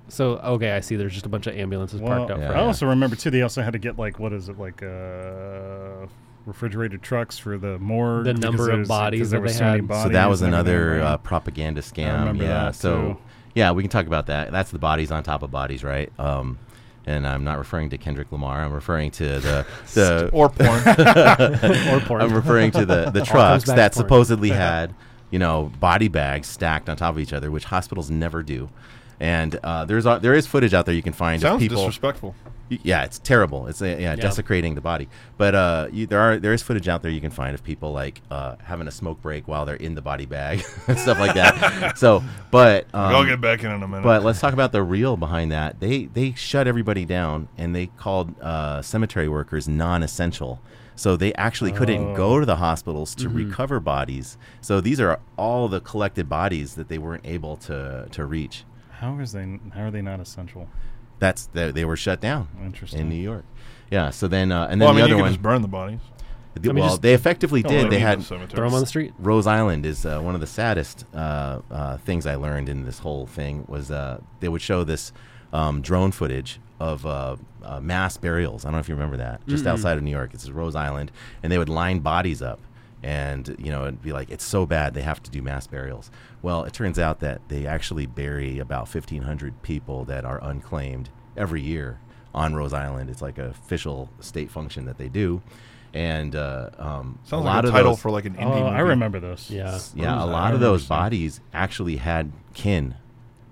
[SPEAKER 1] So okay, I see. There's just a bunch of ambulances
[SPEAKER 4] Well,
[SPEAKER 1] parked out
[SPEAKER 3] Yeah.
[SPEAKER 1] front.
[SPEAKER 4] I also remember too. They also had to get like what is it like uh, refrigerated trucks for the morgue.
[SPEAKER 1] The
[SPEAKER 4] because
[SPEAKER 1] number of
[SPEAKER 4] there was-
[SPEAKER 1] bodies
[SPEAKER 4] because there
[SPEAKER 1] that
[SPEAKER 4] were
[SPEAKER 1] they
[SPEAKER 4] so many
[SPEAKER 1] had. So
[SPEAKER 3] So
[SPEAKER 4] bodies
[SPEAKER 3] that was
[SPEAKER 4] and everything,
[SPEAKER 3] another
[SPEAKER 4] right?
[SPEAKER 3] uh, propaganda scam.
[SPEAKER 4] remember
[SPEAKER 3] Yeah.
[SPEAKER 4] that,
[SPEAKER 3] so
[SPEAKER 4] too.
[SPEAKER 3] yeah, we can talk about that. That's the bodies on top of bodies, right? Um, and I'm not referring to Kendrick Lamar. I'm referring to the the
[SPEAKER 2] or porn.
[SPEAKER 3] uh,
[SPEAKER 1] or porn.
[SPEAKER 3] I'm referring to the, the
[SPEAKER 1] comes
[SPEAKER 3] trucks
[SPEAKER 1] back
[SPEAKER 3] that
[SPEAKER 1] to porn.
[SPEAKER 3] supposedly had, you know, body bags stacked on top of each other, which hospitals never do. And uh, there's uh, there is footage out there you can find of
[SPEAKER 2] Sounds
[SPEAKER 3] people.
[SPEAKER 2] disrespectful.
[SPEAKER 3] Y- Yeah, it's terrible. It's uh, yeah, desecrating the body. But uh, you, there are there is footage out there you can find of people like uh, having a smoke break while they're in the body bag and stuff like that. so, but um,
[SPEAKER 2] I'll get back in in a minute.
[SPEAKER 3] but let's talk about the real behind that. They they shut everybody down and they called uh, cemetery workers non-essential. So they actually couldn't
[SPEAKER 4] Oh.
[SPEAKER 3] go to the hospitals to recover bodies. So these are all the collected bodies that they weren't able to to reach.
[SPEAKER 4] How is they? How are they not essential?
[SPEAKER 3] That's they, they were shut down
[SPEAKER 4] Interesting.
[SPEAKER 3] in New York. Yeah. So then uh, and then
[SPEAKER 2] well, I mean,
[SPEAKER 3] the
[SPEAKER 2] you
[SPEAKER 3] other
[SPEAKER 2] can
[SPEAKER 3] one.
[SPEAKER 2] just burn the bodies.
[SPEAKER 3] the-
[SPEAKER 1] I mean,
[SPEAKER 3] well,
[SPEAKER 1] just
[SPEAKER 3] they effectively
[SPEAKER 2] Don't
[SPEAKER 3] did.
[SPEAKER 2] let
[SPEAKER 3] They
[SPEAKER 2] them
[SPEAKER 3] had
[SPEAKER 2] in cemeteries.
[SPEAKER 1] Throw them on the street.
[SPEAKER 3] Rose Island is uh, one of the saddest uh, uh, things I learned in this whole thing was uh, they would show this um, drone footage of uh, uh, mass burials. I don't know if you remember that, just outside of New York. It's Rose Island, and they would line bodies up, and you know it'd be like it's so bad they have to do mass burials. Well, it turns out that they actually bury about fifteen hundred people that are unclaimed every year on Rose Island. It's like an official state function that they do. And uh, um,
[SPEAKER 2] Sounds
[SPEAKER 3] a
[SPEAKER 2] like
[SPEAKER 3] lot
[SPEAKER 2] a
[SPEAKER 3] of
[SPEAKER 2] title
[SPEAKER 3] those,
[SPEAKER 2] for like an indie.
[SPEAKER 4] Oh, I
[SPEAKER 2] movie.
[SPEAKER 4] remember this.
[SPEAKER 1] Yeah.
[SPEAKER 3] yeah, a
[SPEAKER 4] Rose- I
[SPEAKER 3] lot of
[SPEAKER 4] remember
[SPEAKER 3] those
[SPEAKER 4] seeing-
[SPEAKER 3] bodies actually had kin,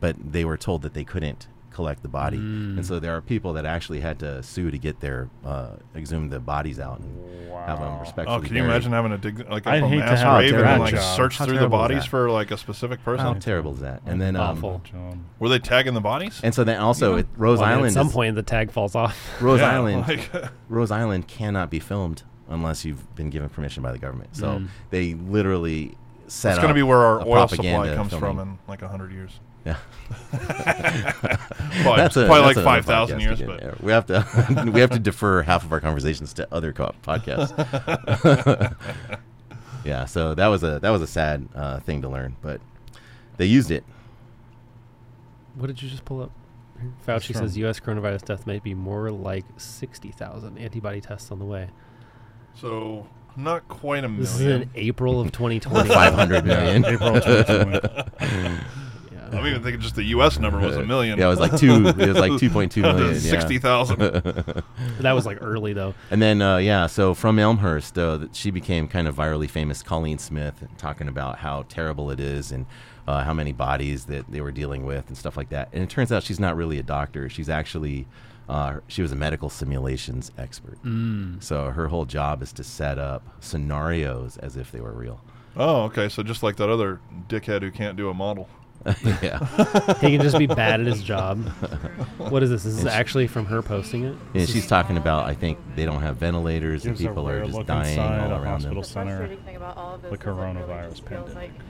[SPEAKER 3] but they were told that they couldn't collect the body,
[SPEAKER 2] Mm.
[SPEAKER 3] and so there are people that actually had to sue to get their uh, exhume the bodies out and have them
[SPEAKER 4] Wow.
[SPEAKER 3] respectfully.
[SPEAKER 2] Oh, can you
[SPEAKER 3] buried.
[SPEAKER 2] imagine having a dig like
[SPEAKER 4] I'd
[SPEAKER 2] a
[SPEAKER 4] hate to
[SPEAKER 2] mass
[SPEAKER 4] have
[SPEAKER 3] a
[SPEAKER 2] grave and
[SPEAKER 3] terrible
[SPEAKER 2] like
[SPEAKER 4] job.
[SPEAKER 2] search
[SPEAKER 3] How
[SPEAKER 2] through the
[SPEAKER 3] terrible is
[SPEAKER 2] bodies
[SPEAKER 3] that?
[SPEAKER 2] for like a specific person?
[SPEAKER 3] How terrible is that? And then um,
[SPEAKER 1] Awful.
[SPEAKER 4] John.
[SPEAKER 2] Were they tagging the bodies?
[SPEAKER 3] and so then also it, Rose
[SPEAKER 1] Well, I mean,
[SPEAKER 3] Island.
[SPEAKER 1] At some
[SPEAKER 3] is-
[SPEAKER 1] point, the tag falls off.
[SPEAKER 3] Rose
[SPEAKER 2] Yeah,
[SPEAKER 3] Island.
[SPEAKER 2] like-
[SPEAKER 3] Rose Island cannot be filmed unless you've been given permission by the government. So they literally set
[SPEAKER 2] That's going to
[SPEAKER 3] up
[SPEAKER 2] Mm. be where our
[SPEAKER 3] uh, a
[SPEAKER 2] oil supply
[SPEAKER 3] propaganda
[SPEAKER 2] comes from
[SPEAKER 3] filming.
[SPEAKER 2] in like hundred years.
[SPEAKER 3] Yeah.
[SPEAKER 2] Probably,
[SPEAKER 3] that's a,
[SPEAKER 2] probably like
[SPEAKER 3] that's another
[SPEAKER 2] five thousand
[SPEAKER 3] podcast
[SPEAKER 2] years,
[SPEAKER 3] again.
[SPEAKER 2] but
[SPEAKER 3] Yeah, we have to we have to defer half of our conversations to other co- podcasts. yeah, so that was a that was a sad uh, thing to learn, but they used it.
[SPEAKER 1] What did you just pull up? Fauci
[SPEAKER 4] from-
[SPEAKER 1] says U.S. coronavirus death might be more like sixty thousand. Antibody tests on the way.
[SPEAKER 2] so not quite a
[SPEAKER 1] This is
[SPEAKER 2] million.
[SPEAKER 1] in April of 2020.
[SPEAKER 3] Five hundred million.
[SPEAKER 4] April 2020.
[SPEAKER 1] Yeah.
[SPEAKER 2] I'm even thinking just the U.S. number was a million.
[SPEAKER 3] Yeah, it was like two. It was like two point two million. yeah.
[SPEAKER 2] Sixty thousand.
[SPEAKER 1] That was like early though.
[SPEAKER 3] And then, uh, yeah, so from Elmhurst, uh, th- she became kind of virally famous, Colleen Smith, talking about how terrible it is and uh, how many bodies that they were dealing with and stuff like that. And it turns out she's not really a doctor. She's actually, uh, she was a medical simulations expert. So her whole job is to set up scenarios as if they were real.
[SPEAKER 2] Oh, okay. So just like that other dickhead who can't do a model.
[SPEAKER 3] yeah.
[SPEAKER 1] He can just be bad at his job. What is this? This is actually from her posting it.
[SPEAKER 3] And she's talking about, I think, they don't have ventilators and
[SPEAKER 4] Gives a
[SPEAKER 3] people are
[SPEAKER 4] rare
[SPEAKER 3] just
[SPEAKER 4] look
[SPEAKER 3] dying
[SPEAKER 4] inside
[SPEAKER 3] all
[SPEAKER 4] a
[SPEAKER 3] around them.
[SPEAKER 4] hospital.
[SPEAKER 6] The
[SPEAKER 4] center,
[SPEAKER 6] frustrating thing about all of this
[SPEAKER 4] the
[SPEAKER 6] is it really
[SPEAKER 4] coronavirus
[SPEAKER 6] just feels
[SPEAKER 4] pandemic.
[SPEAKER 6] like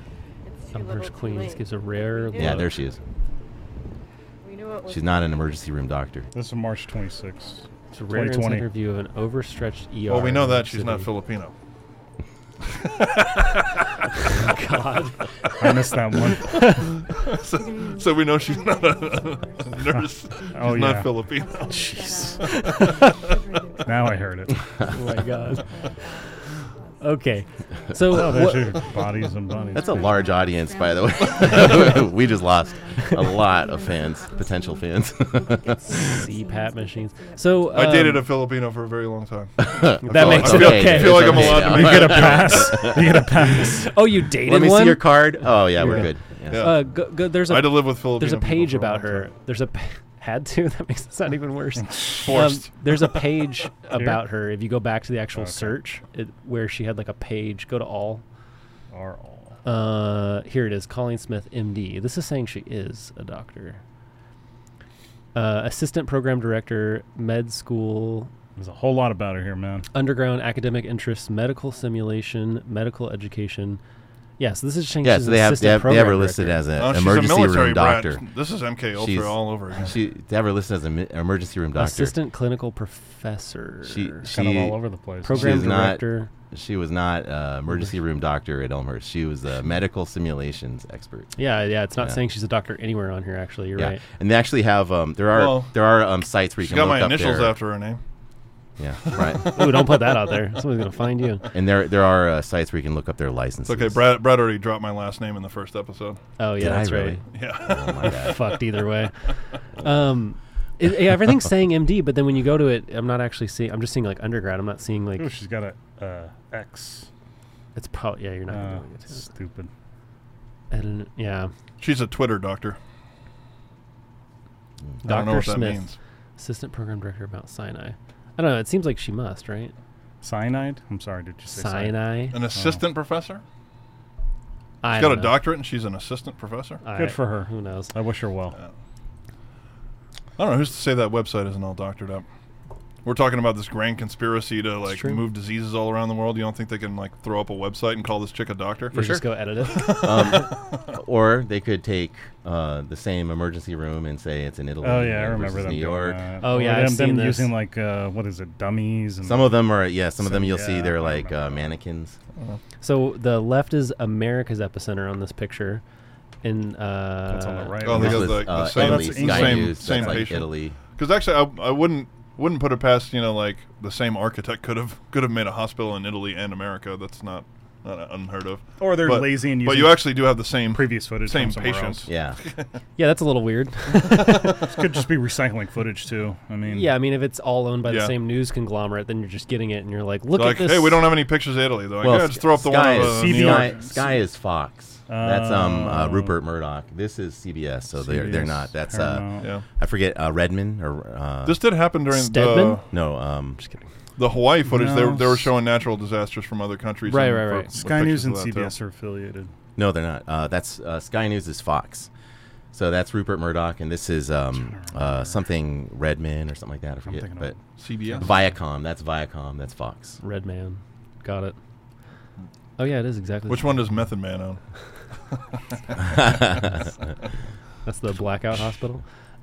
[SPEAKER 6] it's too little,
[SPEAKER 1] Elmhurst,
[SPEAKER 6] too
[SPEAKER 1] Queens
[SPEAKER 6] late.
[SPEAKER 1] gives a rare.
[SPEAKER 6] Yeah,
[SPEAKER 3] Yeah,
[SPEAKER 1] look.
[SPEAKER 3] there she is.
[SPEAKER 6] We knew it was
[SPEAKER 3] She's not an emergency room doctor.
[SPEAKER 4] This is March 26th.
[SPEAKER 1] It's a rare
[SPEAKER 4] 2020.
[SPEAKER 1] insider view of an overstretched ER.
[SPEAKER 2] well, we know
[SPEAKER 1] in
[SPEAKER 2] that
[SPEAKER 1] New
[SPEAKER 2] she's not
[SPEAKER 1] City.
[SPEAKER 2] Filipino.
[SPEAKER 1] God.
[SPEAKER 4] I missed that one.
[SPEAKER 2] So, so we know she's not a nurse. She's
[SPEAKER 4] Oh,
[SPEAKER 2] not
[SPEAKER 4] yeah.
[SPEAKER 2] Filipino.
[SPEAKER 6] Jeez.
[SPEAKER 4] Now I heard it.
[SPEAKER 1] Oh my God. Okay. So uh,
[SPEAKER 4] Oh,
[SPEAKER 1] what-
[SPEAKER 4] there's your bodies and bodies.
[SPEAKER 3] That's a large audience, by the way. we just lost a lot of fans, potential fans.
[SPEAKER 1] CPAP machines. So
[SPEAKER 2] I dated
[SPEAKER 1] um,
[SPEAKER 2] a Filipino for a very long time.
[SPEAKER 1] that makes
[SPEAKER 2] I
[SPEAKER 1] it
[SPEAKER 2] feel-
[SPEAKER 1] okay.
[SPEAKER 2] I feel like I'm allowed to
[SPEAKER 3] now.
[SPEAKER 2] make
[SPEAKER 4] you get a pass. You get a pass.
[SPEAKER 1] Oh, you dated
[SPEAKER 3] Let me
[SPEAKER 1] one.
[SPEAKER 3] see your card. Oh yeah, we're good.
[SPEAKER 2] Yeah.
[SPEAKER 1] Uh, go, go, there's
[SPEAKER 2] I
[SPEAKER 1] a
[SPEAKER 2] had to live with Filipino.
[SPEAKER 1] there's a
[SPEAKER 2] people
[SPEAKER 1] page
[SPEAKER 2] for a
[SPEAKER 1] about
[SPEAKER 2] long
[SPEAKER 1] her.
[SPEAKER 2] time.
[SPEAKER 1] There's a pa- had to. That makes it sound even worse. Um,
[SPEAKER 2] Forced.
[SPEAKER 1] there's a page about her. If you go back to the actual search, it, where she had like a page, go to all.
[SPEAKER 4] Are all.
[SPEAKER 1] Uh, here it is. Colleen Smith, MD. This is saying she is a doctor. Uh, assistant program director, med school,
[SPEAKER 4] There's a whole lot about it here, man.
[SPEAKER 1] Underground academic interests, medical simulation, medical education. Yeah, so this is Shang
[SPEAKER 3] Yeah,
[SPEAKER 1] Chi's
[SPEAKER 3] so they have they
[SPEAKER 1] assistant
[SPEAKER 3] have, they
[SPEAKER 1] program
[SPEAKER 3] have her listed
[SPEAKER 1] director.
[SPEAKER 3] as an
[SPEAKER 2] Oh, she's a
[SPEAKER 3] emergency
[SPEAKER 2] military
[SPEAKER 3] room
[SPEAKER 2] brat.
[SPEAKER 3] doctor.
[SPEAKER 2] This is MK Ultra
[SPEAKER 3] She's-
[SPEAKER 2] all over again.
[SPEAKER 3] She they have her listed as an emergency room doctor.
[SPEAKER 1] assistant clinical professor.
[SPEAKER 3] She
[SPEAKER 4] Kind of
[SPEAKER 3] she
[SPEAKER 4] all over the place.
[SPEAKER 1] program
[SPEAKER 3] she's not-
[SPEAKER 1] director.
[SPEAKER 3] she was not uh, emergency room doctor at Elmhurst. She was a medical simulations expert.
[SPEAKER 1] yeah, yeah. It's not
[SPEAKER 3] Yeah.
[SPEAKER 1] saying she's a doctor anywhere on here. Actually, you're
[SPEAKER 3] yeah,
[SPEAKER 1] right.
[SPEAKER 3] and they actually have um, there are
[SPEAKER 2] Well,
[SPEAKER 3] there are um, sites where you
[SPEAKER 2] She's
[SPEAKER 3] can
[SPEAKER 2] got my
[SPEAKER 3] look up
[SPEAKER 2] initials
[SPEAKER 3] their,
[SPEAKER 2] after her name.
[SPEAKER 3] Yeah, right.
[SPEAKER 1] Ooh, don't put that out there. Somebody's gonna find you.
[SPEAKER 3] and there there are uh, sites where you can look up their
[SPEAKER 2] It's
[SPEAKER 3] licenses.
[SPEAKER 2] okay. Brad, Brad already dropped my last name in the first episode.
[SPEAKER 1] Oh yeah,
[SPEAKER 3] Did
[SPEAKER 1] that's
[SPEAKER 3] I really?
[SPEAKER 1] right.
[SPEAKER 2] Yeah.
[SPEAKER 3] Oh my god.
[SPEAKER 1] Fucked either way. Um, it, yeah, everything's saying MD, but then when you go to it, I'm not actually seeing. I'm just seeing like undergrad. I'm not seeing like
[SPEAKER 4] Ooh, Oh, she's got a uh, X.
[SPEAKER 1] it's probably yeah. You're not.
[SPEAKER 4] Uh,
[SPEAKER 1] gonna get to it.
[SPEAKER 4] stupid.
[SPEAKER 1] I don't- yeah,
[SPEAKER 2] She's a Twitter doctor. I don't know
[SPEAKER 1] Doctor
[SPEAKER 2] what that
[SPEAKER 1] Smith,
[SPEAKER 2] means.
[SPEAKER 1] assistant program director of Mount Sinai. I don't know. It seems like she must, right?
[SPEAKER 4] Cyanide. I'm sorry, did you say cyanide?
[SPEAKER 1] Sinai.
[SPEAKER 2] An assistant professor?
[SPEAKER 1] I
[SPEAKER 2] She's got
[SPEAKER 1] Oh. don't
[SPEAKER 2] a
[SPEAKER 1] know.
[SPEAKER 2] doctorate and she's an assistant professor?
[SPEAKER 1] All
[SPEAKER 4] Good
[SPEAKER 1] right,
[SPEAKER 4] for her.
[SPEAKER 1] Who knows?
[SPEAKER 4] I wish her well.
[SPEAKER 3] Uh,
[SPEAKER 2] I don't know who's to say that website isn't all doctored up. We're talking about this grand conspiracy to like
[SPEAKER 1] true.
[SPEAKER 2] move diseases all around the world. You don't think they can like throw up a website and call this chick a doctor?
[SPEAKER 1] You Just go edit it.
[SPEAKER 3] Um, Or they could take uh, the same emergency room and say it's in Italy.
[SPEAKER 4] Oh yeah, I
[SPEAKER 3] versus
[SPEAKER 4] remember them.
[SPEAKER 3] New
[SPEAKER 4] doing
[SPEAKER 3] York.
[SPEAKER 4] that.
[SPEAKER 1] Oh,
[SPEAKER 4] Or
[SPEAKER 1] yeah, I've
[SPEAKER 4] them,
[SPEAKER 1] seen
[SPEAKER 4] them
[SPEAKER 1] this.
[SPEAKER 4] using like uh, what is it, dummies and
[SPEAKER 3] Some of them are yeah. Some of them you'll see
[SPEAKER 4] yeah, I
[SPEAKER 3] they're like uh,
[SPEAKER 4] remember.
[SPEAKER 3] mannequins.
[SPEAKER 1] so the left is America's epicenter on this picture, and uh,
[SPEAKER 4] That's on the right.
[SPEAKER 2] Oh, they
[SPEAKER 3] This
[SPEAKER 2] got
[SPEAKER 3] was,
[SPEAKER 2] the, the
[SPEAKER 3] uh,
[SPEAKER 2] same,
[SPEAKER 3] Italy,
[SPEAKER 4] that's
[SPEAKER 2] same,
[SPEAKER 3] Sky
[SPEAKER 2] same,
[SPEAKER 3] News. that's like
[SPEAKER 2] patient.
[SPEAKER 3] Italy.
[SPEAKER 2] Because actually, I, I wouldn't wouldn't put it past you know like the same architect could have could have made a hospital in Italy and America. That's not, not unheard of.
[SPEAKER 4] Or they're
[SPEAKER 2] But-
[SPEAKER 4] lazy and
[SPEAKER 2] But
[SPEAKER 4] using
[SPEAKER 2] you actually do have the same
[SPEAKER 4] previous footage.
[SPEAKER 2] same
[SPEAKER 4] from somewhere
[SPEAKER 2] patients.
[SPEAKER 3] Yeah.
[SPEAKER 1] Yeah, that's a little weird.
[SPEAKER 4] else. This could just be recycling footage too. I mean,
[SPEAKER 1] yeah, I mean, if it's all owned by the
[SPEAKER 2] Yeah.
[SPEAKER 1] same news conglomerate, then you're just getting it, and you're like, look
[SPEAKER 2] Like,
[SPEAKER 1] at this.
[SPEAKER 2] hey, we don't have any pictures of Italy. They're like, yeah,
[SPEAKER 3] S-
[SPEAKER 2] just throw up the one
[SPEAKER 3] Sky
[SPEAKER 2] of
[SPEAKER 3] is-
[SPEAKER 2] uh, New
[SPEAKER 4] CBI.
[SPEAKER 2] York.
[SPEAKER 3] Sky, Sky is Fox. that's um uh,
[SPEAKER 4] Oh.
[SPEAKER 3] Rupert Murdoch. This is CBS, so they're they're
[SPEAKER 4] CBS,
[SPEAKER 3] not. That's
[SPEAKER 4] Paramount.
[SPEAKER 3] uh
[SPEAKER 2] Yeah.
[SPEAKER 3] I forget uh, Redmond or uh,
[SPEAKER 2] This did happen during
[SPEAKER 1] Stedman?
[SPEAKER 3] no um
[SPEAKER 1] Just kidding.
[SPEAKER 2] the the Hawaii footage. They,
[SPEAKER 4] No.
[SPEAKER 2] were- they were showing natural disasters from other countries.
[SPEAKER 1] Right,
[SPEAKER 2] and
[SPEAKER 1] right,
[SPEAKER 2] for-
[SPEAKER 1] right.
[SPEAKER 2] with
[SPEAKER 4] Sky
[SPEAKER 2] pictures
[SPEAKER 4] News and
[SPEAKER 2] of that, too.
[SPEAKER 4] CBS are affiliated.
[SPEAKER 3] no they're not. Uh, that's uh, Sky News is Fox. So that's Rupert Murdoch, and this is um uh, something Redmond or something like that. I forget,
[SPEAKER 4] thinking
[SPEAKER 3] but
[SPEAKER 4] of-
[SPEAKER 2] CBS.
[SPEAKER 3] Viacom. That's Viacom. That's Fox.
[SPEAKER 1] Red Man, got it. Oh yeah, it is exactly.
[SPEAKER 2] Which one does Method Man own?
[SPEAKER 1] That's the blackout hospital.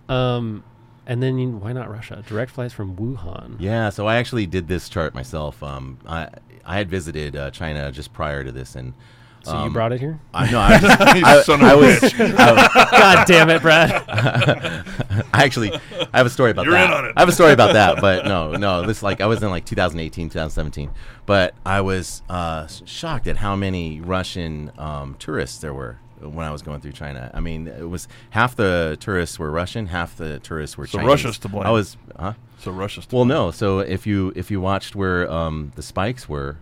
[SPEAKER 1] Um, and then you, why not Russia? Direct flights from Wuhan.
[SPEAKER 3] Yeah, so I actually did this chart myself. Um, I I had visited uh, China just prior to this, and
[SPEAKER 1] So you
[SPEAKER 3] um,
[SPEAKER 1] brought it here?
[SPEAKER 3] I, no, I,
[SPEAKER 2] You
[SPEAKER 3] I,
[SPEAKER 2] son of
[SPEAKER 3] I
[SPEAKER 2] a
[SPEAKER 3] was.
[SPEAKER 2] bitch.
[SPEAKER 1] God damn it, Brad.
[SPEAKER 3] I actually, I have a story about
[SPEAKER 2] You're
[SPEAKER 3] that.
[SPEAKER 2] in on it.
[SPEAKER 3] I have a story about that, but no, no, this like I was in like 2018, 2017, but I was uh, shocked at how many Russian um, tourists there were when I was going through China. I mean, it was half the tourists were Russian, half the tourists were
[SPEAKER 2] So
[SPEAKER 3] Chinese.
[SPEAKER 2] Russia's to blame.
[SPEAKER 3] I was, huh?
[SPEAKER 2] So Russia's.
[SPEAKER 3] Well, no. So if you if you watched where um, the spikes were,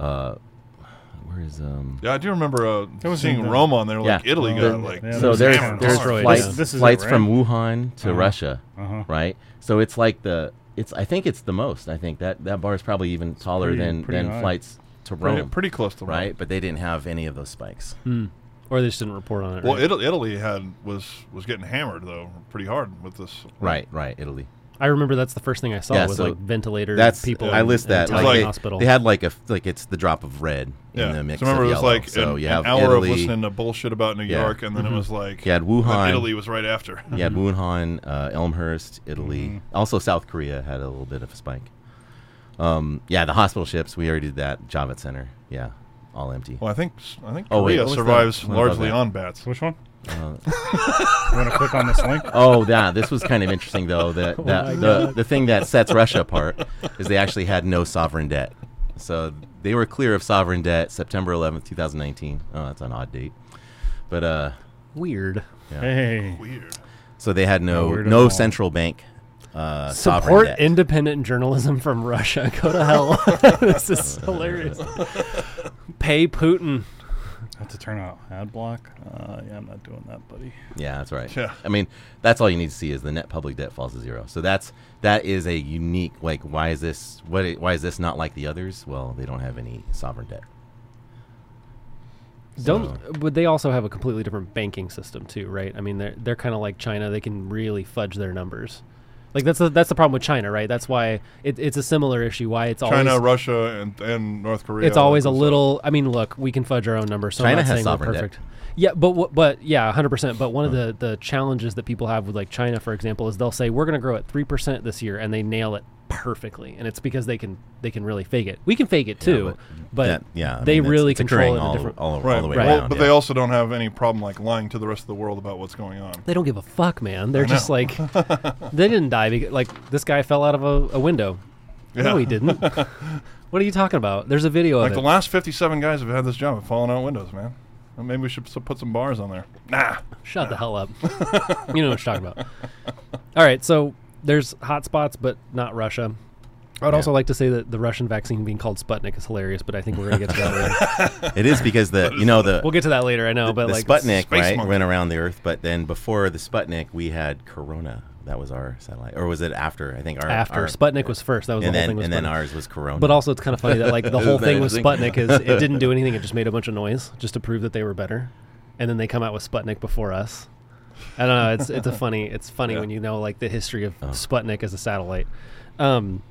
[SPEAKER 3] uh, where is um.
[SPEAKER 2] Yeah, I do remember uh,
[SPEAKER 4] was
[SPEAKER 2] seeing
[SPEAKER 4] in the-
[SPEAKER 2] Rome on there. Like
[SPEAKER 3] Yeah.
[SPEAKER 2] Italy
[SPEAKER 4] Oh,
[SPEAKER 2] got
[SPEAKER 4] yeah.
[SPEAKER 2] like
[SPEAKER 4] Yeah,
[SPEAKER 3] So
[SPEAKER 4] was
[SPEAKER 3] there's
[SPEAKER 2] hammered
[SPEAKER 3] there's
[SPEAKER 2] hard.
[SPEAKER 1] Destroyed.
[SPEAKER 3] flights,
[SPEAKER 1] This-
[SPEAKER 4] this is it,
[SPEAKER 3] flights
[SPEAKER 4] right?
[SPEAKER 3] from Wuhan to
[SPEAKER 4] Uh-huh.
[SPEAKER 3] Russia,
[SPEAKER 4] Uh-huh.
[SPEAKER 3] right? So it's like the it's I think it's the most. I think that that bar is probably even taller
[SPEAKER 4] pretty-
[SPEAKER 3] than
[SPEAKER 4] pretty
[SPEAKER 3] than
[SPEAKER 4] high.
[SPEAKER 3] flights to Rome,
[SPEAKER 2] pretty, Mm-hmm. pretty close to Rome.
[SPEAKER 3] right? But they didn't have any of those spikes.
[SPEAKER 1] Or they just didn't report on it.
[SPEAKER 2] Well,
[SPEAKER 1] right?
[SPEAKER 2] Italy, Italy had was was getting hammered though, pretty hard with this.
[SPEAKER 3] Right, right. Italy.
[SPEAKER 1] I remember that's the first thing I saw
[SPEAKER 3] Yeah,
[SPEAKER 1] was
[SPEAKER 3] so
[SPEAKER 1] like ventilator
[SPEAKER 3] That's
[SPEAKER 1] people.
[SPEAKER 3] people. I
[SPEAKER 1] in-
[SPEAKER 3] list
[SPEAKER 1] in
[SPEAKER 3] that.
[SPEAKER 1] town
[SPEAKER 3] Like
[SPEAKER 2] Like-
[SPEAKER 3] they,
[SPEAKER 1] hospital.
[SPEAKER 3] they had like a f- like it's the drop of red
[SPEAKER 2] Yeah.
[SPEAKER 3] in the mix.
[SPEAKER 2] so remember,
[SPEAKER 3] of
[SPEAKER 2] it was
[SPEAKER 3] yellow.
[SPEAKER 2] like
[SPEAKER 3] so
[SPEAKER 2] an,
[SPEAKER 3] you
[SPEAKER 2] an
[SPEAKER 3] have
[SPEAKER 2] hour
[SPEAKER 3] Italy,
[SPEAKER 2] of listening to bullshit about New
[SPEAKER 3] Yeah. Mm-hmm.
[SPEAKER 2] York, and then it was like
[SPEAKER 3] You had
[SPEAKER 2] and then
[SPEAKER 3] Wuhan.
[SPEAKER 2] Italy was right after.
[SPEAKER 3] Yeah, Wuhan, uh, Elmhurst, Italy. Also, South Korea had a little bit of a spike. Um, yeah, the hospital ships. We already did that. Javits Center. Yeah, all empty.
[SPEAKER 2] Well, I think s- I think
[SPEAKER 3] Oh, wait,
[SPEAKER 2] Korea
[SPEAKER 3] what was
[SPEAKER 2] survives
[SPEAKER 3] that one above
[SPEAKER 2] largely
[SPEAKER 3] that?
[SPEAKER 2] on bats.
[SPEAKER 4] So which one?
[SPEAKER 3] Uh,
[SPEAKER 4] you want to click on this link?
[SPEAKER 3] Oh, yeah. This was kind of interesting, though. That, that the, the thing that sets Russia apart is they actually had no sovereign debt. So they were clear of sovereign debt September 11th, 2019. Oh, that's an odd date. But uh,
[SPEAKER 1] Weird.
[SPEAKER 4] Hey,
[SPEAKER 2] Weird.
[SPEAKER 3] so they had no
[SPEAKER 4] Weird at
[SPEAKER 3] no
[SPEAKER 4] all.
[SPEAKER 3] central bank uh, sovereign
[SPEAKER 1] Support
[SPEAKER 3] debt.
[SPEAKER 1] independent journalism from Russia. Go to hell. this is hilarious. Pay Putin.
[SPEAKER 4] I have to turn out ad block. Uh, yeah, I'm not doing that, buddy.
[SPEAKER 3] Yeah, that's right.
[SPEAKER 2] Yeah.
[SPEAKER 3] I mean, that's all you need to see is the net public debt falls to zero. So that's that is a unique like why is this what i- why is this not like the others? Well, they don't have any sovereign debt.
[SPEAKER 1] Don't. But they also have a completely different banking system too, right? I mean, they're they're kind of like China. They can really fudge their numbers. Like that's the, that's the problem with China, right? That's why it, it's a similar issue. Why it's
[SPEAKER 2] China,
[SPEAKER 1] always
[SPEAKER 2] Russia, and, and North Korea.
[SPEAKER 1] it's always a
[SPEAKER 2] So-
[SPEAKER 1] little. I mean, look, we can fudge our own number. So I'm
[SPEAKER 3] China
[SPEAKER 1] not
[SPEAKER 3] has
[SPEAKER 1] saying we're
[SPEAKER 3] sovereign debt.
[SPEAKER 1] perfect. Yeah, but wha- but yeah, 100. percent But one of the the challenges that people have with like China, for example, is they'll say we're going to grow at three percent this year, and they nail it perfectly, and it's because they can they can really fake it. We can fake it too, but,
[SPEAKER 3] That- yeah, I
[SPEAKER 1] they
[SPEAKER 3] mean, it's-
[SPEAKER 1] really
[SPEAKER 3] it's
[SPEAKER 1] control it.
[SPEAKER 3] occurring
[SPEAKER 1] in a
[SPEAKER 3] all,
[SPEAKER 1] different,
[SPEAKER 3] all, all
[SPEAKER 2] Right,
[SPEAKER 3] the way
[SPEAKER 1] Right.
[SPEAKER 3] around.
[SPEAKER 2] Well, but
[SPEAKER 3] yeah.
[SPEAKER 2] they also don't have any problem like lying to the rest of the world about what's going on.
[SPEAKER 1] they don't give a fuck, man. They're
[SPEAKER 2] know.
[SPEAKER 1] just like they didn't die because like this guy fell out of a, a window. No,
[SPEAKER 2] Yeah.
[SPEAKER 1] he didn't. what are you talking about? There's a video
[SPEAKER 2] Like
[SPEAKER 1] of
[SPEAKER 2] the
[SPEAKER 1] it.
[SPEAKER 2] last 57 guys have had this job of falling out windows, man. Well, Maybe we should s- put some bars on there. Nah.
[SPEAKER 1] Shut the hell up. you know what I'm talking about. All right, so there's hot spots, but not Russia. I would also like to say that the Russian vaccine being called Sputnik is hilarious, but I think we're gonna get to that later.
[SPEAKER 3] it is because the you know the
[SPEAKER 1] We'll get to that later, I know, but
[SPEAKER 3] the
[SPEAKER 1] like
[SPEAKER 3] Sputnik
[SPEAKER 2] Space
[SPEAKER 3] right
[SPEAKER 2] monkey.
[SPEAKER 3] went around the Earth, but then before the Sputnik, we had Corona. That was our satellite, or was it after? I think our
[SPEAKER 1] after
[SPEAKER 3] our-
[SPEAKER 1] Sputnik was first, that was
[SPEAKER 3] and
[SPEAKER 1] the whole
[SPEAKER 3] then
[SPEAKER 1] thing. Was
[SPEAKER 3] and then
[SPEAKER 1] Sputnik.
[SPEAKER 3] ours was Corona.
[SPEAKER 1] But also, it's kind of funny that like the whole
[SPEAKER 3] Isn't that
[SPEAKER 1] thing with
[SPEAKER 3] interesting?
[SPEAKER 1] Sputnik is it didn't do anything; it just made a bunch of noise just to prove that they were better, and then they come out with Sputnik before us. I don't know. It's it's a funny it's funny when you know like the history of Sputnik as a satellite. Um,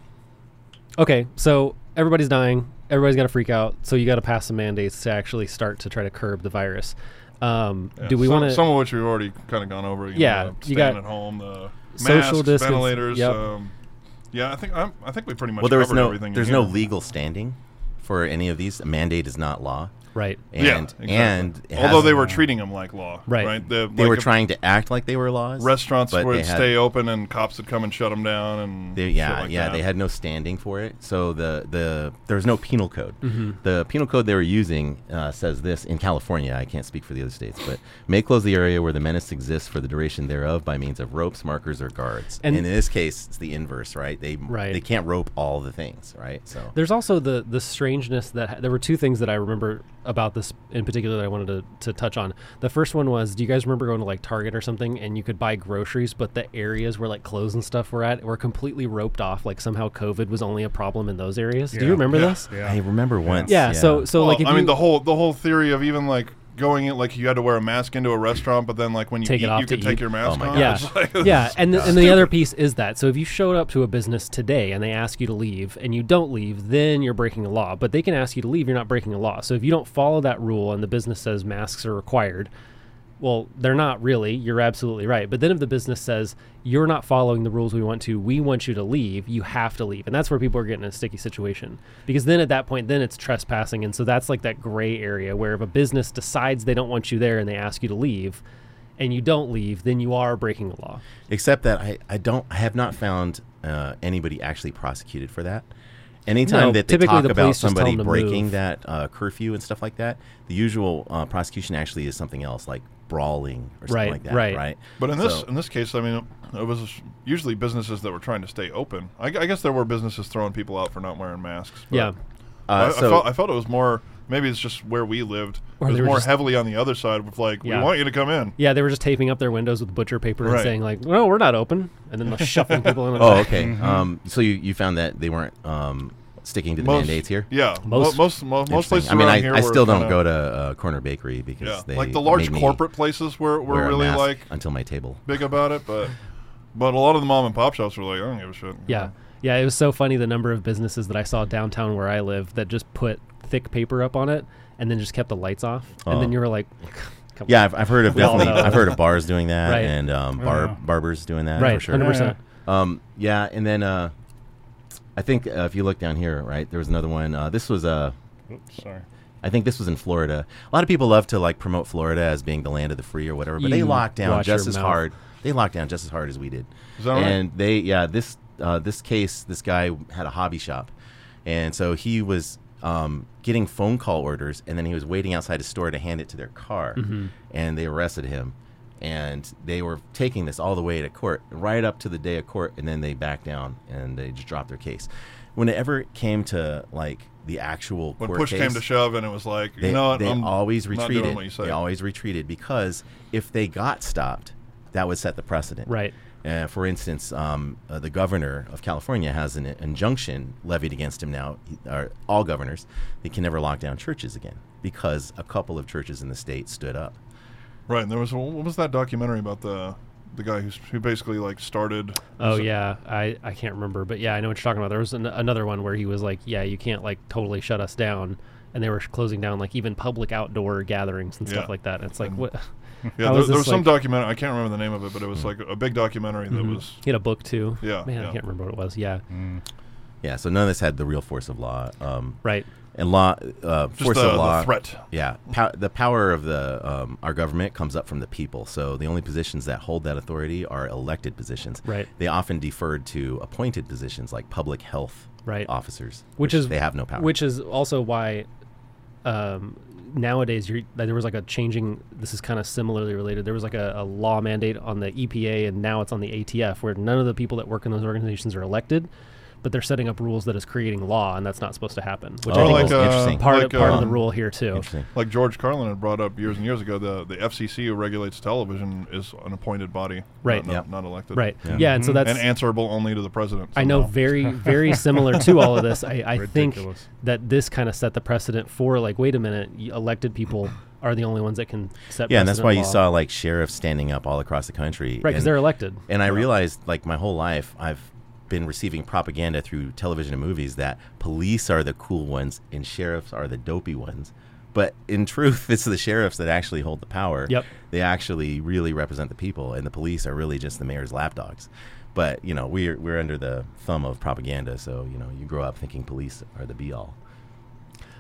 [SPEAKER 1] okay, so everybody's dying. Everybody's got to freak out. So you got to pass some mandates to actually start to try to curb the virus. Um,
[SPEAKER 2] Yeah,
[SPEAKER 1] do we
[SPEAKER 2] some-
[SPEAKER 1] want to?
[SPEAKER 2] Some of which we've already kind of gone over. You
[SPEAKER 1] Yeah,
[SPEAKER 2] know,
[SPEAKER 1] you
[SPEAKER 2] staying
[SPEAKER 1] got
[SPEAKER 2] at home, the
[SPEAKER 1] social
[SPEAKER 2] masks,
[SPEAKER 1] distance,
[SPEAKER 2] ventilators.
[SPEAKER 1] yep.
[SPEAKER 2] Um, yeah, I think I'm, I think we pretty much
[SPEAKER 3] well, there was
[SPEAKER 2] covered
[SPEAKER 3] no
[SPEAKER 2] everything. in
[SPEAKER 3] there's no
[SPEAKER 2] here.
[SPEAKER 3] legal standing for any of these. A mandate is not law,
[SPEAKER 1] right.
[SPEAKER 3] and
[SPEAKER 2] yeah, exactly.
[SPEAKER 3] and it
[SPEAKER 2] although they
[SPEAKER 3] hasn't-
[SPEAKER 2] were treating them like law,
[SPEAKER 1] Right.
[SPEAKER 2] The,
[SPEAKER 3] they
[SPEAKER 2] like
[SPEAKER 3] were
[SPEAKER 2] if
[SPEAKER 3] trying to act like they were laws.
[SPEAKER 2] Restaurants
[SPEAKER 3] but
[SPEAKER 2] would
[SPEAKER 3] they had-
[SPEAKER 2] stay open, and cops would come and shut them down. And
[SPEAKER 3] They,
[SPEAKER 2] shit
[SPEAKER 3] yeah,
[SPEAKER 2] like
[SPEAKER 3] yeah,
[SPEAKER 2] that.
[SPEAKER 3] they had no standing for it. So the the there was no penal code.
[SPEAKER 2] Mm-hmm.
[SPEAKER 3] The penal code they were using uh, says this in California. I can't speak for the other states, but may close the area where the menace exists for the duration thereof by means of ropes, markers, or guards.
[SPEAKER 1] And-
[SPEAKER 3] And, in this case, it's the inverse, right? They
[SPEAKER 1] Right.
[SPEAKER 3] they can't rope all the things, right? So
[SPEAKER 1] There's also the the strangeness that there were two things that I remember about this in particular that I wanted to, to touch on. The first one was, do you guys remember going to like Target or something and you could buy groceries, but the areas where like clothes and stuff were at were completely roped off. Like somehow COVID was only a problem in those areas. Do you
[SPEAKER 4] Yeah.
[SPEAKER 1] remember
[SPEAKER 2] Yeah.
[SPEAKER 1] this?
[SPEAKER 4] Yeah.
[SPEAKER 3] I remember once.
[SPEAKER 1] Yeah. So so
[SPEAKER 2] Well,
[SPEAKER 1] like if
[SPEAKER 2] I
[SPEAKER 1] you,
[SPEAKER 2] mean, the whole the whole theory of even like going in, like you had to wear a mask into a restaurant, but then like when you
[SPEAKER 1] Take it
[SPEAKER 2] eat,
[SPEAKER 1] off
[SPEAKER 2] you
[SPEAKER 1] to
[SPEAKER 2] could take
[SPEAKER 1] eat.
[SPEAKER 2] your mask
[SPEAKER 3] Oh my
[SPEAKER 2] off.
[SPEAKER 3] God.
[SPEAKER 1] yeah,
[SPEAKER 2] It's like-
[SPEAKER 1] yeah, and the, and the other piece is that so if you showed up to a business today and they ask you to leave and you don't leave, then you're breaking a law. But they can ask you to leave, you're not breaking a law. So if you don't follow that rule and the business says masks are required, well, they're not really. You're absolutely right. But then if the business says you're not following the rules we want to, we want you to leave, you have to leave, and that's where people are getting in a sticky situation because then at that point, then it's trespassing, and so that's like that gray area where if a business decides they don't want you there and they ask you to leave. And you don't leave, then you are breaking the law.
[SPEAKER 3] Except that I, I don't I have not found uh, anybody actually prosecuted for that. Anytime
[SPEAKER 1] No,
[SPEAKER 3] that they
[SPEAKER 1] typically
[SPEAKER 3] talk
[SPEAKER 1] the
[SPEAKER 3] about
[SPEAKER 1] police just tell
[SPEAKER 3] somebody
[SPEAKER 1] them to
[SPEAKER 3] breaking
[SPEAKER 1] move.
[SPEAKER 3] that uh, curfew and stuff like that, the usual uh, prosecution actually is something else, like brawling or something
[SPEAKER 1] Right,
[SPEAKER 3] like that.
[SPEAKER 1] right.
[SPEAKER 3] Right.
[SPEAKER 2] But in this
[SPEAKER 3] So-
[SPEAKER 2] in this case, I mean, it was usually businesses that were trying to stay open. I, gu- I guess there were businesses throwing people out for not wearing masks. but
[SPEAKER 1] Yeah.
[SPEAKER 3] Uh,
[SPEAKER 2] I, I
[SPEAKER 3] so-
[SPEAKER 2] felt I felt it was more. Maybe it's just where we lived.
[SPEAKER 1] Or
[SPEAKER 2] it
[SPEAKER 1] they
[SPEAKER 2] was
[SPEAKER 1] were
[SPEAKER 2] more
[SPEAKER 1] just-
[SPEAKER 2] heavily on the other side with like,
[SPEAKER 1] Yeah.
[SPEAKER 2] we want you to come in.
[SPEAKER 1] Yeah, they were just taping up their windows with butcher paper and
[SPEAKER 2] Right.
[SPEAKER 1] saying like, "No, we're not open," and then shuffling people in.
[SPEAKER 3] oh, okay.
[SPEAKER 2] Mm-hmm.
[SPEAKER 3] Um, so you, you found that they weren't um, sticking to the mandates here?
[SPEAKER 2] Yeah,
[SPEAKER 1] Most-
[SPEAKER 2] most most mo- most
[SPEAKER 3] Interesting.
[SPEAKER 2] places.
[SPEAKER 3] I mean,
[SPEAKER 2] around
[SPEAKER 3] I,
[SPEAKER 2] here
[SPEAKER 3] I
[SPEAKER 2] were
[SPEAKER 3] still don't
[SPEAKER 2] kinda-
[SPEAKER 3] go to uh, Corner Bakery because
[SPEAKER 2] Yeah,
[SPEAKER 3] they
[SPEAKER 2] like the large
[SPEAKER 3] made me
[SPEAKER 2] corporate places were were
[SPEAKER 3] wear a
[SPEAKER 2] really
[SPEAKER 3] mask
[SPEAKER 2] like
[SPEAKER 3] until my table.
[SPEAKER 2] big about it, but but a lot of the mom and pop shops were like, I don't give a shit.
[SPEAKER 1] Yeah, yeah. It was so funny the number of businesses that I saw downtown where I live that just put thick paper up on it and then just kept the lights off, and then
[SPEAKER 3] Oh.
[SPEAKER 1] you were like, come
[SPEAKER 3] Yeah, I've, I've heard of
[SPEAKER 1] We all
[SPEAKER 3] definitely.
[SPEAKER 1] know.
[SPEAKER 3] I've heard of bars doing that,
[SPEAKER 1] Right.
[SPEAKER 3] and um,
[SPEAKER 4] yeah.
[SPEAKER 3] bar barbers doing that
[SPEAKER 1] on.
[SPEAKER 3] for
[SPEAKER 1] right,
[SPEAKER 3] sure.
[SPEAKER 1] hundred percent."
[SPEAKER 3] Um, yeah, and then uh, I think uh, if you look down here, right, there was another one. Uh, this was uh,
[SPEAKER 4] Oops, sorry.
[SPEAKER 3] I think this was in Florida. A lot of people love to like promote Florida as being the land of the free or whatever, but they
[SPEAKER 1] You
[SPEAKER 3] locked down
[SPEAKER 1] watch your
[SPEAKER 3] just as
[SPEAKER 1] mouth.
[SPEAKER 3] hard. They locked down just as hard as we did.
[SPEAKER 2] Is that right?
[SPEAKER 3] and they, yeah, this uh, this case, this guy had a hobby shop, and so he was um, getting phone call orders, and then he was waiting outside a store to hand it to their car, and they arrested him. And they were taking this all the way to court, right up to the day of court, and then they backed down and they just dropped their case. When it ever came to like the actual
[SPEAKER 2] When
[SPEAKER 3] court
[SPEAKER 2] push
[SPEAKER 3] case,
[SPEAKER 2] came to shove, and it was like,
[SPEAKER 3] they,
[SPEAKER 2] you know what?
[SPEAKER 3] they
[SPEAKER 2] I'm
[SPEAKER 3] always
[SPEAKER 2] not doing
[SPEAKER 3] retreated.
[SPEAKER 2] what you say.
[SPEAKER 3] They always retreated because if they got stopped, that would set the precedent.
[SPEAKER 1] Right.
[SPEAKER 3] Uh, for instance, um, uh, the governor of California has an injunction levied against him now, he- or all governors, they can never lock down churches again because a couple of churches in the state stood up.
[SPEAKER 2] Right. And there was what was that documentary about the the guy who's, who basically like started.
[SPEAKER 1] Oh
[SPEAKER 2] is it-
[SPEAKER 1] yeah, I, I can't remember, but yeah, I know what you're talking about. There was an, another one where he was like, "Yeah, you can't like totally shut us down," and they were sh- closing down like even public outdoor gatherings and stuff
[SPEAKER 2] Yeah.
[SPEAKER 1] like that. And it's like
[SPEAKER 2] And-
[SPEAKER 1] what?
[SPEAKER 2] Yeah,
[SPEAKER 1] how
[SPEAKER 2] there,
[SPEAKER 1] is
[SPEAKER 2] there
[SPEAKER 1] this,
[SPEAKER 2] was some
[SPEAKER 1] like- Mm-hmm.
[SPEAKER 2] documentary. I can't remember the name of it, but it was like a big documentary that was.
[SPEAKER 1] He had a book too.
[SPEAKER 2] Yeah,
[SPEAKER 1] man,
[SPEAKER 2] yeah. Mm.
[SPEAKER 1] I can't remember what it was. Yeah,
[SPEAKER 3] Yeah, so none of this had the real force of law. Um,
[SPEAKER 1] right.
[SPEAKER 3] and law, uh,
[SPEAKER 2] Just
[SPEAKER 3] force
[SPEAKER 2] the-
[SPEAKER 3] of
[SPEAKER 2] the
[SPEAKER 3] law,
[SPEAKER 2] threat.
[SPEAKER 3] Yeah, pow- the power of the um, our government comes up from the people. So the only positions that hold that authority are elected positions.
[SPEAKER 1] Right.
[SPEAKER 3] They often deferred to appointed positions like public health
[SPEAKER 1] Right.
[SPEAKER 3] officers,
[SPEAKER 1] Which is-
[SPEAKER 3] they have no power.
[SPEAKER 1] Which is also why um, nowadays you're, like, there was like a changing. This is kind of similarly related. There was like a, a law mandate on the EPA, and now it's on the ATF, where none of the people that work in those organizations are elected, but they're setting up rules that is creating law, and that's not supposed to happen. Which
[SPEAKER 3] Oh,
[SPEAKER 1] I think
[SPEAKER 3] like,
[SPEAKER 1] was
[SPEAKER 3] uh, interesting.
[SPEAKER 1] part of,
[SPEAKER 2] like,
[SPEAKER 1] part of
[SPEAKER 2] um,
[SPEAKER 1] the rule here too.
[SPEAKER 3] Interesting.
[SPEAKER 2] Like George Carlin had brought up years and years ago, the the FCC who regulates television is an appointed body,
[SPEAKER 1] Right.
[SPEAKER 2] Not,
[SPEAKER 3] Yep.
[SPEAKER 2] not elected,
[SPEAKER 1] Right.
[SPEAKER 3] Yeah. Hmm.
[SPEAKER 1] Yeah. and so that's
[SPEAKER 2] and answerable only to the president.
[SPEAKER 1] I know
[SPEAKER 2] somehow.
[SPEAKER 1] very, very similar to all of this. I, I think
[SPEAKER 4] Ridiculous.
[SPEAKER 1] that this kind of set the precedent for like, wait a minute, y- elected people are the only ones that can set.
[SPEAKER 3] Yeah, and that's
[SPEAKER 1] precedent
[SPEAKER 3] why you
[SPEAKER 1] law.
[SPEAKER 3] saw like sheriffs standing up all across the country.
[SPEAKER 1] right because
[SPEAKER 3] and-
[SPEAKER 1] they're elected.
[SPEAKER 3] And I realized, like, my whole life, I've been receiving propaganda through television and movies that police are the cool ones and sheriffs are the dopey ones. But in truth, it's the sheriffs that actually hold the power.
[SPEAKER 1] Yep.
[SPEAKER 3] They actually really represent the people, and the police are really just the mayor's lapdogs. But you know, we're we're under the thumb of propaganda, so you know, you grow up thinking police are the be all.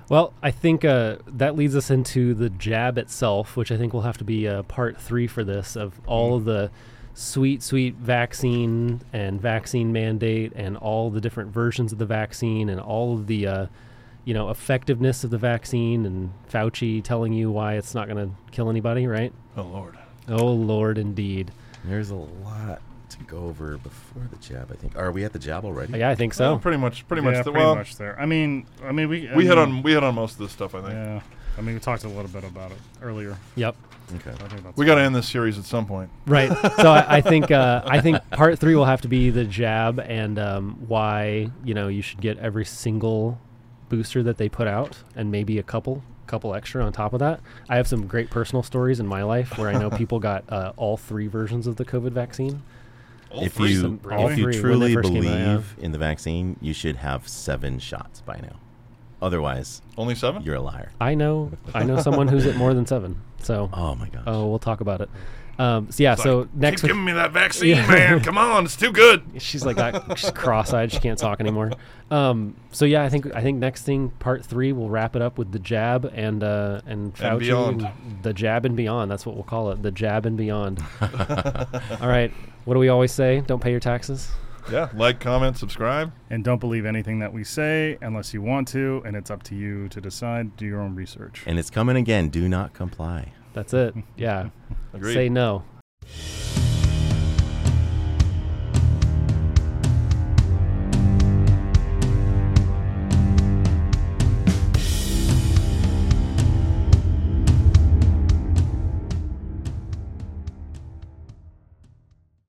[SPEAKER 1] Well, I think uh, that leads us into the jab itself, which I think will have to be uh, part three for this of all
[SPEAKER 2] Mm.
[SPEAKER 1] of the sweet, sweet vaccine and vaccine mandate and all the different versions of the vaccine and all of the, uh, you know, effectiveness of the vaccine and Fauci telling you why it's not going to kill anybody, right?
[SPEAKER 2] Oh Lord.
[SPEAKER 1] Oh, Lord, indeed.
[SPEAKER 3] There's a lot to go over before the jab. I think. Are we at the jab already?
[SPEAKER 1] Oh, Yeah, I think
[SPEAKER 2] So
[SPEAKER 1] so.
[SPEAKER 2] pretty much, pretty
[SPEAKER 4] yeah,
[SPEAKER 2] much. The,
[SPEAKER 4] pretty
[SPEAKER 2] well,
[SPEAKER 4] much there. I mean, I mean, we I
[SPEAKER 2] we hit
[SPEAKER 4] mean,
[SPEAKER 2] on we hit on most of this stuff. I think
[SPEAKER 4] Yeah, I mean, we talked a little bit about it earlier.
[SPEAKER 1] Yep.
[SPEAKER 3] Okay.
[SPEAKER 4] I think that's
[SPEAKER 2] we got to end this series at some point.
[SPEAKER 1] Right. So I, I think uh, I think part three will have to be the jab and um, why you know you should get every single booster that they put out and maybe a couple couple extra on top of that. I have some great personal stories in my life where I know people got uh, all three versions of the COVID vaccine.
[SPEAKER 3] if
[SPEAKER 2] three.
[SPEAKER 3] you
[SPEAKER 1] All
[SPEAKER 3] if you
[SPEAKER 1] three when they
[SPEAKER 3] truly
[SPEAKER 1] first came out,
[SPEAKER 3] believe
[SPEAKER 1] yeah.
[SPEAKER 3] in the vaccine, you should have seven shots by now. Otherwise,
[SPEAKER 2] Only seven.
[SPEAKER 3] you're a liar.
[SPEAKER 1] I know I know someone who's at more than seven. So
[SPEAKER 3] Oh my gosh!
[SPEAKER 1] oh, we'll talk about it. Um, so yeah. so next week.
[SPEAKER 2] Keep giving me that vaccine, man. Come on, it's too good.
[SPEAKER 1] she's like that she's cross-eyed she can't talk anymore um so yeah i think i think next thing part three we'll wrap it up with the jab and uh and, Fauci
[SPEAKER 2] beyond.
[SPEAKER 1] and the jab and beyond that's what we'll call it the jab and beyond all right what do we always say don't pay your taxes
[SPEAKER 2] Yeah, like, comment, subscribe.
[SPEAKER 4] and don't believe anything that we say unless you want to, and it's up to you to decide. Do your own research.
[SPEAKER 3] and it's coming again. Do not comply.
[SPEAKER 1] that's it yeah
[SPEAKER 2] Agreed.
[SPEAKER 1] say no